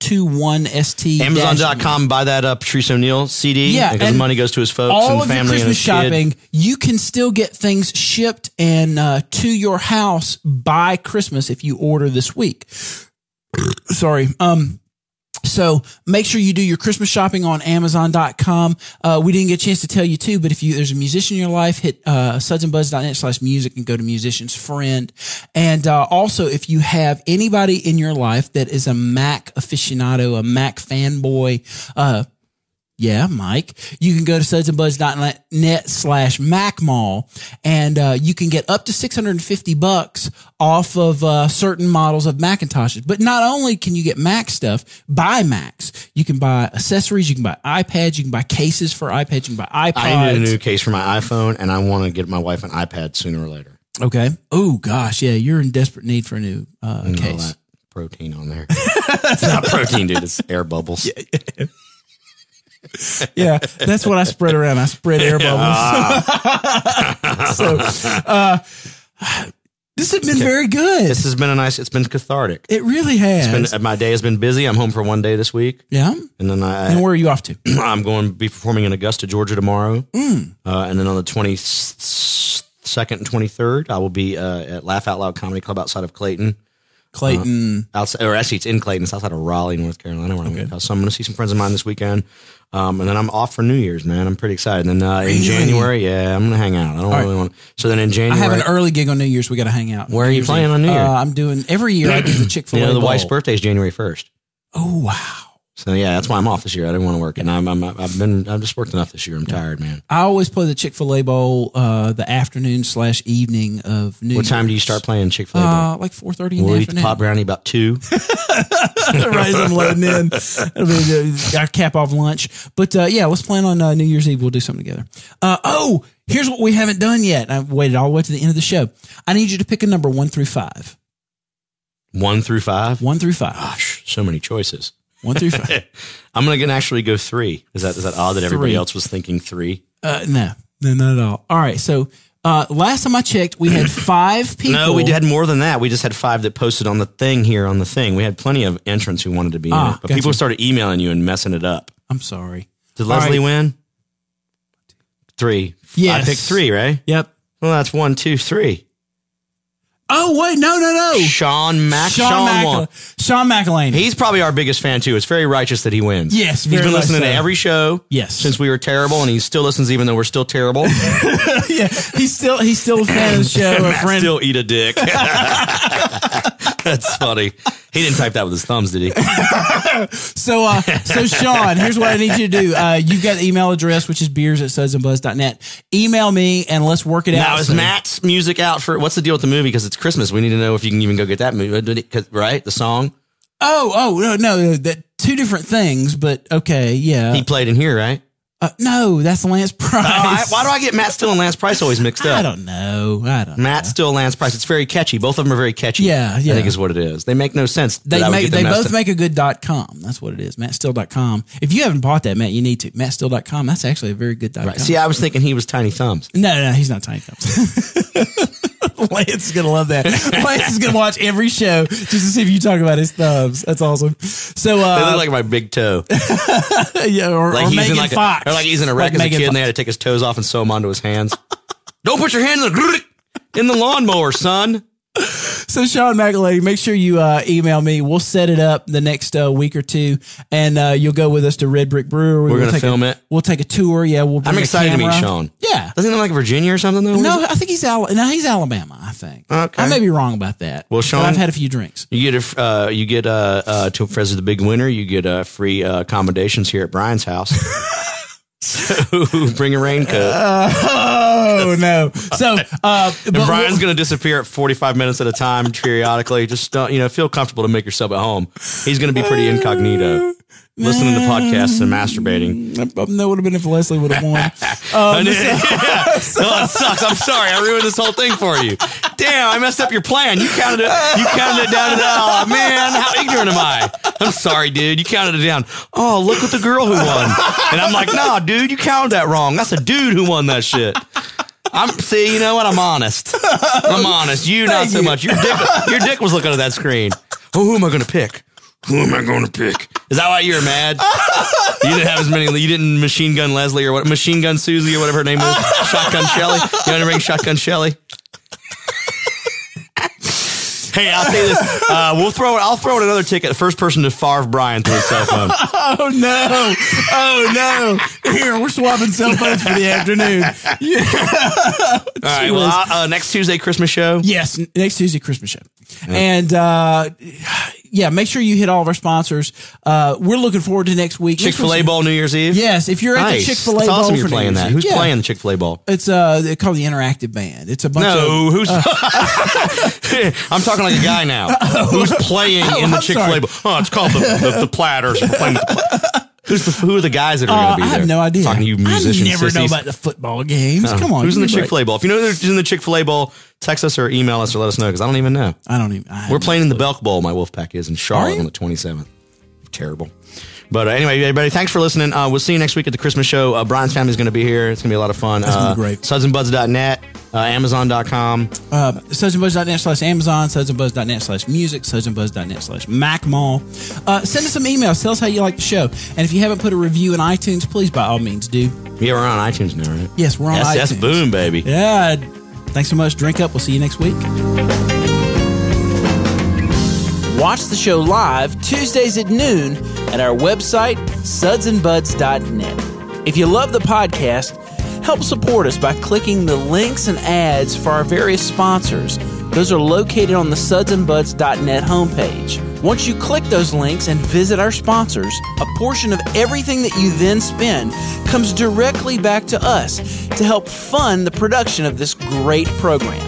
[SPEAKER 3] 21st
[SPEAKER 2] Amazon.com. Buy that up, Patrice O'Neill CD.
[SPEAKER 3] Yeah,
[SPEAKER 2] because
[SPEAKER 3] and
[SPEAKER 2] the money goes to his folks
[SPEAKER 3] all
[SPEAKER 2] and
[SPEAKER 3] of your
[SPEAKER 2] family and
[SPEAKER 3] Christmas
[SPEAKER 2] his
[SPEAKER 3] shopping,
[SPEAKER 2] kid.
[SPEAKER 3] you can still get things shipped and uh, to your house by Christmas if you order this week. <clears throat> Sorry. Um, so make sure you do your Christmas shopping on Amazon.com. Uh, we didn't get a chance to tell you too, but if you there's a musician in your life, hit uh, sudsandbuds.net slash music and go to musician's friend. And uh, also, if you have anybody in your life that is a Mac aficionado, a Mac fanboy, uh, yeah, Mike. You can go to sudsandbuds.net slash MacMall and uh, you can get up to 650 bucks off of uh, certain models of Macintoshes. But not only can you get Mac stuff, buy Macs. You can buy accessories, you can buy iPads, you can buy cases for iPads, you can buy iPods.
[SPEAKER 2] I need a new case for my iPhone, and I want to get my wife an iPad sooner or later.
[SPEAKER 3] okay. Oh, gosh. Yeah, you're in desperate need for a new uh,
[SPEAKER 2] All
[SPEAKER 3] case.
[SPEAKER 2] that protein on <laughs> there. it's not protein, dude. It's air bubbles.
[SPEAKER 3] yeah, that's what I spread around. I spread air
[SPEAKER 2] <laughs>
[SPEAKER 3] bubbles.
[SPEAKER 2] Ah.
[SPEAKER 3] <laughs> so, uh, this has been very good.
[SPEAKER 2] This has been a nice. It's been cathartic.
[SPEAKER 3] It really has.
[SPEAKER 2] It's been, my day has been busy. I'm home for one day this week,
[SPEAKER 3] yeah.
[SPEAKER 2] and then I,
[SPEAKER 3] And where are you <clears throat> off to?
[SPEAKER 2] I'm going to be performing in Augusta, Georgia tomorrow.
[SPEAKER 3] Mm.
[SPEAKER 2] Uh, and then on the 22nd and 23rd, I will be uh, at Laugh Out Loud Comedy Club outside of Clayton.
[SPEAKER 3] Clayton.
[SPEAKER 2] Outside, or actually, it's in Clayton. It's outside of Raleigh, North Carolina, where I'm going. So I'm going to see some friends of mine this weekend. Um, and then I'm off for New Year's, man. I'm pretty excited. And then uh, in January, yeah, I'm going to hang out. I don't really want to. So then in
[SPEAKER 3] I
[SPEAKER 2] January,
[SPEAKER 3] have an early gig on New Year's. We got to hang out.
[SPEAKER 2] Where are you
[SPEAKER 3] Year's
[SPEAKER 2] playing
[SPEAKER 3] Eve.
[SPEAKER 2] on New Year?
[SPEAKER 3] Uh, I'm doing every year. I do
[SPEAKER 2] <clears throat>
[SPEAKER 3] the Chick Fil
[SPEAKER 2] you
[SPEAKER 3] A.
[SPEAKER 2] know, the wife's birthday is January 1st.
[SPEAKER 3] Oh wow!
[SPEAKER 2] So yeah, that's why I'm off this year. I didn't want to work, and I'm, I'm I've been I've just worked enough this year. I'm tired, man.
[SPEAKER 3] I always play the Chick Fil A Bowl uh, the afternoon slash evening of New.
[SPEAKER 2] What time do you
[SPEAKER 3] Year's.
[SPEAKER 2] start playing Chick Fil A?
[SPEAKER 3] Uh, like four thirty in
[SPEAKER 2] we'll
[SPEAKER 3] the
[SPEAKER 2] eat the
[SPEAKER 3] afternoon.
[SPEAKER 2] pop brownie about two.
[SPEAKER 3] <laughs> right as I'm loading
[SPEAKER 2] <laughs>
[SPEAKER 3] in, It'll be the- I cap off lunch. But uh, yeah, let's plan on uh, New Year's Eve. We'll do something together. Uh, oh, here's what we haven't done yet. I've waited all the way to the end of the show. I need you to pick a number one through five.
[SPEAKER 2] One through five.
[SPEAKER 3] One through five.
[SPEAKER 2] Gosh, so many choices.
[SPEAKER 3] One through five.
[SPEAKER 2] <laughs> I'm gonna gonna actually go three. Is that is that odd that everybody
[SPEAKER 3] Three.
[SPEAKER 2] else was thinking three?
[SPEAKER 3] Uh, no, no, not at all. All right, so Uh, last time I checked, we
[SPEAKER 2] <clears throat>
[SPEAKER 3] had five people.
[SPEAKER 2] No, we had more than that. We just had five that posted on the thing here on the thing. We had plenty of entrants who wanted to be in
[SPEAKER 3] Ah,
[SPEAKER 2] it, but
[SPEAKER 3] gotcha.
[SPEAKER 2] people started emailing you and messing it up.
[SPEAKER 3] I'm sorry.
[SPEAKER 2] Did
[SPEAKER 3] right.
[SPEAKER 2] Leslie win? Three.
[SPEAKER 3] Yes.
[SPEAKER 2] I picked three, right?
[SPEAKER 3] Yep.
[SPEAKER 2] Well, that's one, two, three.
[SPEAKER 3] Oh wait, no, no, no.
[SPEAKER 2] Sean Mac. Sean,
[SPEAKER 3] Mac-
[SPEAKER 2] won.
[SPEAKER 3] Sean McElhaney.
[SPEAKER 2] He's probably our biggest fan too. It's very righteous that he wins.
[SPEAKER 3] Yes,
[SPEAKER 2] he's
[SPEAKER 3] very
[SPEAKER 2] been
[SPEAKER 3] much
[SPEAKER 2] listening to
[SPEAKER 3] so.
[SPEAKER 2] every show.
[SPEAKER 3] Yes.
[SPEAKER 2] since we were terrible, and he still listens even though we're
[SPEAKER 3] <laughs>
[SPEAKER 2] still terrible.
[SPEAKER 3] <laughs> yeah, he's still he's still a fan of the
[SPEAKER 2] <laughs>
[SPEAKER 3] show. A
[SPEAKER 2] Matt
[SPEAKER 3] friend.
[SPEAKER 2] still eat a dick. <laughs> That's funny. He didn't type that with his thumbs,
[SPEAKER 3] <laughs>
[SPEAKER 2] did he?
[SPEAKER 3] So, uh, so Sean, here's what I need you to do. Uh, you've got the email address, which is beers at sudsandbuzz.net. Email me and let's work it
[SPEAKER 2] Now
[SPEAKER 3] out.
[SPEAKER 2] is
[SPEAKER 3] So-
[SPEAKER 2] Matt's music out for what's the deal with the movie? Because it's Christmas. We need to know if you can even go get that movie, 'Cause- right? The song
[SPEAKER 3] Oh, oh, no, no, that two different things, but okay, yeah.
[SPEAKER 2] he played in
[SPEAKER 3] <laughs>
[SPEAKER 2] here, right?
[SPEAKER 3] uh, no, that's Lance Price.
[SPEAKER 2] Oh, I- why do I get Matt Still and Lance Price always mixed
[SPEAKER 3] I
[SPEAKER 2] up?
[SPEAKER 3] don't know. I don't.
[SPEAKER 2] Matt Still, Lance Price. It's very catchy. Both of them are very catchy.
[SPEAKER 3] Yeah, yeah.
[SPEAKER 2] I think is what it is. They make no sense. that I
[SPEAKER 3] They
[SPEAKER 2] would
[SPEAKER 3] make,
[SPEAKER 2] get
[SPEAKER 3] they
[SPEAKER 2] them messed
[SPEAKER 3] both
[SPEAKER 2] up.
[SPEAKER 3] make a good dot com. That's what it is. MattStill.com. If you haven't bought that, Matt, you need to. MattStill.com. That's actually a very good dot com.
[SPEAKER 2] See, I was thinking he was Tiny Thumbs.
[SPEAKER 3] No, no, he's not Tiny Thumbs. <laughs> Lance is gonna love
[SPEAKER 2] <laughs>
[SPEAKER 3] that. Lance is gonna watch every show just to see if you talk about his thumbs. That's awesome. So,
[SPEAKER 2] They look
[SPEAKER 3] uh,
[SPEAKER 2] <laughs> like my big toe.
[SPEAKER 3] yeah, or,
[SPEAKER 2] Like
[SPEAKER 3] or
[SPEAKER 2] he's
[SPEAKER 3] Megan
[SPEAKER 2] in like
[SPEAKER 3] Fox,
[SPEAKER 2] A, or like he's in a wreck as a
[SPEAKER 3] Megan
[SPEAKER 2] kid, and they
[SPEAKER 3] Fox.
[SPEAKER 2] had to take his toes off and sew them onto his hands. <laughs> Don't put your hand in the <laughs> in the lawnmower, son.
[SPEAKER 3] So, Sean McElady, make sure you uh, email me. We'll set it up the next uh, week or two, and uh, you'll go with us to Red Brick Brewery. We're
[SPEAKER 2] gonna film it.
[SPEAKER 3] We'll take a tour. Yeah, we'll. Bring a
[SPEAKER 2] excited to meet
[SPEAKER 3] camera.
[SPEAKER 2] Sean.
[SPEAKER 3] Yeah.
[SPEAKER 2] Doesn't he look like Virginia or something though?
[SPEAKER 3] No, I think he's Al- no, he's Alabama. I think.
[SPEAKER 2] Okay.
[SPEAKER 3] I may be wrong about that.
[SPEAKER 2] Well,
[SPEAKER 3] but
[SPEAKER 2] Sean-
[SPEAKER 3] I've had a few drinks. <laughs>
[SPEAKER 2] You get a uh, you get uh, uh, to Fres is the big winner. You get uh, free uh, accommodations here at Brian's house. <laughs> so <laughs> bring a raincoat.
[SPEAKER 3] Oh no! So, uh,
[SPEAKER 2] and
[SPEAKER 3] but
[SPEAKER 2] Brian's going to disappear at 45 minutes at a time periodically. Just don't, you know, feel comfortable to make yourself at home. He's going to be pretty <laughs> incognito, listening to podcasts and masturbating.
[SPEAKER 3] I, I- that would have been if Leslie would
[SPEAKER 2] <laughs>
[SPEAKER 3] have won. Um, <laughs>
[SPEAKER 2] And it- yeah. No, it sucks. I'm sorry. I ruined this whole thing for you. Damn, I messed up your plan. You counted it. You counted it down to oh man, how ignorant am I? I'm sorry, dude. You counted it down. Oh, look at the girl who won. And I'm like, nah, dude, you counted that wrong. That's a dude who won that shit. I'm see, you know what? I'm honest. I'm honest. You not so
[SPEAKER 3] you.
[SPEAKER 2] much. Your dick, your dick was looking at that screen. Oh, who am I going to pick? Who am I going to pick? Is that why you're mad? You didn't have as many. You didn't machine gun Leslie or what? Machine gun Susie or whatever her name was. Shotgun Shelly. You want to bring Shotgun Shelly? Hey, I'll tell you this. Uh, we'll throw it. I'll throw in another ticket. First person to Favre Brian through his cell phone.
[SPEAKER 3] Oh no! Oh no! Here we're swapping cell phones for the afternoon.
[SPEAKER 2] All right. Well, uh, uh, next Tuesday Christmas show.
[SPEAKER 3] Yes, n- next Tuesday Christmas show, and uh, yeah, make sure you hit all of our sponsors. Uh, we're looking forward to next week.
[SPEAKER 2] Chick
[SPEAKER 3] Next
[SPEAKER 2] Fil A
[SPEAKER 3] week's-
[SPEAKER 2] Bowl New Year's Eve.
[SPEAKER 3] Yes, if you're at
[SPEAKER 2] Nice.
[SPEAKER 3] the Chick Fil A
[SPEAKER 2] That's
[SPEAKER 3] Bowl
[SPEAKER 2] awesome. You're
[SPEAKER 3] for New
[SPEAKER 2] playing
[SPEAKER 3] Year's
[SPEAKER 2] that.
[SPEAKER 3] Eve.
[SPEAKER 2] Who's
[SPEAKER 3] Yeah.
[SPEAKER 2] playing the Chick Fil A Bowl?
[SPEAKER 3] It's uh, they're called the Interactive Band. It's a bunch of
[SPEAKER 2] No, who's? <laughs> I'm talking like a guy now. Who's playing in the
[SPEAKER 3] Oh. I'm
[SPEAKER 2] Chick Fil A
[SPEAKER 3] sorry.
[SPEAKER 2] Bowl? Oh, it's called the, the, the platters. We're playing with the pla- Who's the, who are the guys that are
[SPEAKER 3] Uh,
[SPEAKER 2] going to
[SPEAKER 3] I
[SPEAKER 2] be there?
[SPEAKER 3] have no idea.
[SPEAKER 2] Talking to you musicians.
[SPEAKER 3] I never know about the football games. Come on,
[SPEAKER 2] Who's in the
[SPEAKER 3] give me a
[SPEAKER 2] Chick Fil A Bowl? If you know who's in the Chick Fil A Bowl, text us or email us or let us know because I don't even know.
[SPEAKER 3] break. I don't even. I
[SPEAKER 2] We're playing in the Belk Bowl. My Wolfpack is in Charlotte on the 27th. Terrible. But uh, anyway, everybody, thanks for listening. Uh, we'll see you next week at the Christmas show. Uh, Brian's family's going to be here. It's going to be a lot of fun. That's
[SPEAKER 3] gonna
[SPEAKER 2] uh,
[SPEAKER 3] be great.
[SPEAKER 2] Sudsandbuds.net, uh, Amazon.com.
[SPEAKER 3] uh, sudsandbuzz.net slash Amazon, sudsandbuzz.net slash music, sudsandbuzz.net slash MacMall. Uh, send us some emails. Tell us how you like the show. And if you haven't put a review in iTunes, please by all means do.
[SPEAKER 2] Yeah, we're on iTunes now, right?
[SPEAKER 3] Yes, we're on
[SPEAKER 2] That's,
[SPEAKER 3] iTunes.
[SPEAKER 2] that's boom, baby.
[SPEAKER 3] Yeah. Thanks so much. Drink up. We'll see you next week.
[SPEAKER 1] Watch the show live Tuesdays at noon at our website, sudsandbuds.net. If you love the podcast, help support us by clicking the links and ads for our various sponsors. Those are located on the sudsandbuds.net homepage. Once you click those links and visit our sponsors, a portion of everything that you then spend comes directly back to us to help fund the production of this great program.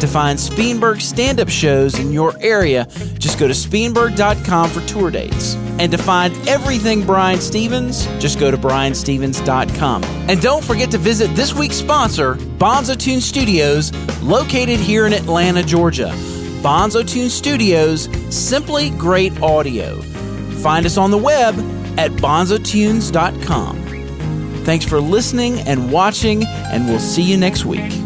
[SPEAKER 1] To find Speenberg stand up shows in your area, just go to Speenberg.com for tour dates. And to find everything Brian Stevens, just go to BrianStevens.com. And don't forget to visit this week's sponsor, Bonzo Tune Studios, located here in Atlanta, Georgia. Bonzo Tune Studios, simply great audio. Find us on the web at bonzotunes.com. Thanks for listening and watching, and we'll see you next week.